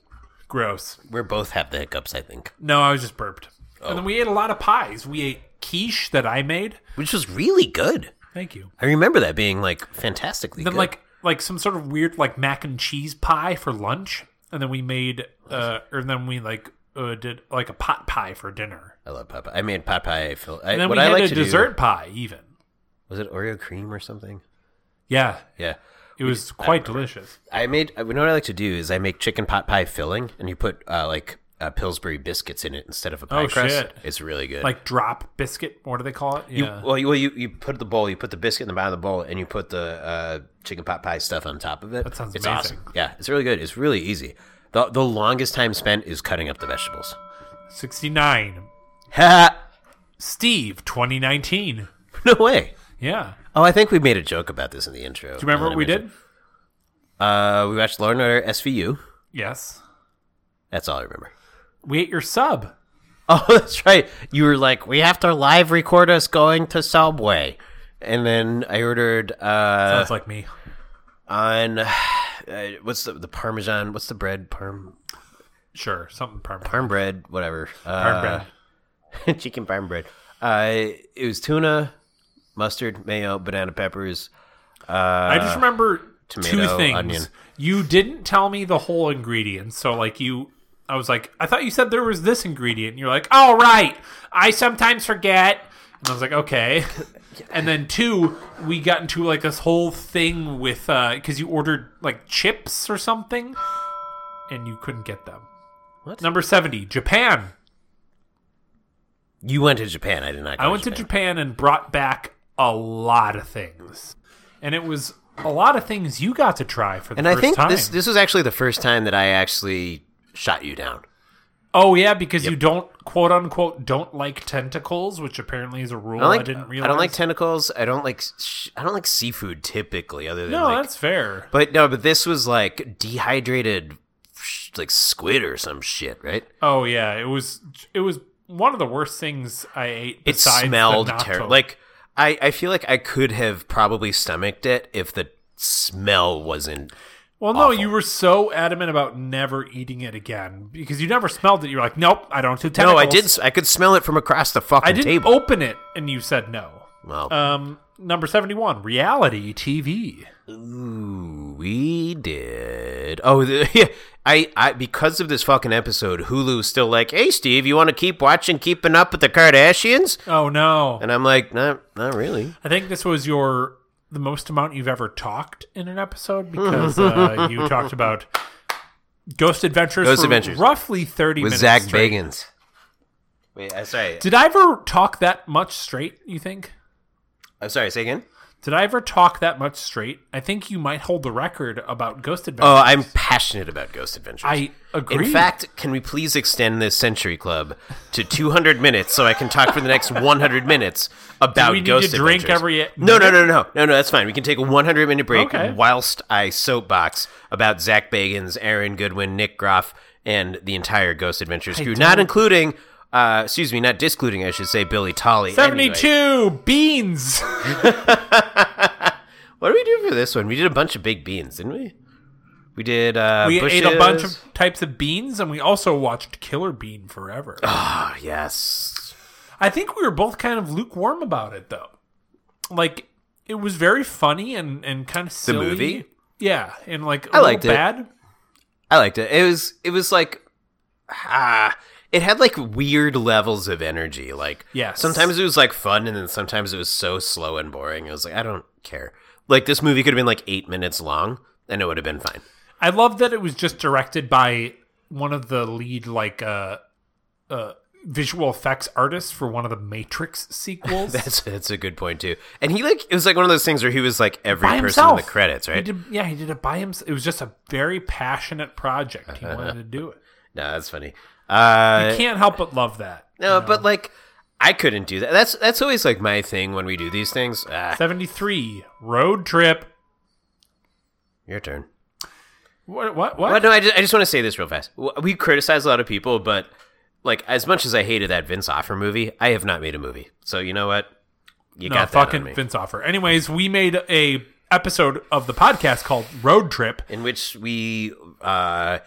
Speaker 2: Gross.
Speaker 1: We both have the hiccups, I think,
Speaker 2: No, I was just burped. And then we ate a lot of pies. We ate quiche that I made.
Speaker 1: which was really good.
Speaker 2: Thank you.
Speaker 1: I remember that being like fantastically
Speaker 2: Then
Speaker 1: good.
Speaker 2: like like some sort of weird like mac and cheese pie for lunch, and then we made uh, or then we like uh, did like a pot pie for dinner.
Speaker 1: I love pot pie. I made pot pie. I feel, I,
Speaker 2: And then
Speaker 1: what
Speaker 2: we
Speaker 1: I
Speaker 2: had
Speaker 1: like
Speaker 2: a
Speaker 1: to
Speaker 2: dessert
Speaker 1: do
Speaker 2: pie even.
Speaker 1: was it Oreo cream or something.
Speaker 2: Yeah,
Speaker 1: Yeah,
Speaker 2: it was quite delicious.
Speaker 1: I made. You know what I like to do is I make chicken pot pie filling, and you put uh, like uh, Pillsbury biscuits in it instead of a pie
Speaker 2: Oh,
Speaker 1: crust.
Speaker 2: shit.
Speaker 1: It's really good.
Speaker 2: Like uh, drop biscuit, what do they call it?
Speaker 1: You,
Speaker 2: Yeah.
Speaker 1: well, you, well you, you put the bowl, you put the biscuit in the bottom of the bowl, and you put the uh, chicken pot pie stuff on top of it. That
Speaker 2: sounds
Speaker 1: it's
Speaker 2: amazing.
Speaker 1: awesome. Yeah, it's really good. It's really easy. The, the longest time spent is cutting up the vegetables. [laughs]
Speaker 2: 69.
Speaker 1: Ha!
Speaker 2: Steve 2019.
Speaker 1: No way.
Speaker 2: Yeah.
Speaker 1: Oh, I think we made a joke about this in the intro.
Speaker 2: Do you remember what we did?
Speaker 1: Uh, we watched Law and Order SVU.
Speaker 2: Yes.
Speaker 1: That's all I remember.
Speaker 2: We ate your sub.
Speaker 1: [laughs] Oh, that's right. You were like, we have to live record us going to Subway. And then I ordered uh,
Speaker 2: Sounds like me.
Speaker 1: on [sighs] uh, what's the, the Parmesan? What's the bread? Parm
Speaker 2: Sure, something permanent.
Speaker 1: parm bread, whatever.
Speaker 2: Parm
Speaker 1: Uh, [laughs]
Speaker 2: bread.
Speaker 1: chicken parm bread. Uh, it was tuna, mustard, mayo, banana peppers.
Speaker 2: I just remember two
Speaker 1: Uh, tomato,
Speaker 2: things.
Speaker 1: onion.
Speaker 2: You didn't tell me the whole ingredient, so like you, I was like, I thought you said there was this ingredient. And you're like, all right, I sometimes forget, and I was
Speaker 1: [laughs]
Speaker 2: like, okay. and then two, we got into like this whole thing with because you ordered like chips or something, and you couldn't get them.
Speaker 1: What?
Speaker 2: number seventy? Japan.
Speaker 1: You went to Oh, Japan. I did not. Go
Speaker 2: I went to Japan and brought back a lot of things, and it was a lot of things you got to try for the
Speaker 1: and I
Speaker 2: first
Speaker 1: think
Speaker 2: time.
Speaker 1: this this was actually the first time that I actually shot you down.
Speaker 2: oh yeah, because you don't quote unquote don't like tentacles, which apparently is a
Speaker 1: I,
Speaker 2: rule I,
Speaker 1: don't like,
Speaker 2: didn't realize.
Speaker 1: I don't like tentacles. I don't like. Sh- I don't like seafood typically, other than
Speaker 2: no,
Speaker 1: like.
Speaker 2: that's fair.
Speaker 1: But no, but this was like dehydrated, sh- like squid or some shit, right?
Speaker 2: Oh yeah, it was it was one of the worst things I ate.
Speaker 1: It
Speaker 2: besides the
Speaker 1: smelled
Speaker 2: natto.
Speaker 1: terrible. Like I, I feel like I could have probably stomached it if the smell wasn't
Speaker 2: well, no, you were so adamant about never eating it again because you never smelled it. You're like, nope, I don't do tentacles.
Speaker 1: No, I did. s- I could smell it from across the fucking
Speaker 2: I didn't uh,
Speaker 1: table.
Speaker 2: open it, and you said no.
Speaker 1: well,
Speaker 2: Um, number seventy-one, reality TV.
Speaker 1: Ooh, we did. Oh, the, [laughs] yeah. I, I because of this fucking episode, Hulu's still like, "Hey, Steve, you want to keep watching Keeping Up with the Kardashians?"
Speaker 2: Oh no!
Speaker 1: And I'm like, "Not, not really."
Speaker 2: I think this was your the most amount you've ever talked in an episode
Speaker 1: [laughs]
Speaker 2: because uh, you talked about Ghost Adventures.
Speaker 1: Ghost
Speaker 2: for
Speaker 1: Adventures.
Speaker 2: roughly thirty
Speaker 1: With
Speaker 2: minutes.
Speaker 1: Zach
Speaker 2: straight.
Speaker 1: Bagans. Wait, I'm sorry.
Speaker 2: Did I ever talk that much straight? You think? Oh,
Speaker 1: I'm sorry. Say again.
Speaker 2: Did I ever talk that much straight? I think you might hold the record about Ghost Adventures.
Speaker 1: Oh, I'm passionate about Ghost Adventures.
Speaker 2: I agree.
Speaker 1: Oh, In fact, can we please extend this Century Club to 200 minutes so I can talk for the next 100 minutes about
Speaker 2: Do we need
Speaker 1: Ghost
Speaker 2: to drink
Speaker 1: Adventures?
Speaker 2: every
Speaker 1: No, no,
Speaker 2: minute?
Speaker 1: no, no, no, no. That's fine. We can take a 100 minute break
Speaker 2: Okay.
Speaker 1: whilst I soapbox about Zach Bagans, Aaron Goodwin, Nick Groff, and the entire Ghost Adventures crew, not including. Uh, excuse me, not discluding, I should say, Billy Tolly. Anyway,
Speaker 2: 72 beans.
Speaker 1: what did we do for this one? We did a bunch of big beans, didn't we? We did. Uh,
Speaker 2: We
Speaker 1: bushes.
Speaker 2: ate a bunch of types of beans and we also watched Killer Bean Forever.
Speaker 1: Ah, yes.
Speaker 2: I think we were both kind of lukewarm about it though. Like it was very funny and and kind of silly.
Speaker 1: movie?
Speaker 2: Yeah, and like a
Speaker 1: I
Speaker 2: little
Speaker 1: liked it.
Speaker 2: bad.
Speaker 1: I liked it. It was it was like ah it had like weird levels of energy. Like
Speaker 2: Yes.
Speaker 1: sometimes it was like fun and then sometimes it was so slow and boring. I was like, I don't care. Like this movie could have been like eight minutes long and it would have been fine. [laughs]
Speaker 2: I love that it was just directed by one of the lead like uh uh visual effects artists for one of the Matrix
Speaker 1: [laughs]
Speaker 2: sequels.
Speaker 1: That's that's a good point too. And he like it was like one of those things where he was like every
Speaker 2: by
Speaker 1: person
Speaker 2: himself.
Speaker 1: in the credits,
Speaker 2: He
Speaker 1: right?
Speaker 2: did, yeah, he did it by himself. It was just a very passionate project. He wanted to do it.
Speaker 1: No, that's funny. Uh-huh. Uh
Speaker 2: I can't help but love that.
Speaker 1: no, but like I couldn't do that. That's that's always like my thing when we do these things. Ah,
Speaker 2: 73 road trip
Speaker 1: your turn.
Speaker 2: what what what,
Speaker 1: Well, no, I just, I just want to say this real fast. W- We criticize a lot of people, but like as much as I hated that Vince Offer movie, I have not made a movie. So you know what? You
Speaker 2: no
Speaker 1: got that on me.
Speaker 2: fucking vince offer anyways we made a episode of the podcast called road trip
Speaker 1: in which we uh,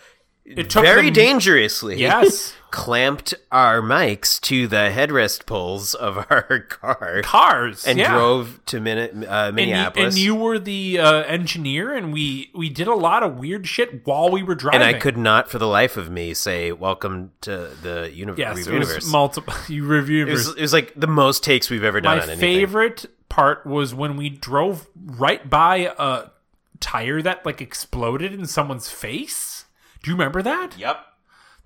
Speaker 2: it took
Speaker 1: very
Speaker 2: them-
Speaker 1: dangerously
Speaker 2: yes
Speaker 1: [laughs] clamped our mics to the headrest poles of [laughs] our car
Speaker 2: cars
Speaker 1: and
Speaker 2: yeah.
Speaker 1: drove to Min- uh,
Speaker 2: and you,
Speaker 1: Minneapolis.
Speaker 2: and you were the uh, engineer and we we did a lot of weird shit while we were driving
Speaker 1: And I could not, for the life of me, say "Welcome to the uni-
Speaker 2: yes it
Speaker 1: universe."
Speaker 2: was multiple [laughs] you reviewed
Speaker 1: it, was, it was like the most takes we've ever done
Speaker 2: my
Speaker 1: on anything.
Speaker 2: favorite part was when we drove right by a tire that like exploded in someone's face do you remember that
Speaker 1: Yep.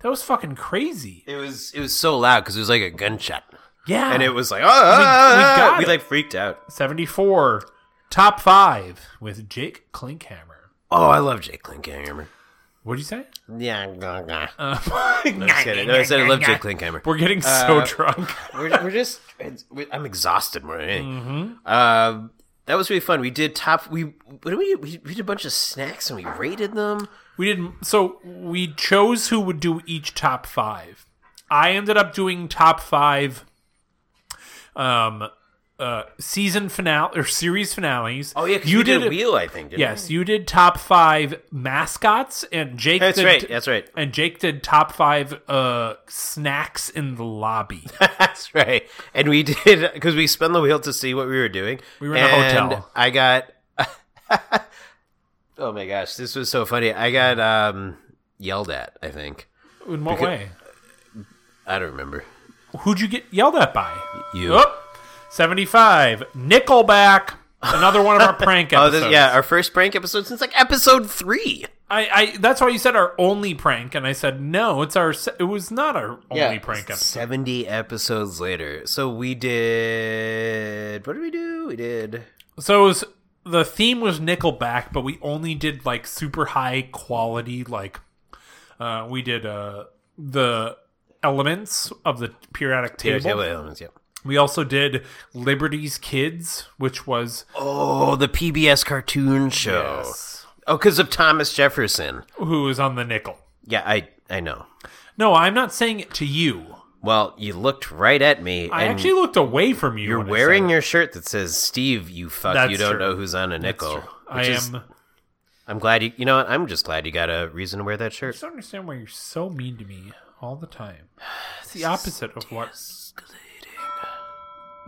Speaker 2: that was fucking crazy
Speaker 1: It was it was so loud because it was like a gunshot,
Speaker 2: yeah
Speaker 1: and it was like oh, ah,
Speaker 2: got
Speaker 1: ah," we
Speaker 2: it.
Speaker 1: like freaked out.
Speaker 2: 74 top five with jake klinkhammer
Speaker 1: Oh, I love Jake Klinkhammer.
Speaker 2: what'd you say
Speaker 1: Yeah, nah, nah. [laughs]
Speaker 2: Um,
Speaker 1: Just kidding. Uh, No, Uh, I said I love Jake Klinkhammer.
Speaker 2: we're getting so drunk
Speaker 1: We're, we're just it's- we- I'm exhausted more than anything. Um, that was really fun. We did top we what did we, we we did a bunch of snacks and we rated them.
Speaker 2: we didn't so we chose who would do each top five i ended up doing top five um uh season finale or series finales
Speaker 1: Oh yeah, 'cause we a wheel. I think didn't
Speaker 2: yes you did top five mascots and jake
Speaker 1: we? that's
Speaker 2: did,
Speaker 1: right. That's right.
Speaker 2: and jake did top five uh snacks in the
Speaker 1: [laughs]
Speaker 2: lobby
Speaker 1: That's right. And we did because we spun the wheel to see what we were doing. We
Speaker 2: were in a hotel.
Speaker 1: I got. [laughs] oh my gosh, this was so funny. I got um, yelled at. I think
Speaker 2: in what way
Speaker 1: I don't remember
Speaker 2: Who'd you get yelled at by?
Speaker 1: you.
Speaker 2: Oh, 75. Nickelback. Another one of our prank
Speaker 1: [laughs] Oh,
Speaker 2: episodes.
Speaker 1: this, yeah, our first prank episode since like episode three.
Speaker 2: I, I. That's why you said our only prank, and I said no. It's our. se- It was not our only prank episode.
Speaker 1: Seventy episodes later, so we did. What did we do? We did.
Speaker 2: So it was, the theme was Nickelback, but we only did like super high quality. Like, uh, we did uh the elements of the periodic table.
Speaker 1: Table Elements, yep.
Speaker 2: We also did Liberty's Kids, which was
Speaker 1: Oh, the PBS cartoon show. Oh, because of Thomas Jefferson.
Speaker 2: who was on the nickel.
Speaker 1: Yeah, I I know.
Speaker 2: No, I'm not saying it to you.
Speaker 1: Well, you looked right at me.
Speaker 2: I
Speaker 1: and
Speaker 2: actually looked away from you.
Speaker 1: You're
Speaker 2: when I
Speaker 1: wearing
Speaker 2: said
Speaker 1: your shirt that says "Steve, you fuck.
Speaker 2: That's
Speaker 1: you don't
Speaker 2: true.
Speaker 1: know who's on a
Speaker 2: it. That's
Speaker 1: nickel."
Speaker 2: true. I
Speaker 1: which
Speaker 2: am.
Speaker 1: is- I'm glad you. You know what? I'm just glad you got a reason to wear that
Speaker 2: I
Speaker 1: shirt.
Speaker 2: just don't understand why you're so mean to me all the time. It's [sighs] the opposite of what.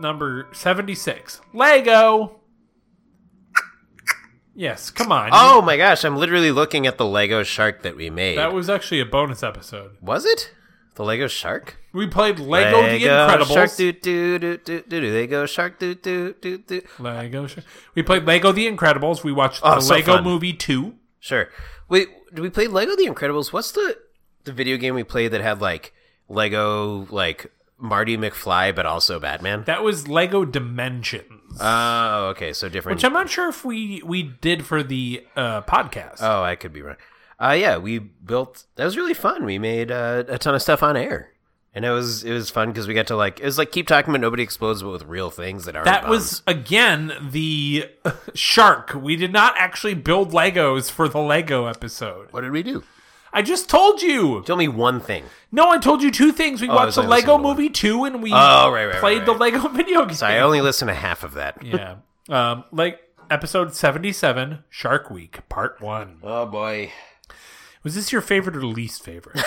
Speaker 2: Number seventy-six, Lego. Yes, come on.
Speaker 1: Oh my gosh, I'm literally looking at the Lego shark that we made.
Speaker 2: that was actually a bonus episode.
Speaker 1: was it? The Lego shark?
Speaker 2: We played Lego, the Incredibles.
Speaker 1: Shark doo doo doo doo doo doo. Lego shark doo doo doo doo.
Speaker 2: Lego. Shark. We played Lego the Incredibles. We watched
Speaker 1: Oh,
Speaker 2: the
Speaker 1: so
Speaker 2: Lego
Speaker 1: fun.
Speaker 2: Movie Two.
Speaker 1: Sure. Wait, did we play Lego The Incredibles? What's the the video game we played that had like Lego like Marty McFly but also Batman?
Speaker 2: That was Lego Dimensions,
Speaker 1: Oh, okay, so different.
Speaker 2: which I'm not sure if we we did for the uh, podcast.
Speaker 1: oh, I could be wrong. Uh yeah, we built that was really fun. We made uh, a ton of stuff on air. And it was it was fun cuz we got to like it was like keep talking but nobody explodes but with real things that aren't
Speaker 2: that
Speaker 1: bombs.
Speaker 2: was again the shark. We did not actually build Legos for the Lego episode.
Speaker 1: What did we do?
Speaker 2: I just told you.
Speaker 1: Tell me one thing.
Speaker 2: No, I told you two things. We
Speaker 1: Oh, was
Speaker 2: watched the
Speaker 1: only
Speaker 2: Lego
Speaker 1: listening to
Speaker 2: Movie Two, and we
Speaker 1: Oh, right, right, right,
Speaker 2: played the
Speaker 1: right.
Speaker 2: Lego [laughs] video game.
Speaker 1: So I only listened to half of that.
Speaker 2: yeah, um, like episode seventy-seven, Shark Week, Part One.
Speaker 1: Oh boy.
Speaker 2: Was this your favorite or
Speaker 1: [laughs]
Speaker 2: least favorite?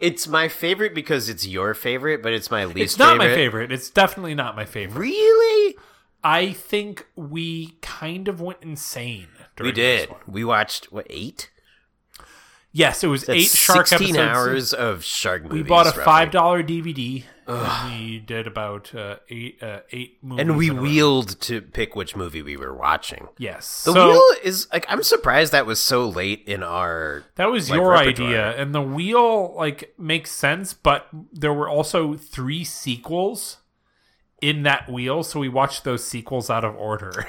Speaker 1: It's my favorite because it's your favorite, but it's my least
Speaker 2: It's not my favorite. It's definitely not my favorite.
Speaker 1: Really?
Speaker 2: I think we kind of went insane.
Speaker 1: We
Speaker 2: During
Speaker 1: did.
Speaker 2: This one.
Speaker 1: We watched what eight?
Speaker 2: Yes, it was
Speaker 1: That's
Speaker 2: eight shark
Speaker 1: Sixteen
Speaker 2: episodes.
Speaker 1: hours of shark movies.
Speaker 2: We bought a
Speaker 1: roughly.
Speaker 2: five dollar DVD. And we did about uh, eight uh, eight movies.
Speaker 1: and we
Speaker 2: in a row.
Speaker 1: wheeled to pick which movie we were watching.
Speaker 2: Yes.
Speaker 1: The
Speaker 2: so
Speaker 1: wheel is like I'm surprised that was so late in our.
Speaker 2: that was
Speaker 1: like,
Speaker 2: your
Speaker 1: repertoire.
Speaker 2: idea, and the wheel like makes sense, but there were also three sequels in that wheel, so we watched those sequels out of
Speaker 1: [laughs]
Speaker 2: order,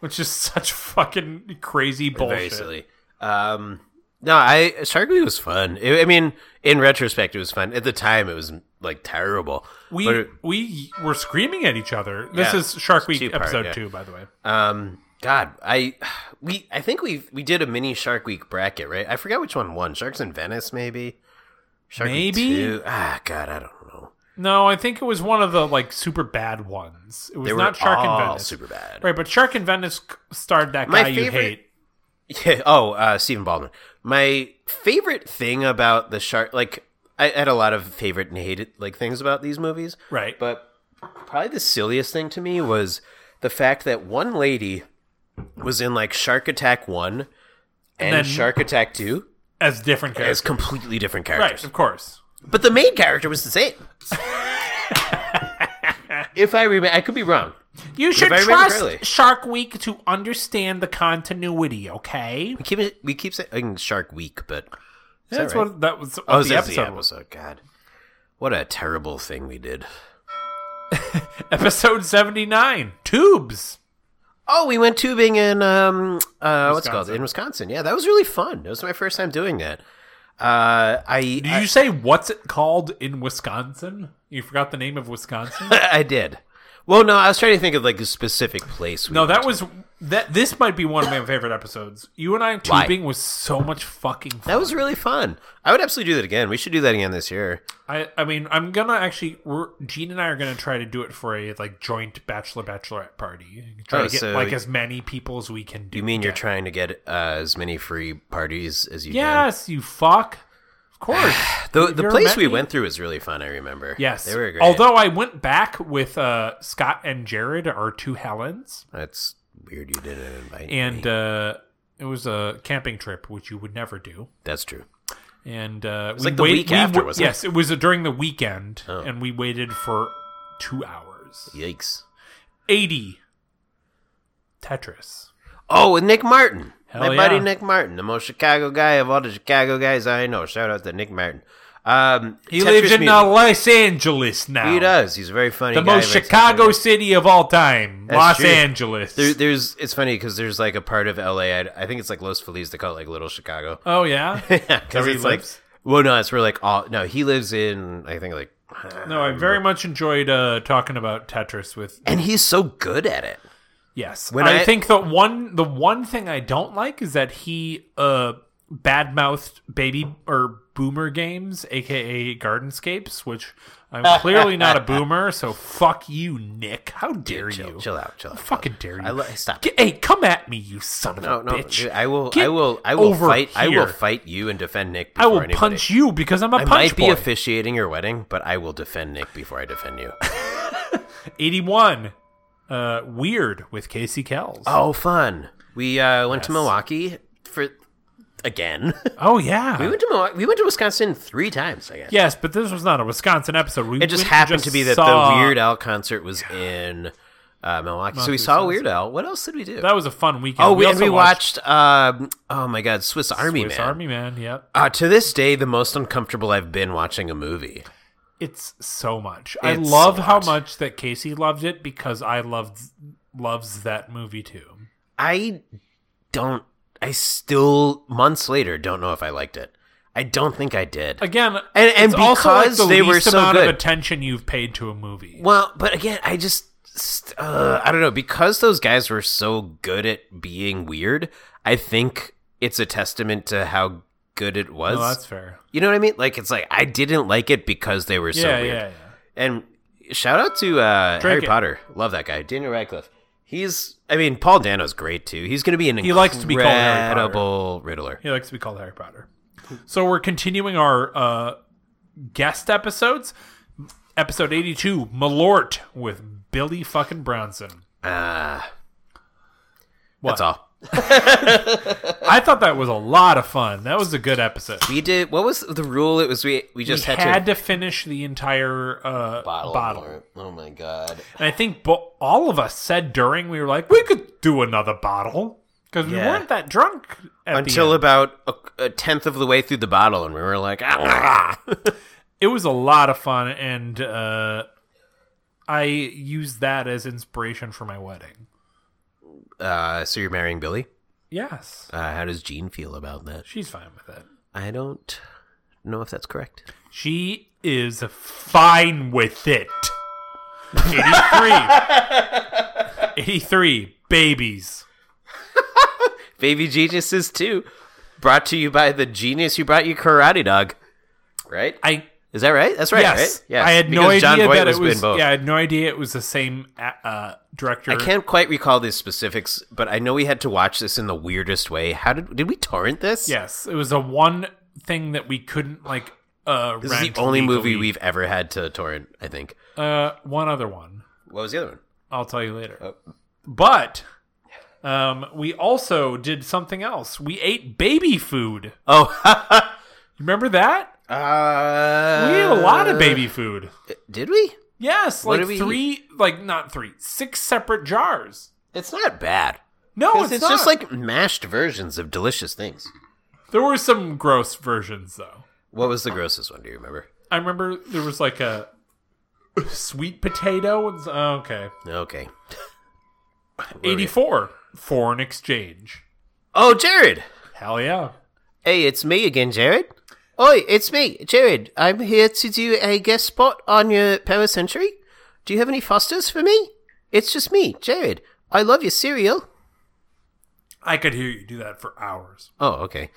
Speaker 2: which is such fucking crazy
Speaker 1: Very
Speaker 2: bullshit.
Speaker 1: silly. Um, no, I Shark Movie was fun. I I mean, in retrospect, it was fun. At the time, it was like terrible.
Speaker 2: We
Speaker 1: But it-
Speaker 2: we were screaming at each other. This
Speaker 1: Yeah.
Speaker 2: is Shark Week
Speaker 1: two-part,
Speaker 2: episode
Speaker 1: yeah.
Speaker 2: two, by the way.
Speaker 1: Um, God, I we I think we we did a mini Shark Week bracket, right? I forgot which one won. Sharks in Venice, maybe. Shark Week
Speaker 2: Maybe?
Speaker 1: two? Ah, God, I don't know.
Speaker 2: No, I think it was one of the like super bad ones. It was
Speaker 1: They were
Speaker 2: not Shark
Speaker 1: all
Speaker 2: and Venice.
Speaker 1: super bad.
Speaker 2: Right, but Shark and Venice c- starred that
Speaker 1: My
Speaker 2: guy you
Speaker 1: favorite-
Speaker 2: hate.
Speaker 1: [laughs] Yeah, oh, uh, Stephen Baldwin. My favorite thing about the shark, like I had a lot of favorite and hated like things about these movies,
Speaker 2: Right.
Speaker 1: But probably the silliest thing to me was the fact that one lady was in like Shark Attack one and,
Speaker 2: then-
Speaker 1: Shark Attack two
Speaker 2: as different
Speaker 1: as
Speaker 2: characters.
Speaker 1: completely different characters.
Speaker 2: Right, of course.
Speaker 1: But the main character was the
Speaker 2: [laughs]
Speaker 1: same. if I remember, I could be wrong.
Speaker 2: You should
Speaker 1: I remember
Speaker 2: trust
Speaker 1: correctly.
Speaker 2: Shark Week to understand the continuity, okay?
Speaker 1: We keep it, we keep saying Shark Week, but is
Speaker 2: That's
Speaker 1: that right?
Speaker 2: what that was what
Speaker 1: oh,
Speaker 2: the
Speaker 1: that's
Speaker 2: episode
Speaker 1: the
Speaker 2: was.
Speaker 1: episode. God, what a terrible thing we did.
Speaker 2: Episode 79, Tubes.
Speaker 1: Oh, we went tubing in um uh what's it called
Speaker 2: Wisconsin.
Speaker 1: in Wisconsin. Yeah, that was really fun. That was my first time doing that. Uh, I [laughs]
Speaker 2: Did
Speaker 1: I-
Speaker 2: you say what's it called in Wisconsin? You forgot the name
Speaker 1: [laughs]
Speaker 2: of Wisconsin?
Speaker 1: I did. Well, no, I was trying to think of like a specific place. We
Speaker 2: No,
Speaker 1: went
Speaker 2: that
Speaker 1: to.
Speaker 2: was that. This might be one of my favorite episodes. You and I
Speaker 1: Why?
Speaker 2: tubing was so much fucking. Fun.
Speaker 1: that was really fun. I would absolutely do that again. We should do that again this year.
Speaker 2: I. I mean, I'm gonna actually. We're, Gene and I are gonna try to do it for a like joint bachelor bachelorette party. Try
Speaker 1: Oh,
Speaker 2: to get
Speaker 1: so
Speaker 2: like
Speaker 1: y-
Speaker 2: as many people as we can do.
Speaker 1: You mean you're trying to get uh, as many free parties as you can?
Speaker 2: Yes, you fuck. Of
Speaker 1: [sighs]
Speaker 2: course.
Speaker 1: The, the
Speaker 2: You're
Speaker 1: place
Speaker 2: met
Speaker 1: we
Speaker 2: me.
Speaker 1: went through was really fun. I remember.
Speaker 2: Yes.
Speaker 1: they were great.
Speaker 2: Although I went back with uh, Scott and Jared, our two Helens,
Speaker 1: that's weird. You didn't invite
Speaker 2: and
Speaker 1: me.
Speaker 2: uh, it was a camping trip, which you would never do.
Speaker 1: that's true.
Speaker 2: and uh, we
Speaker 1: like the
Speaker 2: wait-
Speaker 1: week
Speaker 2: we
Speaker 1: after,
Speaker 2: wa-
Speaker 1: wasn't it? Oh.
Speaker 2: yes, it? was uh, during the weekend, and we waited for two hours.
Speaker 1: Yikes!
Speaker 2: Eighty Tetris.
Speaker 1: Oh, and Nick Martin,
Speaker 2: Hell
Speaker 1: my buddy
Speaker 2: yeah.
Speaker 1: Nick Martin, the most Chicago guy of all the Chicago guys I know. Shout out to Nick Martin. Um,
Speaker 2: He
Speaker 1: Tetris
Speaker 2: lives in uh,
Speaker 1: Mutant.
Speaker 2: Los Angeles now.
Speaker 1: He does. He's a very funny.
Speaker 2: The
Speaker 1: guy,
Speaker 2: most
Speaker 1: very
Speaker 2: Chicago
Speaker 1: sensitive.
Speaker 2: city of all time,
Speaker 1: That's
Speaker 2: Los
Speaker 1: true.
Speaker 2: Angeles.
Speaker 1: There, there's. It's funny because there's like a part of LA. I, I think it's like Los Feliz. They call it like Little Chicago.
Speaker 2: oh
Speaker 1: [laughs]
Speaker 2: yeah.
Speaker 1: because
Speaker 2: where he
Speaker 1: it's like.
Speaker 2: lives?
Speaker 1: Well, no, it's where like all. No, he lives in. I think like.
Speaker 2: No, I very much enjoyed uh, talking about Tetris with.
Speaker 1: And he's so good at it.
Speaker 2: Yes,
Speaker 1: When
Speaker 2: I,
Speaker 1: I-
Speaker 2: think the one the one thing I don't like is that he uh badmouthed baby or boomer games, aka Gardenscapes, which
Speaker 1: [laughs]
Speaker 2: I'm clearly not a boomer, so fuck you, Nick. How dare
Speaker 1: chill,
Speaker 2: you?
Speaker 1: chill out, chill out. chill
Speaker 2: Fucking dare you?
Speaker 1: I lo- stop.
Speaker 2: Get- hey, come at me, you son of
Speaker 1: No,
Speaker 2: a
Speaker 1: no,
Speaker 2: bitch!
Speaker 1: dude, I will,
Speaker 2: Get
Speaker 1: I will, I will
Speaker 2: over
Speaker 1: fight. I will
Speaker 2: here.
Speaker 1: fight you and defend Nick.
Speaker 2: I
Speaker 1: Before
Speaker 2: will
Speaker 1: anybody.
Speaker 2: punch you because I'm
Speaker 1: I
Speaker 2: a punch
Speaker 1: might be
Speaker 2: boy.
Speaker 1: officiating your wedding, but I will defend Nick before I defend you.
Speaker 2: 81. uh, Weird with Casey Kells.
Speaker 1: [laughs] Oh, fun. We uh, went to Milwaukee for again. [laughs]
Speaker 2: Oh, yeah.
Speaker 1: we went to Milwaukee. We went to Wisconsin three times. I guess.
Speaker 2: yes, but this was not a Wisconsin episode. We
Speaker 1: It just
Speaker 2: went and
Speaker 1: happened
Speaker 2: just
Speaker 1: to be that
Speaker 2: saw-
Speaker 1: the Weird uh, Al concert was in uh, Milwaukee, so we saw Weird Al. What else did we do?
Speaker 2: That was a fun weekend.
Speaker 1: oh, we, and
Speaker 2: also
Speaker 1: we watched. um, oh my God, Swiss Army
Speaker 2: Swiss
Speaker 1: Man.
Speaker 2: Army Man. Yep.
Speaker 1: Uh, to this day, the most uncomfortable I've been watching a movie.
Speaker 2: It's so much. I
Speaker 1: It's
Speaker 2: love
Speaker 1: so
Speaker 2: how
Speaker 1: much.
Speaker 2: much that Casey loved it because I loved loves that movie too.
Speaker 1: I don't. I still months later don't know if I liked it. I don't think I did.
Speaker 2: Again,
Speaker 1: And- and
Speaker 2: it's also like
Speaker 1: because
Speaker 2: the
Speaker 1: they were
Speaker 2: least
Speaker 1: so
Speaker 2: amount
Speaker 1: good.
Speaker 2: of attention you've paid to a movie.
Speaker 1: Well, but again, I just st- uh, I don't know because those guys were so good at being weird. I think it's a testament to how good it was.
Speaker 2: No, Oh, that's fair.
Speaker 1: you know what I mean? Like it's like I didn't like it because they were so
Speaker 2: yeah,
Speaker 1: weird.
Speaker 2: yeah, yeah.
Speaker 1: And shout out to uh, Harry
Speaker 2: it.
Speaker 1: Potter. Love that guy, Daniel Radcliffe. He's I mean Paul Dano's great too. He's going to be an
Speaker 2: He likes to be called Harry Potter.
Speaker 1: incredible Riddler.
Speaker 2: He likes to be called Harry Potter. So we're continuing our uh, guest episodes. Episode 82, Malort with Billy fucking Brownson.
Speaker 1: Ah,
Speaker 2: What?
Speaker 1: that's all.
Speaker 2: I thought that was a lot of fun. That was a good episode.
Speaker 1: We did. What was the rule? It was we we just
Speaker 2: had,
Speaker 1: had, to
Speaker 2: to finish the entire uh, bottle.
Speaker 1: Oh my god.
Speaker 2: And I think bo- all of us said during, we were like, we could do another bottle because we
Speaker 1: Yeah.
Speaker 2: weren't that drunk at
Speaker 1: until
Speaker 2: the end.
Speaker 1: about a, a tenth of the way through the bottle, and we were like, [laughs] "Ah."
Speaker 2: It was a lot of fun, and uh, I used that as inspiration for my wedding.
Speaker 1: uh, "So you're marrying Billy?
Speaker 2: Yes,
Speaker 1: Uh, how does Jean feel about that?"
Speaker 2: she's fine with it.
Speaker 1: I don't know if that's correct.
Speaker 2: She is fine with it. 83. [laughs] 83 babies.
Speaker 1: Baby Geniuses too, brought to you by the genius who brought you Karate Dog. Right?
Speaker 2: I
Speaker 1: Is that right? That's right.
Speaker 2: yes,
Speaker 1: Right? Yes.
Speaker 2: I had no
Speaker 1: because
Speaker 2: idea
Speaker 1: John Voight
Speaker 2: that
Speaker 1: was
Speaker 2: it was.
Speaker 1: in both.
Speaker 2: Yeah, I had no idea it was the same uh, uh, director.
Speaker 1: I can't quite recall the specifics, but I know we had to watch this in the weirdest way. How did did we torrent this?
Speaker 2: Yes, it was a one thing that we couldn't like. Uh,
Speaker 1: This is
Speaker 2: rent
Speaker 1: the only
Speaker 2: legally.
Speaker 1: movie we've ever had to torrent. I think.
Speaker 2: Uh, one other one.
Speaker 1: What was the other one?
Speaker 2: I'll tell you later. But um, we also did something else. We ate baby food.
Speaker 1: Oh,
Speaker 2: Remember that?
Speaker 1: Uh,
Speaker 2: we ate a lot of baby food.
Speaker 1: Did we?
Speaker 2: Yes,
Speaker 1: Uh, What
Speaker 2: like
Speaker 1: did we
Speaker 2: three, like not three, six separate jars.
Speaker 1: It's not bad.
Speaker 2: No, it's,
Speaker 1: It's,
Speaker 2: not.
Speaker 1: just like mashed versions of delicious things.
Speaker 2: there were some gross versions though.
Speaker 1: What was the grossest one? Do you remember?
Speaker 2: I remember there was like a sweet potato. And, oh, okay,
Speaker 1: Okay.
Speaker 2: eighty four foreign exchange.
Speaker 1: Oh, Jared.
Speaker 2: Hell yeah.
Speaker 1: Hey, it's me again, Jared. Oi, it's me, Jared. I'm here to do a guest spot on your Power Century. Do you have any Fosters for me? It's just me, Jared. I love your cereal.
Speaker 2: I could hear you do that for hours.
Speaker 1: Oh, okay.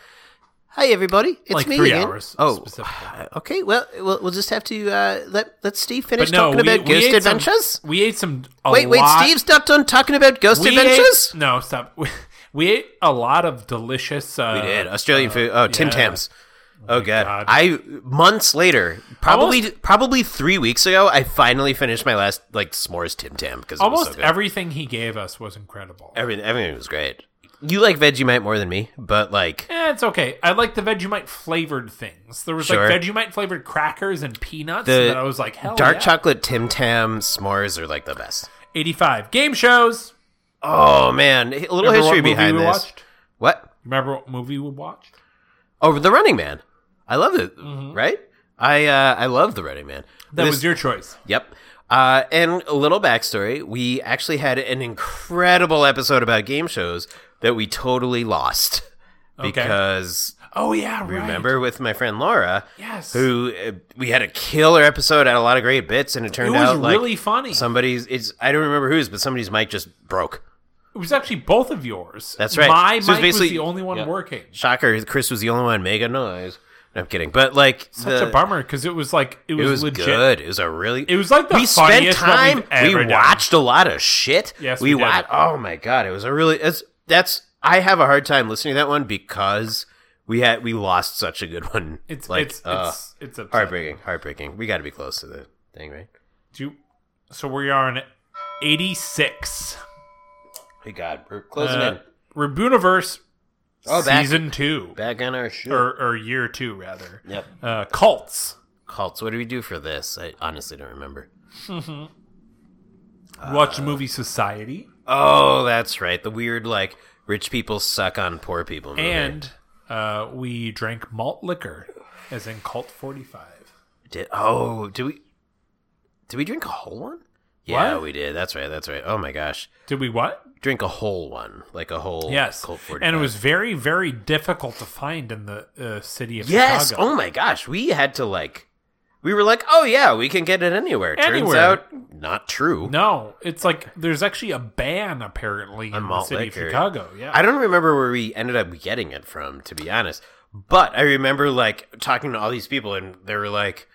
Speaker 1: Hey, everybody. It's
Speaker 2: Like
Speaker 1: me
Speaker 2: three
Speaker 1: again.
Speaker 2: hours,
Speaker 1: Oh,
Speaker 2: specifically.
Speaker 1: okay. Well, we'll we'll just have to uh, let let Steve finish
Speaker 2: But no,
Speaker 1: talking
Speaker 2: we,
Speaker 1: about
Speaker 2: we
Speaker 1: Ghost
Speaker 2: ate some-
Speaker 1: Adventures.
Speaker 2: we ate some. A
Speaker 1: Wait, wait,
Speaker 2: lot-
Speaker 1: Steve's not done talking about Ghost
Speaker 2: we
Speaker 1: Adventures?
Speaker 2: Ate, no, stop. [laughs] We, we ate a lot of delicious. Uh,
Speaker 1: We did. Australian food. Oh, Tim
Speaker 2: yeah.
Speaker 1: Tams. Oh, god.
Speaker 2: God.
Speaker 1: I months later, probably probably 3 weeks ago, I finally finished my last like s'mores Tim Tam because it was
Speaker 2: Almost
Speaker 1: so good.
Speaker 2: everything he gave us was incredible.
Speaker 1: everything everything was great. You like Vegemite more than me, but like
Speaker 2: Eh, it's okay. I like the Vegemite flavored things. There was
Speaker 1: Sure.
Speaker 2: like Vegemite flavored crackers and peanuts
Speaker 1: The
Speaker 2: that I was like, hell
Speaker 1: dark
Speaker 2: yeah.
Speaker 1: chocolate Tim Tam s'mores are like the best.
Speaker 2: 85. Game shows.
Speaker 1: Oh man, a little
Speaker 2: Remember
Speaker 1: history
Speaker 2: what movie
Speaker 1: behind
Speaker 2: we
Speaker 1: this.
Speaker 2: watched?
Speaker 1: What?
Speaker 2: Remember what movie we watched?
Speaker 1: Oh, The Running Man. I love it, right? I uh, I love The Running Man.
Speaker 2: Mm-hmm. That
Speaker 1: This-
Speaker 2: was your choice.
Speaker 1: Yep. Uh, and a little backstory: we actually had an incredible episode about game shows that we totally
Speaker 2: [laughs]
Speaker 1: lost because
Speaker 2: Oh yeah, right.
Speaker 1: remember with my friend Laura,
Speaker 2: Yes.
Speaker 1: who uh, we had a killer episode, had a lot of great bits, and it
Speaker 2: It
Speaker 1: turned
Speaker 2: was
Speaker 1: out like
Speaker 2: really funny.
Speaker 1: somebody's it's I don't remember whose, but somebody's mic just broke.
Speaker 2: It was actually both of yours.
Speaker 1: That's right.
Speaker 2: My
Speaker 1: So it was
Speaker 2: mic was
Speaker 1: basically-
Speaker 2: the only one
Speaker 1: yeah.
Speaker 2: working.
Speaker 1: Shocker! Chris was the only one making noise. No, I'm kidding, but like
Speaker 2: Such
Speaker 1: the,
Speaker 2: a bummer because it was like it
Speaker 1: It
Speaker 2: was,
Speaker 1: was
Speaker 2: legit.
Speaker 1: good. It was a really.
Speaker 2: It was like the
Speaker 1: we spent
Speaker 2: funniest one
Speaker 1: time.
Speaker 2: we've ever
Speaker 1: we
Speaker 2: done.
Speaker 1: watched a lot of shit.
Speaker 2: Yes,
Speaker 1: we,
Speaker 2: we did.
Speaker 1: watched. Oh my god, it was a really. It's, that's I have a hard time listening to that one because we had we lost such a good [laughs] one.
Speaker 2: It's
Speaker 1: like
Speaker 2: it's
Speaker 1: uh,
Speaker 2: it's it's upsetting.
Speaker 1: heartbreaking, heartbreaking. We got to be close to the thing, right?
Speaker 2: Do you- so we are on 86.
Speaker 1: Hey God, we're closing
Speaker 2: Uh, Rabuniverse
Speaker 1: Oh, back-
Speaker 2: season 2
Speaker 1: in. Back on our show.
Speaker 2: or, or year 2 rather.
Speaker 1: Yep.
Speaker 2: Uh, cults.
Speaker 1: Cults. What do we do for this? I honestly don't remember. Uh,
Speaker 2: Watch the movie Society
Speaker 1: Oh, that's right. The weird like rich people suck on poor people. Movie.
Speaker 2: and uh, we drank malt liquor as in Cult 45.
Speaker 1: Did oh do we did we drink a whole one? Yeah,
Speaker 2: What?
Speaker 1: we did. That's right. That's right. Oh my gosh,
Speaker 2: Did we what?
Speaker 1: drink a whole one, like a whole
Speaker 2: Yes.
Speaker 1: Colt 45.
Speaker 2: And it was very very difficult to find in the uh, city of
Speaker 1: yes.
Speaker 2: Chicago.
Speaker 1: Oh my gosh, we had to like we were like, oh yeah, we can get it anywhere. Turns
Speaker 2: Anywhere.
Speaker 1: out not true.
Speaker 2: No, it's like there's actually a ban apparently in the
Speaker 1: malt
Speaker 2: city
Speaker 1: liquor.
Speaker 2: of Chicago. Yeah.
Speaker 1: I don't remember where we ended up getting it from, to be honest. But I remember like talking to all these people, and they were like,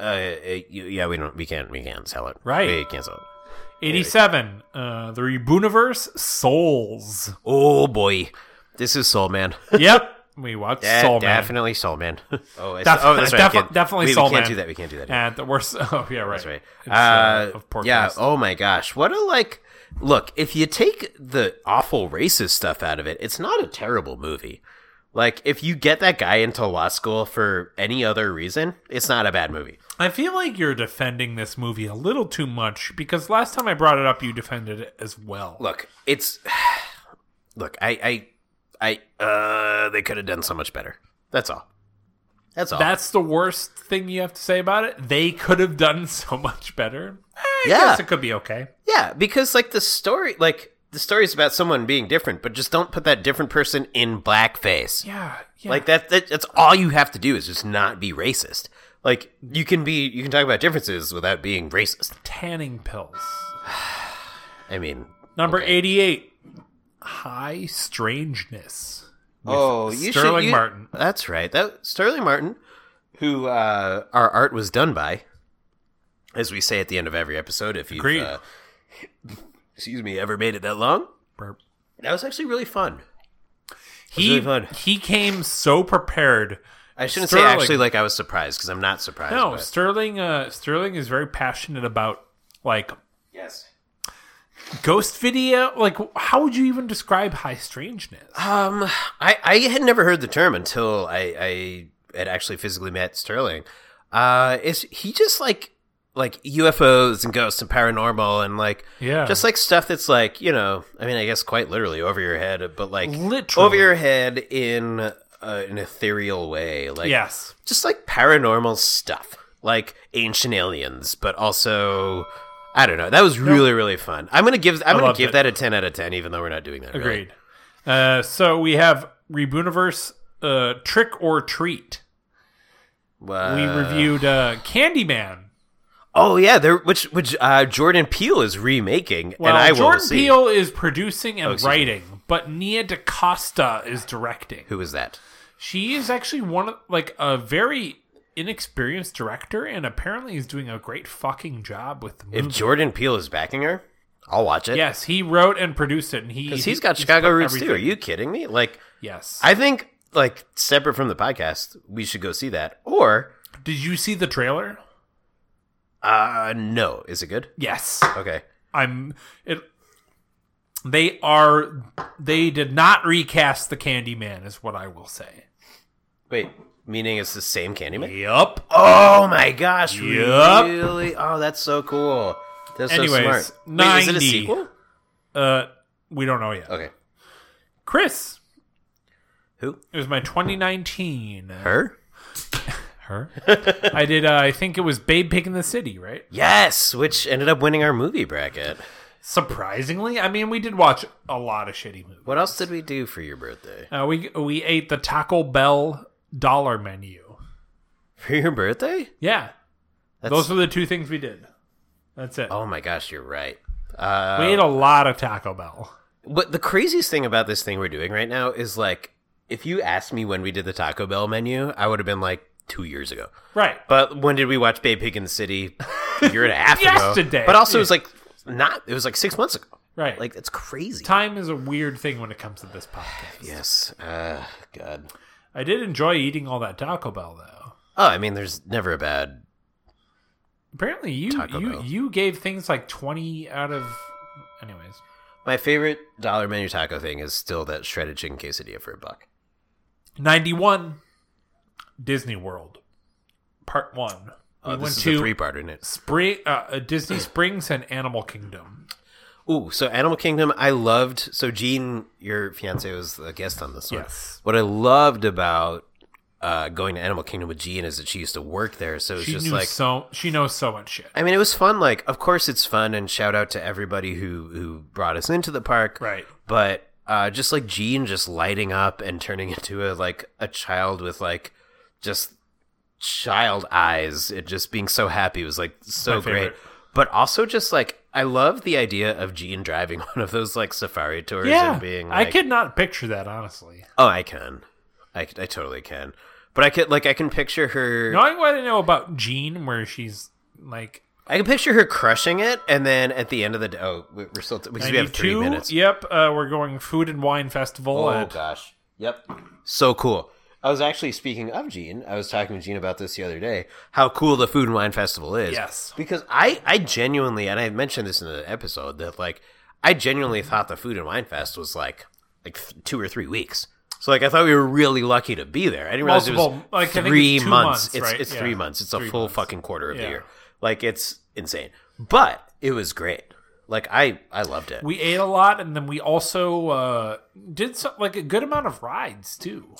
Speaker 1: uh, uh, you- "Yeah, we don't, we can't, we can't sell it.
Speaker 2: Right.
Speaker 1: we can't sell it.
Speaker 2: 87. Uh, the Rebuniverse Souls. [laughs]
Speaker 1: Oh boy, this is Soul Man.
Speaker 2: Yep. We watched
Speaker 1: Yeah,
Speaker 2: Soul Man.
Speaker 1: Eh, definitely Soul Man. [laughs] oh, I-
Speaker 2: Def-
Speaker 1: oh, that's right. I
Speaker 2: defi-
Speaker 1: can't-
Speaker 2: definitely
Speaker 1: we, we
Speaker 2: Soul
Speaker 1: can't
Speaker 2: Man.
Speaker 1: do that. We can't do that.
Speaker 2: And the worst. [laughs] Oh, yeah, right.
Speaker 1: That's right.
Speaker 2: It's,
Speaker 1: Uh,
Speaker 2: of poor
Speaker 1: yeah.
Speaker 2: taste.
Speaker 1: Oh my gosh. What a like. Look, if you take the awful racist stuff out of it, it's not a terrible movie. Like, if you get that guy into law school for any other reason, it's not a bad movie.
Speaker 2: I feel like you're defending this movie a little too much because last time I brought it up, you defended it as well.
Speaker 1: Look, it's. [sighs] Look, I, I, I. Uh, they could have done so much better. That's all. That's all.
Speaker 2: That's the worst thing you have to say about it. They could have done [laughs] so much better. I
Speaker 1: Yeah.
Speaker 2: guess it could be okay.
Speaker 1: Yeah, because like the story, like the story is about someone being different, but just don't put that different person in blackface.
Speaker 2: Yeah. yeah.
Speaker 1: Like that, that that's all you have to do is just not be racist. Like you can be you can talk about differences without being racist.
Speaker 2: tanning pills.
Speaker 1: I mean,
Speaker 2: Number
Speaker 1: Okay.
Speaker 2: 88. High Strangeness. with
Speaker 1: you
Speaker 2: Sterling
Speaker 1: should, you-
Speaker 2: Martin.
Speaker 1: That's right. That Sterling Martin who uh our art was done by as we say at the end of every episode if you've
Speaker 2: Agreed.
Speaker 1: uh, [laughs] excuse me, ever made it that long?
Speaker 2: Burp.
Speaker 1: That was actually really fun.
Speaker 2: He,
Speaker 1: really fun.
Speaker 2: he came so prepared.
Speaker 1: I shouldn't say
Speaker 2: Sterling.
Speaker 1: actually like I was surprised because I'm not surprised.
Speaker 2: No,
Speaker 1: but-
Speaker 2: Sterling. Uh, Sterling is very passionate about like
Speaker 1: yes.
Speaker 2: ghost video. Like, how would you even describe high strangeness?
Speaker 1: Um, I, I had never heard the term until I, I had actually physically met Sterling. Uh, is he just like like UFOs and ghosts and paranormal and like
Speaker 2: Yeah.
Speaker 1: just like stuff that's like you know I mean I guess quite literally over your head, but like
Speaker 2: Literally.
Speaker 1: over your head in uh, an ethereal way, like
Speaker 2: yes,
Speaker 1: just like paranormal stuff, like ancient aliens, but also. I don't know. That was really, really fun. I'm gonna give I'm gonna
Speaker 2: loved
Speaker 1: give
Speaker 2: it.
Speaker 1: that a ten out of ten, even though we're not doing that. really.
Speaker 2: agreed. Uh, so we have Rebuniverse, uh, Trick or Treat.
Speaker 1: Wow.
Speaker 2: We reviewed uh, Candyman.
Speaker 1: Oh yeah, there which which uh, Jordan Peele is remaking,
Speaker 2: Well,
Speaker 1: and I
Speaker 2: Jordan
Speaker 1: will see. Oh,
Speaker 2: Peele is producing and
Speaker 1: excuse me.
Speaker 2: writing, but Nia DaCosta is directing.
Speaker 1: Who is that?
Speaker 2: She is actually one of like a very inexperienced director, and apparently is doing a great fucking job with the movie.
Speaker 1: If Jordan Peele is backing her, I'll watch it.
Speaker 2: Yes, he wrote and produced it, and he
Speaker 1: 'Cause he's got Chicago
Speaker 2: put
Speaker 1: roots too. Are
Speaker 2: everything-
Speaker 1: you kidding me? Like,
Speaker 2: Yes.
Speaker 1: I think like separate from the podcast, we should go see that. Or
Speaker 2: Did you see the trailer?
Speaker 1: uh no, is it good?
Speaker 2: Yes.
Speaker 1: Okay,
Speaker 2: I'm. It. They are. They did not recast the Candyman, is what I will say.
Speaker 1: wait, meaning it's the same Candyman?
Speaker 2: Yup.
Speaker 1: Oh my gosh,
Speaker 2: Yup.
Speaker 1: really? Oh, that's so cool. That's
Speaker 2: Anyways,
Speaker 1: so smart. Wait, is it a
Speaker 2: 90.
Speaker 1: sequel?
Speaker 2: Uh, we don't know yet.
Speaker 1: Okay,
Speaker 2: Chris,
Speaker 1: who?
Speaker 2: it was my 2019.
Speaker 1: Her?
Speaker 2: Her. I did. Uh, I think it was Babe Pig in the City, right?
Speaker 1: Yes, which ended up winning our movie bracket.
Speaker 2: Surprisingly, I mean, we did watch a lot of shitty movies.
Speaker 1: What else did we do for your birthday?
Speaker 2: Uh, we we ate the Taco Bell dollar menu.
Speaker 1: For your birthday?
Speaker 2: Yeah,
Speaker 1: That's,
Speaker 2: those were the two things we did. That's it.
Speaker 1: oh my gosh, you're right. Uh,
Speaker 2: we ate a lot of Taco Bell.
Speaker 1: but the craziest thing about this thing we're doing right now is like, if you asked me when we did the Taco Bell menu, I would have been like two years ago.
Speaker 2: Right.
Speaker 1: But when did we watch Babe Pig in the City? A year and a
Speaker 2: [laughs]
Speaker 1: half
Speaker 2: Yesterday.
Speaker 1: ago. But also, it was like not. It was like six months ago.
Speaker 2: Right.
Speaker 1: Like that's crazy.
Speaker 2: time is a weird thing when it comes to this podcast.
Speaker 1: yes. Uh, God.
Speaker 2: I did enjoy eating all that Taco Bell though.
Speaker 1: Oh, I mean, there's never a bad
Speaker 2: Apparently, you
Speaker 1: Taco
Speaker 2: you
Speaker 1: Bell.
Speaker 2: you gave things like twenty out of. Anyways,
Speaker 1: My favorite dollar menu taco thing is still that shredded chicken quesadilla for a buck.
Speaker 2: ninety one, Disney World, part one.
Speaker 1: Oh,
Speaker 2: we
Speaker 1: this
Speaker 2: went
Speaker 1: is
Speaker 2: to
Speaker 1: a three part in it.
Speaker 2: Spring, uh, uh, Disney Springs, and Animal Kingdom.
Speaker 1: Ooh, so Animal Kingdom, I loved. So Gene, your fiance, was a guest on this one.
Speaker 2: Yes.
Speaker 1: What I loved about uh, going to Animal Kingdom with Gene is that she used to work there, so it was
Speaker 2: She
Speaker 1: just
Speaker 2: knew
Speaker 1: like
Speaker 2: so she knows so much shit.
Speaker 1: I mean, it was fun. Like, of course, it's fun, and shout out to everybody who who brought us into the park.
Speaker 2: Right.
Speaker 1: But uh, just like Gene, just lighting up and turning [laughs] into a like a child with like just child eyes and just being so happy was like so
Speaker 2: My favorite.
Speaker 1: great. But also just like I love the idea of Gene driving [laughs] one of those like safari tours
Speaker 2: Yeah,
Speaker 1: and being
Speaker 2: I
Speaker 1: like,
Speaker 2: could not picture that honestly.
Speaker 1: oh, I can, I, I totally can. But I could like I can picture her.
Speaker 2: Knowing what I know about Jean, where she's like
Speaker 1: I can picture her crushing it, and then at the end of the day, oh, we- we're still because we have three
Speaker 2: 92.
Speaker 1: minutes.
Speaker 2: Yep, uh, we're going food and wine festival.
Speaker 1: Oh
Speaker 2: at,
Speaker 1: gosh, yep, so cool. I was actually speaking of Gene. I was talking to Gene about this the other day. How cool the Food and Wine Festival is.
Speaker 2: Yes.
Speaker 1: because I I genuinely and I mentioned this in the episode that like I genuinely thought the Food and Wine Fest was like like th- two or three weeks. So like I thought we were really lucky to be there. I didn't realize it was
Speaker 2: Multiple- like, I think
Speaker 1: three
Speaker 2: it's two
Speaker 1: months.
Speaker 2: months,
Speaker 1: It's
Speaker 2: right?
Speaker 1: it's
Speaker 2: Yeah.
Speaker 1: three months. It's a
Speaker 2: Three
Speaker 1: full
Speaker 2: months.
Speaker 1: fucking quarter of the
Speaker 2: Yeah.
Speaker 1: year. Like it's insane. But it was great. Like I I loved it.
Speaker 2: We ate a lot, and then we also uh, did some, like a good amount of rides too.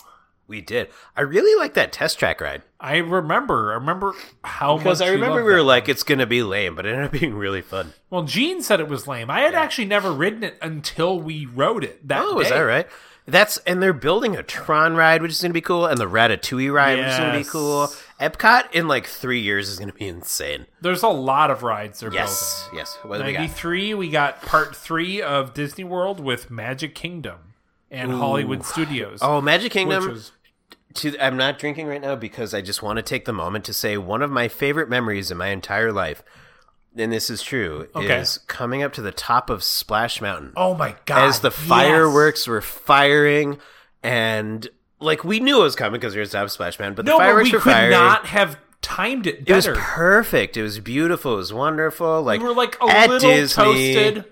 Speaker 1: We did. I really like that test track ride
Speaker 2: I remember, I remember how
Speaker 1: because
Speaker 2: much
Speaker 1: I remember
Speaker 2: loved
Speaker 1: we were
Speaker 2: that.
Speaker 1: like, it's gonna be lame, but it ended up being really fun.
Speaker 2: Well, Gene said it was lame. I had actually never ridden it until we rode it. That
Speaker 1: Oh, is
Speaker 2: day.
Speaker 1: that right? That's and they're building a Tron ride, which is gonna be cool, and the Ratatouille ride, which is gonna be
Speaker 2: Yes.
Speaker 1: cool. Epcot in like three years is gonna be insane.
Speaker 2: There's a lot of rides they're
Speaker 1: Yes, yes. What do we
Speaker 2: building.
Speaker 1: got?
Speaker 2: Ninety-three, we got part three of Disney World with Magic Kingdom and Hollywood Studios.
Speaker 1: Oh, Magic
Speaker 2: which
Speaker 1: Kingdom.
Speaker 2: was
Speaker 1: to I'm not drinking right now because I just want to take the moment to say one of my favorite memories in my entire life, and this is true,
Speaker 2: Okay.
Speaker 1: is coming up to the top of Splash Mountain.
Speaker 2: oh my god!
Speaker 1: as the
Speaker 2: yes.
Speaker 1: fireworks were firing, and like we knew it was coming because we were at Splash Mountain, but
Speaker 2: No,
Speaker 1: the
Speaker 2: but
Speaker 1: fireworks
Speaker 2: we could
Speaker 1: were firing.
Speaker 2: not have timed it
Speaker 1: it was
Speaker 2: better.
Speaker 1: perfect. It was beautiful. It was wonderful. Like
Speaker 2: we were like a
Speaker 1: at
Speaker 2: little
Speaker 1: Disney,
Speaker 2: toasted.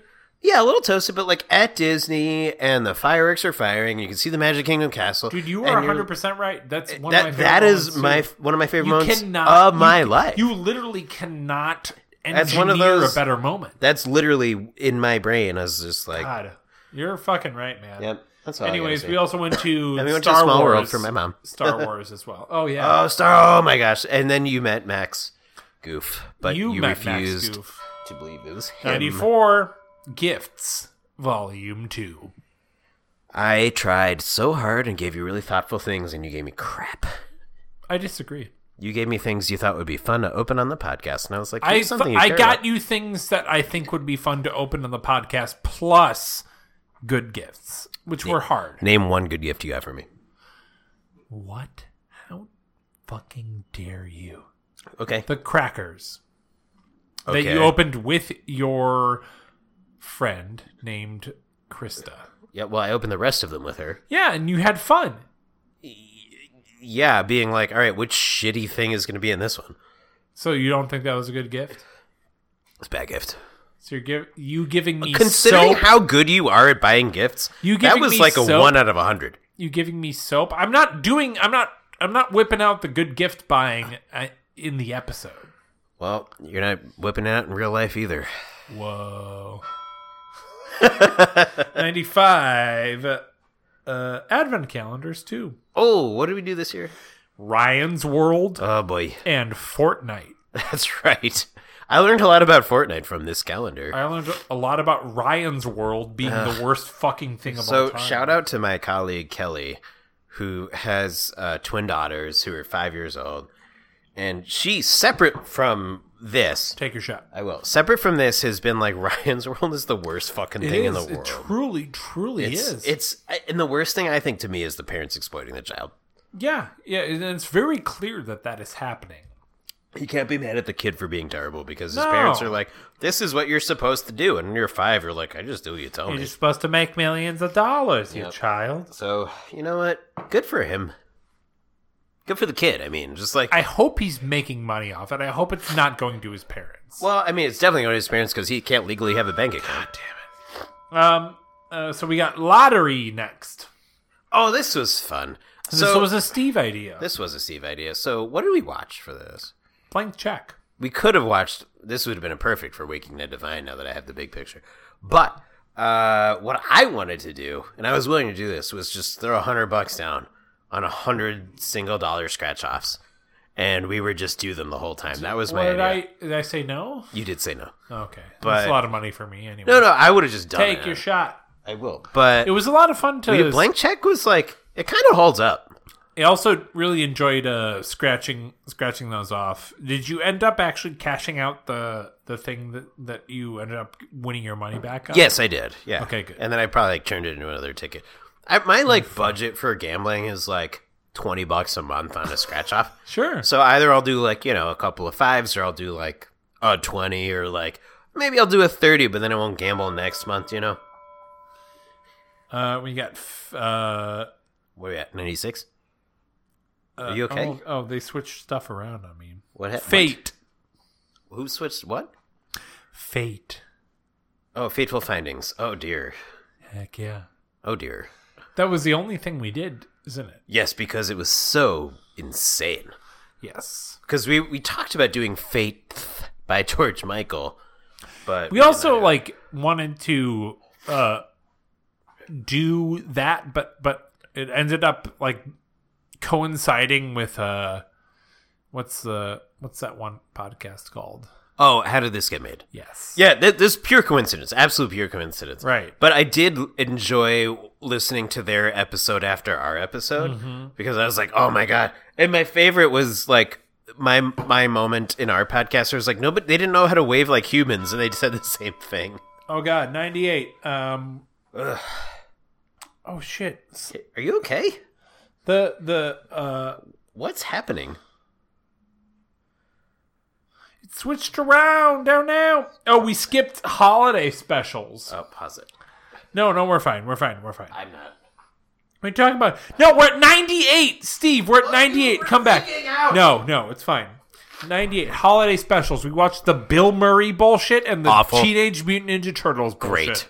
Speaker 1: Yeah, a little toasted, but like at Disney, and the fireworks are firing. And you can see the Magic Kingdom Castle.
Speaker 2: Dude, you
Speaker 1: and
Speaker 2: are
Speaker 1: you're-
Speaker 2: 100 percent right. That's one of my
Speaker 1: That
Speaker 2: favorite
Speaker 1: that is
Speaker 2: moments, too.
Speaker 1: my one of my favorite
Speaker 2: you
Speaker 1: moments
Speaker 2: cannot
Speaker 1: of my
Speaker 2: you,
Speaker 1: life.
Speaker 2: You literally cannot engineer
Speaker 1: That's one of those-
Speaker 2: a better moment.
Speaker 1: That's literally in my brain. I was just like,
Speaker 2: God, you're fucking right, man.
Speaker 1: yep. That's all. I gotta
Speaker 2: Anyways,
Speaker 1: say.
Speaker 2: we also went to
Speaker 1: And we went to
Speaker 2: Star
Speaker 1: Small
Speaker 2: Wars
Speaker 1: World for my mom. [laughs]
Speaker 2: Star Wars as well. Oh yeah,
Speaker 1: Oh, Star! Oh my gosh! And then you met Max Goof, but you,
Speaker 2: you, met Max
Speaker 1: refused
Speaker 2: Goof.
Speaker 1: to believe it was him.
Speaker 2: 94 gifts, volume two.
Speaker 1: I tried so hard and gave you really thoughtful things, and you gave me crap.
Speaker 2: I disagree.
Speaker 1: You gave me things you thought would be fun to open on the podcast, and I was like,
Speaker 2: I
Speaker 1: "Here's something you
Speaker 2: I
Speaker 1: care
Speaker 2: got
Speaker 1: about."
Speaker 2: you things that I think would be fun to open on the podcast, plus good gifts, which were hard.
Speaker 1: Name one good gift you got for me.
Speaker 2: What? How fucking dare you?
Speaker 1: Okay.
Speaker 2: The crackers
Speaker 1: Okay.
Speaker 2: that you opened with your friend named Krista.
Speaker 1: Yeah. Well, I opened the rest of them with her.
Speaker 2: Yeah, and you had fun.
Speaker 1: Yeah, being like, "All right, which shitty thing is going to be in this one?"
Speaker 2: So you don't think that was a good gift?
Speaker 1: It's a bad gift.
Speaker 2: So you're give, you giving me
Speaker 1: Considering
Speaker 2: soap,
Speaker 1: how good you are at buying gifts,
Speaker 2: You
Speaker 1: that
Speaker 2: giving
Speaker 1: was
Speaker 2: me
Speaker 1: like a
Speaker 2: soap?
Speaker 1: one out of a hundred.
Speaker 2: you giving me soap. I'm not doing. I'm not. I'm not whipping out the good gift buying uh, in the episode.
Speaker 1: Well, you're not whipping it out in real life either. [laughs]
Speaker 2: Whoa. 95 uh, advent calendars too.
Speaker 1: Oh, what did we do this year?
Speaker 2: Ryan's World
Speaker 1: Oh boy, [laughs]
Speaker 2: and Fortnite.
Speaker 1: that's right. I learned a lot about Fortnite from this calendar.
Speaker 2: I learned a lot about Ryan's World being the worst fucking thing of all
Speaker 1: So
Speaker 2: time.
Speaker 1: shout out to my colleague Kelly, who has uh, twin daughters who are five years old, and she separate from this.
Speaker 2: Take your shot.
Speaker 1: I will separate from this has been like [laughs] Ryan's World is the worst fucking thing in the
Speaker 2: It
Speaker 1: world.
Speaker 2: truly, truly
Speaker 1: it's,
Speaker 2: is.
Speaker 1: it's and the worst thing I think to me is the parents exploiting the child.
Speaker 2: yeah, yeah, and it's very clear that that is happening.
Speaker 1: You can't be mad at the kid for being terrible because his
Speaker 2: No.
Speaker 1: parents are like, "This is what you're supposed to do," and when you're five, you're like, "I just do what you tell me."
Speaker 2: You're supposed to make millions of dollars, you child.
Speaker 1: So you know what? Good for him. Good for the kid. I mean, just like
Speaker 2: I hope he's making money off it. I hope it's not going to his parents.
Speaker 1: well, I mean, it's definitely going to his parents because he can't legally have a bank account.
Speaker 2: Um, uh, so we got lottery next.
Speaker 1: Oh, this was fun.
Speaker 2: This
Speaker 1: so
Speaker 2: was a Steve idea.
Speaker 1: this was a Steve idea. So what did we watch for this?
Speaker 2: Blank check.
Speaker 1: we could have watched this would have been a perfect for waking the divine now that i have the big picture but uh, what i wanted to do and i was willing to do this was just throw a hundred bucks down on a hundred single dollar scratch offs and we would just do them the whole time that was my
Speaker 2: What did
Speaker 1: idea
Speaker 2: I did I say no?
Speaker 1: you did say no
Speaker 2: Okay,
Speaker 1: But-
Speaker 2: that's a lot of money for me anyway.
Speaker 1: no no i would have just done
Speaker 2: Take
Speaker 1: it
Speaker 2: your shot.
Speaker 1: i will but
Speaker 2: It was a lot of fun to.
Speaker 1: the blank check was like it kind of holds up
Speaker 2: I also really enjoyed uh, scratching scratching those off. Did you end up actually cashing out the the thing that that you ended up winning your money back? On?
Speaker 1: Yes, I did. Yeah.
Speaker 2: Okay, good. Mm.
Speaker 1: And then I probably like, turned it into another ticket. I, my like budget for gambling is like twenty bucks a month on a scratch off.
Speaker 2: sure.
Speaker 1: So either I'll do like you know a couple of fives, or I'll do like a twenty, or like maybe I'll do a thirty, but then I won't gamble next month. You know
Speaker 2: Uh, we got. F- uh,
Speaker 1: what are we at ninety six?
Speaker 2: Are
Speaker 1: you okay?
Speaker 2: Oh, oh, they switched stuff around on me.
Speaker 1: What hap-
Speaker 2: Fate.
Speaker 1: what? Who switched what?
Speaker 2: Fate.
Speaker 1: Oh, fateful findings. Oh dear.
Speaker 2: Heck yeah.
Speaker 1: Oh dear.
Speaker 2: That was the only thing we did, isn't it?
Speaker 1: Yes, because it was so insane.
Speaker 2: Yes.
Speaker 1: Because we we talked about doing Faith by [laughs] George Michael, but
Speaker 2: We also like wanted to uh do that but but it ended up like coinciding with uh what's the what's that one podcast called?
Speaker 1: Oh, how did this get made?
Speaker 2: Yes.
Speaker 1: Yeah, th- this is pure coincidence, absolute pure coincidence.
Speaker 2: Right.
Speaker 1: But I did enjoy listening to their episode after our episode
Speaker 2: Mm-hmm.
Speaker 1: because I was like, oh my god! And my favorite was like my my moment in our podcast. was like, no, but they didn't know how to wave like humans, and they said the [laughs] same thing.
Speaker 2: Oh god, 98. Um Oh shit. S-
Speaker 1: Are you okay?
Speaker 2: The the uh
Speaker 1: What's happening?
Speaker 2: it switched around. Oh no. Oh, we skipped holiday specials.
Speaker 1: Oh, pause it.
Speaker 2: No, no, we're fine. We're fine. We're fine.
Speaker 1: I'm not.
Speaker 2: What are you talking about? No, we're at 98, Steve. We're at 98. Come back. No, no, it's fine. 98 holiday specials. We watched the Bill Murray bullshit and the
Speaker 1: Awful.
Speaker 2: Teenage Mutant Ninja Turtles bullshit.
Speaker 1: Great.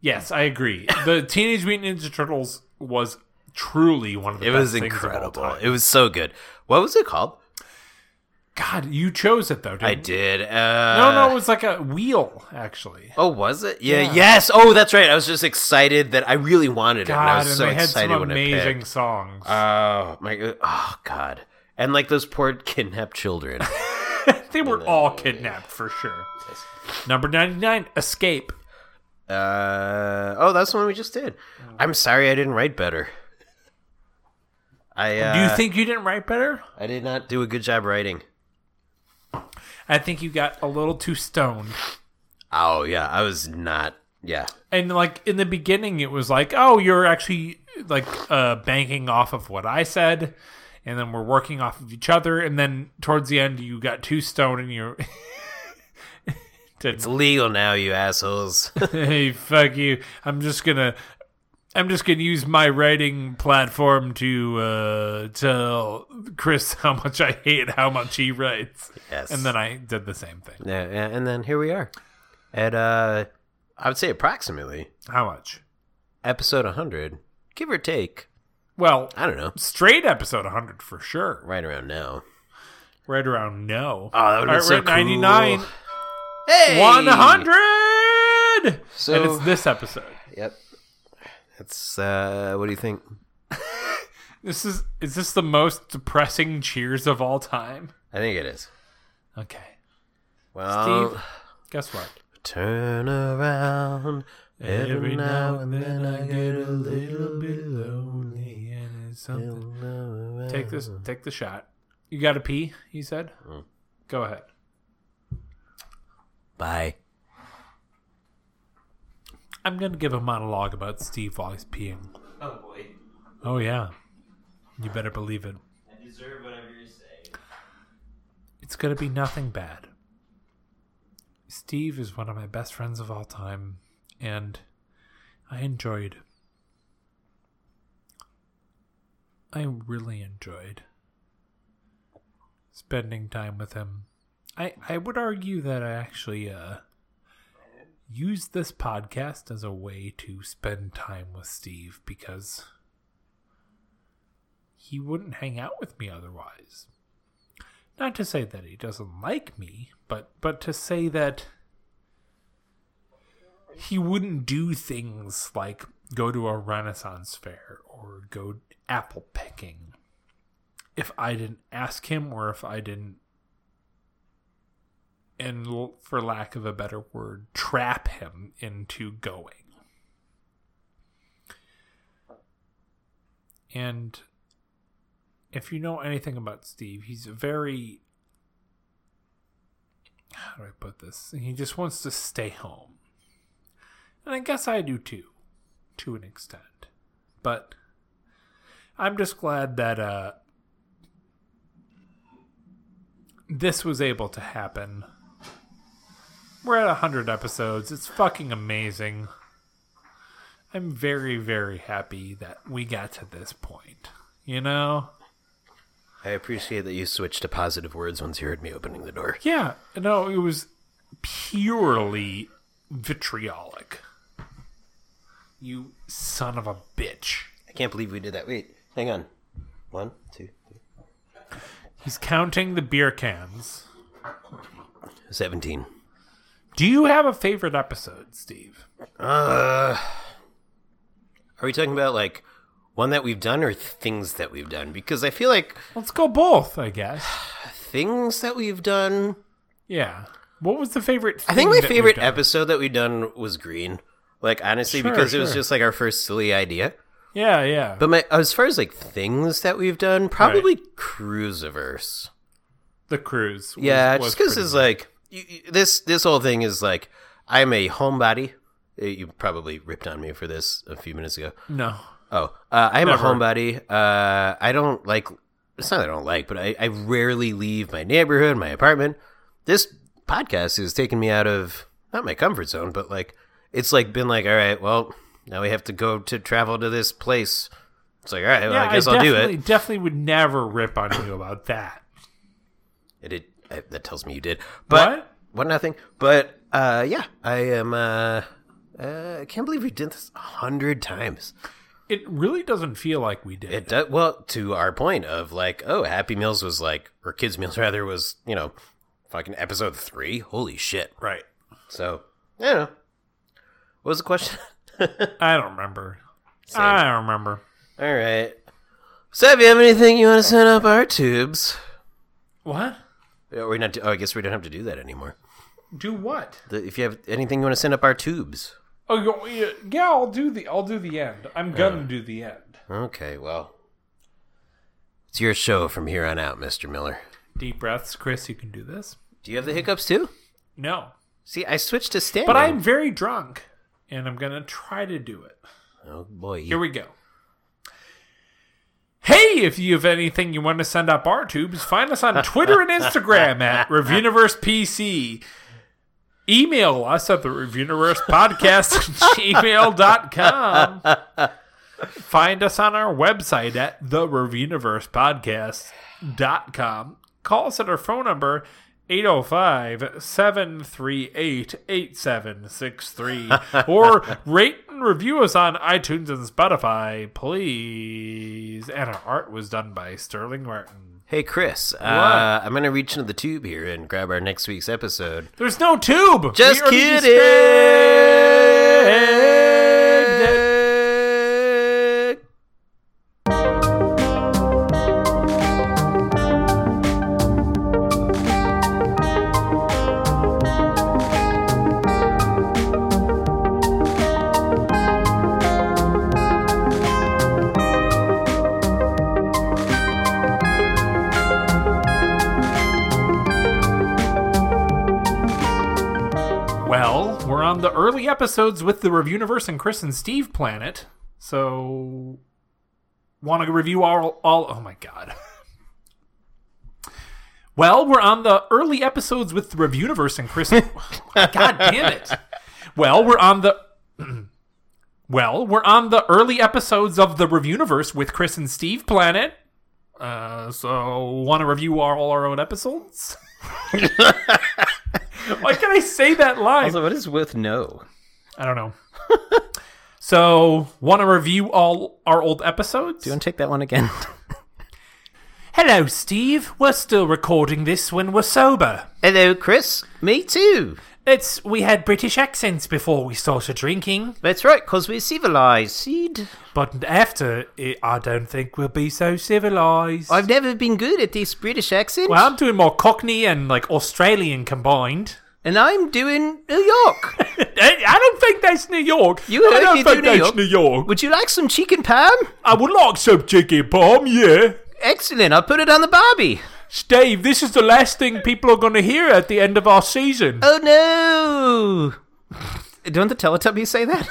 Speaker 2: Yes, I agree. The [laughs] Teenage Mutant Ninja Turtles was truly one of the
Speaker 1: It
Speaker 2: best
Speaker 1: was
Speaker 2: things of all
Speaker 1: incredible.
Speaker 2: time.
Speaker 1: It was so good. What was it called?
Speaker 2: God, you chose it though, didn't
Speaker 1: I
Speaker 2: you?
Speaker 1: did. Uh,
Speaker 2: Mm-hmm. No, no, it was like a wheel actually.
Speaker 1: Oh, was it? Yeah, Yes. Oh, that's right. I was just excited that I really wanted it. and I
Speaker 2: God,
Speaker 1: was
Speaker 2: and
Speaker 1: so
Speaker 2: they had
Speaker 1: excited
Speaker 2: some
Speaker 1: when
Speaker 2: amazing songs.
Speaker 1: I picked. Oh my. Oh God. And like those poor kidnapped
Speaker 2: [laughs]
Speaker 1: children.
Speaker 2: they were all kidnapped for sure. Number 99, Escape.
Speaker 1: uh, oh, that's the one we just did.
Speaker 2: Mm.
Speaker 1: I'm sorry I didn't write better. I uh,
Speaker 2: Do you think you didn't write better?
Speaker 1: I did not do a good job writing.
Speaker 2: I think you got a little too stoned.
Speaker 1: Oh yeah, I was not. Yeah.
Speaker 2: And like in the beginning, it was like, oh, you're actually like uh, banking off of what I said, and then we're working off of each other. And then towards the end, you got too stoned, and you're [laughs]
Speaker 1: It's legal now, you
Speaker 2: [laughs]
Speaker 1: assholes.
Speaker 2: hey, fuck you. I'm just gonna. I'm just gonna use my writing platform to uh, tell Chris [laughs] how much I hate how much he writes,
Speaker 1: yes.
Speaker 2: and then I did the same thing.
Speaker 1: Yeah, yeah, and then here we are. At uh, I would say approximately
Speaker 2: How much?
Speaker 1: episode 100, give or take.
Speaker 2: Well,
Speaker 1: I don't know.
Speaker 2: straight episode 100 for sure.
Speaker 1: Right around now.
Speaker 2: Right around no.
Speaker 1: Oh, that would've been so cool.
Speaker 2: 99,
Speaker 1: Hey,
Speaker 2: 100!
Speaker 1: So-
Speaker 2: and it's this episode.
Speaker 1: Yep. That's uh, what do you think?
Speaker 2: This is is this the most depressing cheers of all time?
Speaker 1: I think it is.
Speaker 2: Okay.
Speaker 1: Well,
Speaker 2: Steve, guess what?
Speaker 1: turn around every, now and then. I
Speaker 2: get a little bit lonely and it's something. Take this take the shot. You got to pee, you said?
Speaker 1: Mm.
Speaker 2: Go ahead.
Speaker 1: Bye.
Speaker 2: I'm going to give a monologue about Steve while he's peeing. Oh boy. Oh yeah. You better believe it.
Speaker 4: deserve whatever you say.
Speaker 2: It's going to be nothing bad. Steve is one of my best friends of all time, and I enjoyed I really enjoyed spending time with him. I I would argue that I actually uh used this podcast as a way to spend time with Steve because he wouldn't hang out with me otherwise. Not to say that he doesn't like me, but but to say that he wouldn't do things like go to a renaissance fair or go apple picking if i didn't ask him or if i didn't and l- for lack of a better word trap him into going and if you know anything about steve he's a very how do i put this he just wants to stay home and I guess I do too, to an extent. But I'm just glad that uh, this was able to happen. We're at 100 episodes. It's fucking amazing. I'm very, very happy that we got to this point. You know?
Speaker 1: I appreciate that you switched to positive words once you heard me opening the door.
Speaker 2: Yeah, no, it was purely vitriolic. You son of a bitch.
Speaker 1: I can't believe we did that. Wait, hang on. One, two, three.
Speaker 2: He's counting the beer cans.
Speaker 1: 17.
Speaker 2: Do you have a favorite episode, Steve?
Speaker 1: Uh, are we talking about like one that we've done or things that we've done? Because I feel like
Speaker 2: Let's go both, I guess.
Speaker 1: things that we've done.
Speaker 2: Yeah. What was the favorite?
Speaker 1: I think my
Speaker 2: thing that we've
Speaker 1: favorite
Speaker 2: done?
Speaker 1: episode that we've done was Green. Like honestly,
Speaker 2: Sure,
Speaker 1: because it was
Speaker 2: sure.
Speaker 1: just like our first silly idea.
Speaker 2: Yeah, yeah.
Speaker 1: But my as far as like things that we've done, probably Cruisiverse.
Speaker 2: the cruise. was-
Speaker 1: Yeah,
Speaker 2: was
Speaker 1: just because
Speaker 2: pretty-
Speaker 1: it's like you, you- this this whole thing is like I'm a homebody. Uh, You probably ripped on me for this a few minutes ago.
Speaker 2: no.
Speaker 1: Oh, uh, I'm a
Speaker 2: Never.
Speaker 1: homebody. Uh, I don't like. It's not that I don't like, but I, I rarely leave my neighborhood, my apartment. This podcast is taking me out of not my comfort zone, but like it's like been like, all right, well, now we have to go to travel to this place. It's like, all right, well,
Speaker 2: Yeah,
Speaker 1: I guess I will do
Speaker 2: definitely,
Speaker 1: it.
Speaker 2: definitely would never rip on you about that.
Speaker 1: It, it I, that tells me you did, [laughs] but
Speaker 2: What?
Speaker 1: what nothing. But uh, yeah, I am. Uh, uh, I can't believe we did this a hundred times.
Speaker 2: It really doesn't feel like we did.
Speaker 1: It does well to our point of like, oh, Happy Meals was like, or Kids Meals [laughs] rather was, you know, fucking episode three. Holy shit!
Speaker 2: right.
Speaker 1: So I don't know. What was the question? [laughs]
Speaker 2: I don't remember. I don't remember.
Speaker 1: All right. So if you have anything you want to send up our tubes,
Speaker 2: What?
Speaker 1: Yeah, we're not. Oh, I guess we don't have to do that anymore.
Speaker 2: Do what?
Speaker 1: The- If you have anything you want to send up our tubes,
Speaker 2: Oh, you- yeah, yeah. I'll do the. I'll do the end. I'm gonna do the end.
Speaker 1: okay. Well, it's your show from here on out, Mister Miller.
Speaker 2: Deep breaths, Chris. You can do this.
Speaker 1: Do you have the hiccups too?
Speaker 2: No,
Speaker 1: See, I switched to standing.
Speaker 2: but I'm very drunk, and I'm gonna try to do it.
Speaker 1: Oh boy.
Speaker 2: Here we go. Hey, if you have anything you want to send up our tubes, find us on Twitter and Instagram at ReviewUniversePC. Email us at the ReviewUniversePodcast at gmail.com. Find us on our website at the ReviewUniversePodcast.com. Call us at our phone number 805 738 8763
Speaker 1: [laughs]
Speaker 2: or rate and review us on iTunes and Spotify, please. And our art was done by Sterling Martin.
Speaker 1: Hey Chris, uh, I'm gonna reach into the tube here and grab our next week's episode.
Speaker 2: There's no tube.
Speaker 1: Just
Speaker 2: We already
Speaker 1: kidding.
Speaker 2: described it. Well, we're on the early episodes with the Review Universe and Chris and Steve Planet. So, want to review all, all. Oh my god. [laughs] Well, we're on the early episodes with the Review oh Universe and Chris. god damn it. Well, we're on the. [clears throat] Well, we're on the early episodes of the Reviewniverse with Chris and Steve Planet. Uh, so want to review our, all our own episodes? [laughs] Why can I say that line?
Speaker 1: Also, what is with no?
Speaker 2: I don't know. [laughs] so want to review all our old episodes?
Speaker 1: Don't take that one again. [laughs]
Speaker 2: Hello, Steve. We're still recording this when we're sober.
Speaker 1: Hello, Chris. Me too.
Speaker 2: It's we had British accents before we started drinking,
Speaker 1: That's right, because we're civilized. Seed.
Speaker 2: but after it, I don't think we'll be so civilized.
Speaker 1: I've never been good at this British accent.
Speaker 2: well, I'm doing more Cockney and like Australian combined. [laughs]
Speaker 1: and I'm doing New [laughs] York.
Speaker 2: I I don't think that's New York.
Speaker 1: You
Speaker 2: I
Speaker 1: heard
Speaker 2: don't
Speaker 1: me do
Speaker 2: think
Speaker 1: New
Speaker 2: that's
Speaker 1: York.
Speaker 2: New York.
Speaker 1: Would you like some chicken parm?
Speaker 2: I would like some chicken palm, yeah.
Speaker 1: Excellent. I'll put it on the Barbie.
Speaker 2: Steve, this is the last thing people are going to hear at the end of our season.
Speaker 1: [laughs] Oh no! Don't the Teletubbies say that?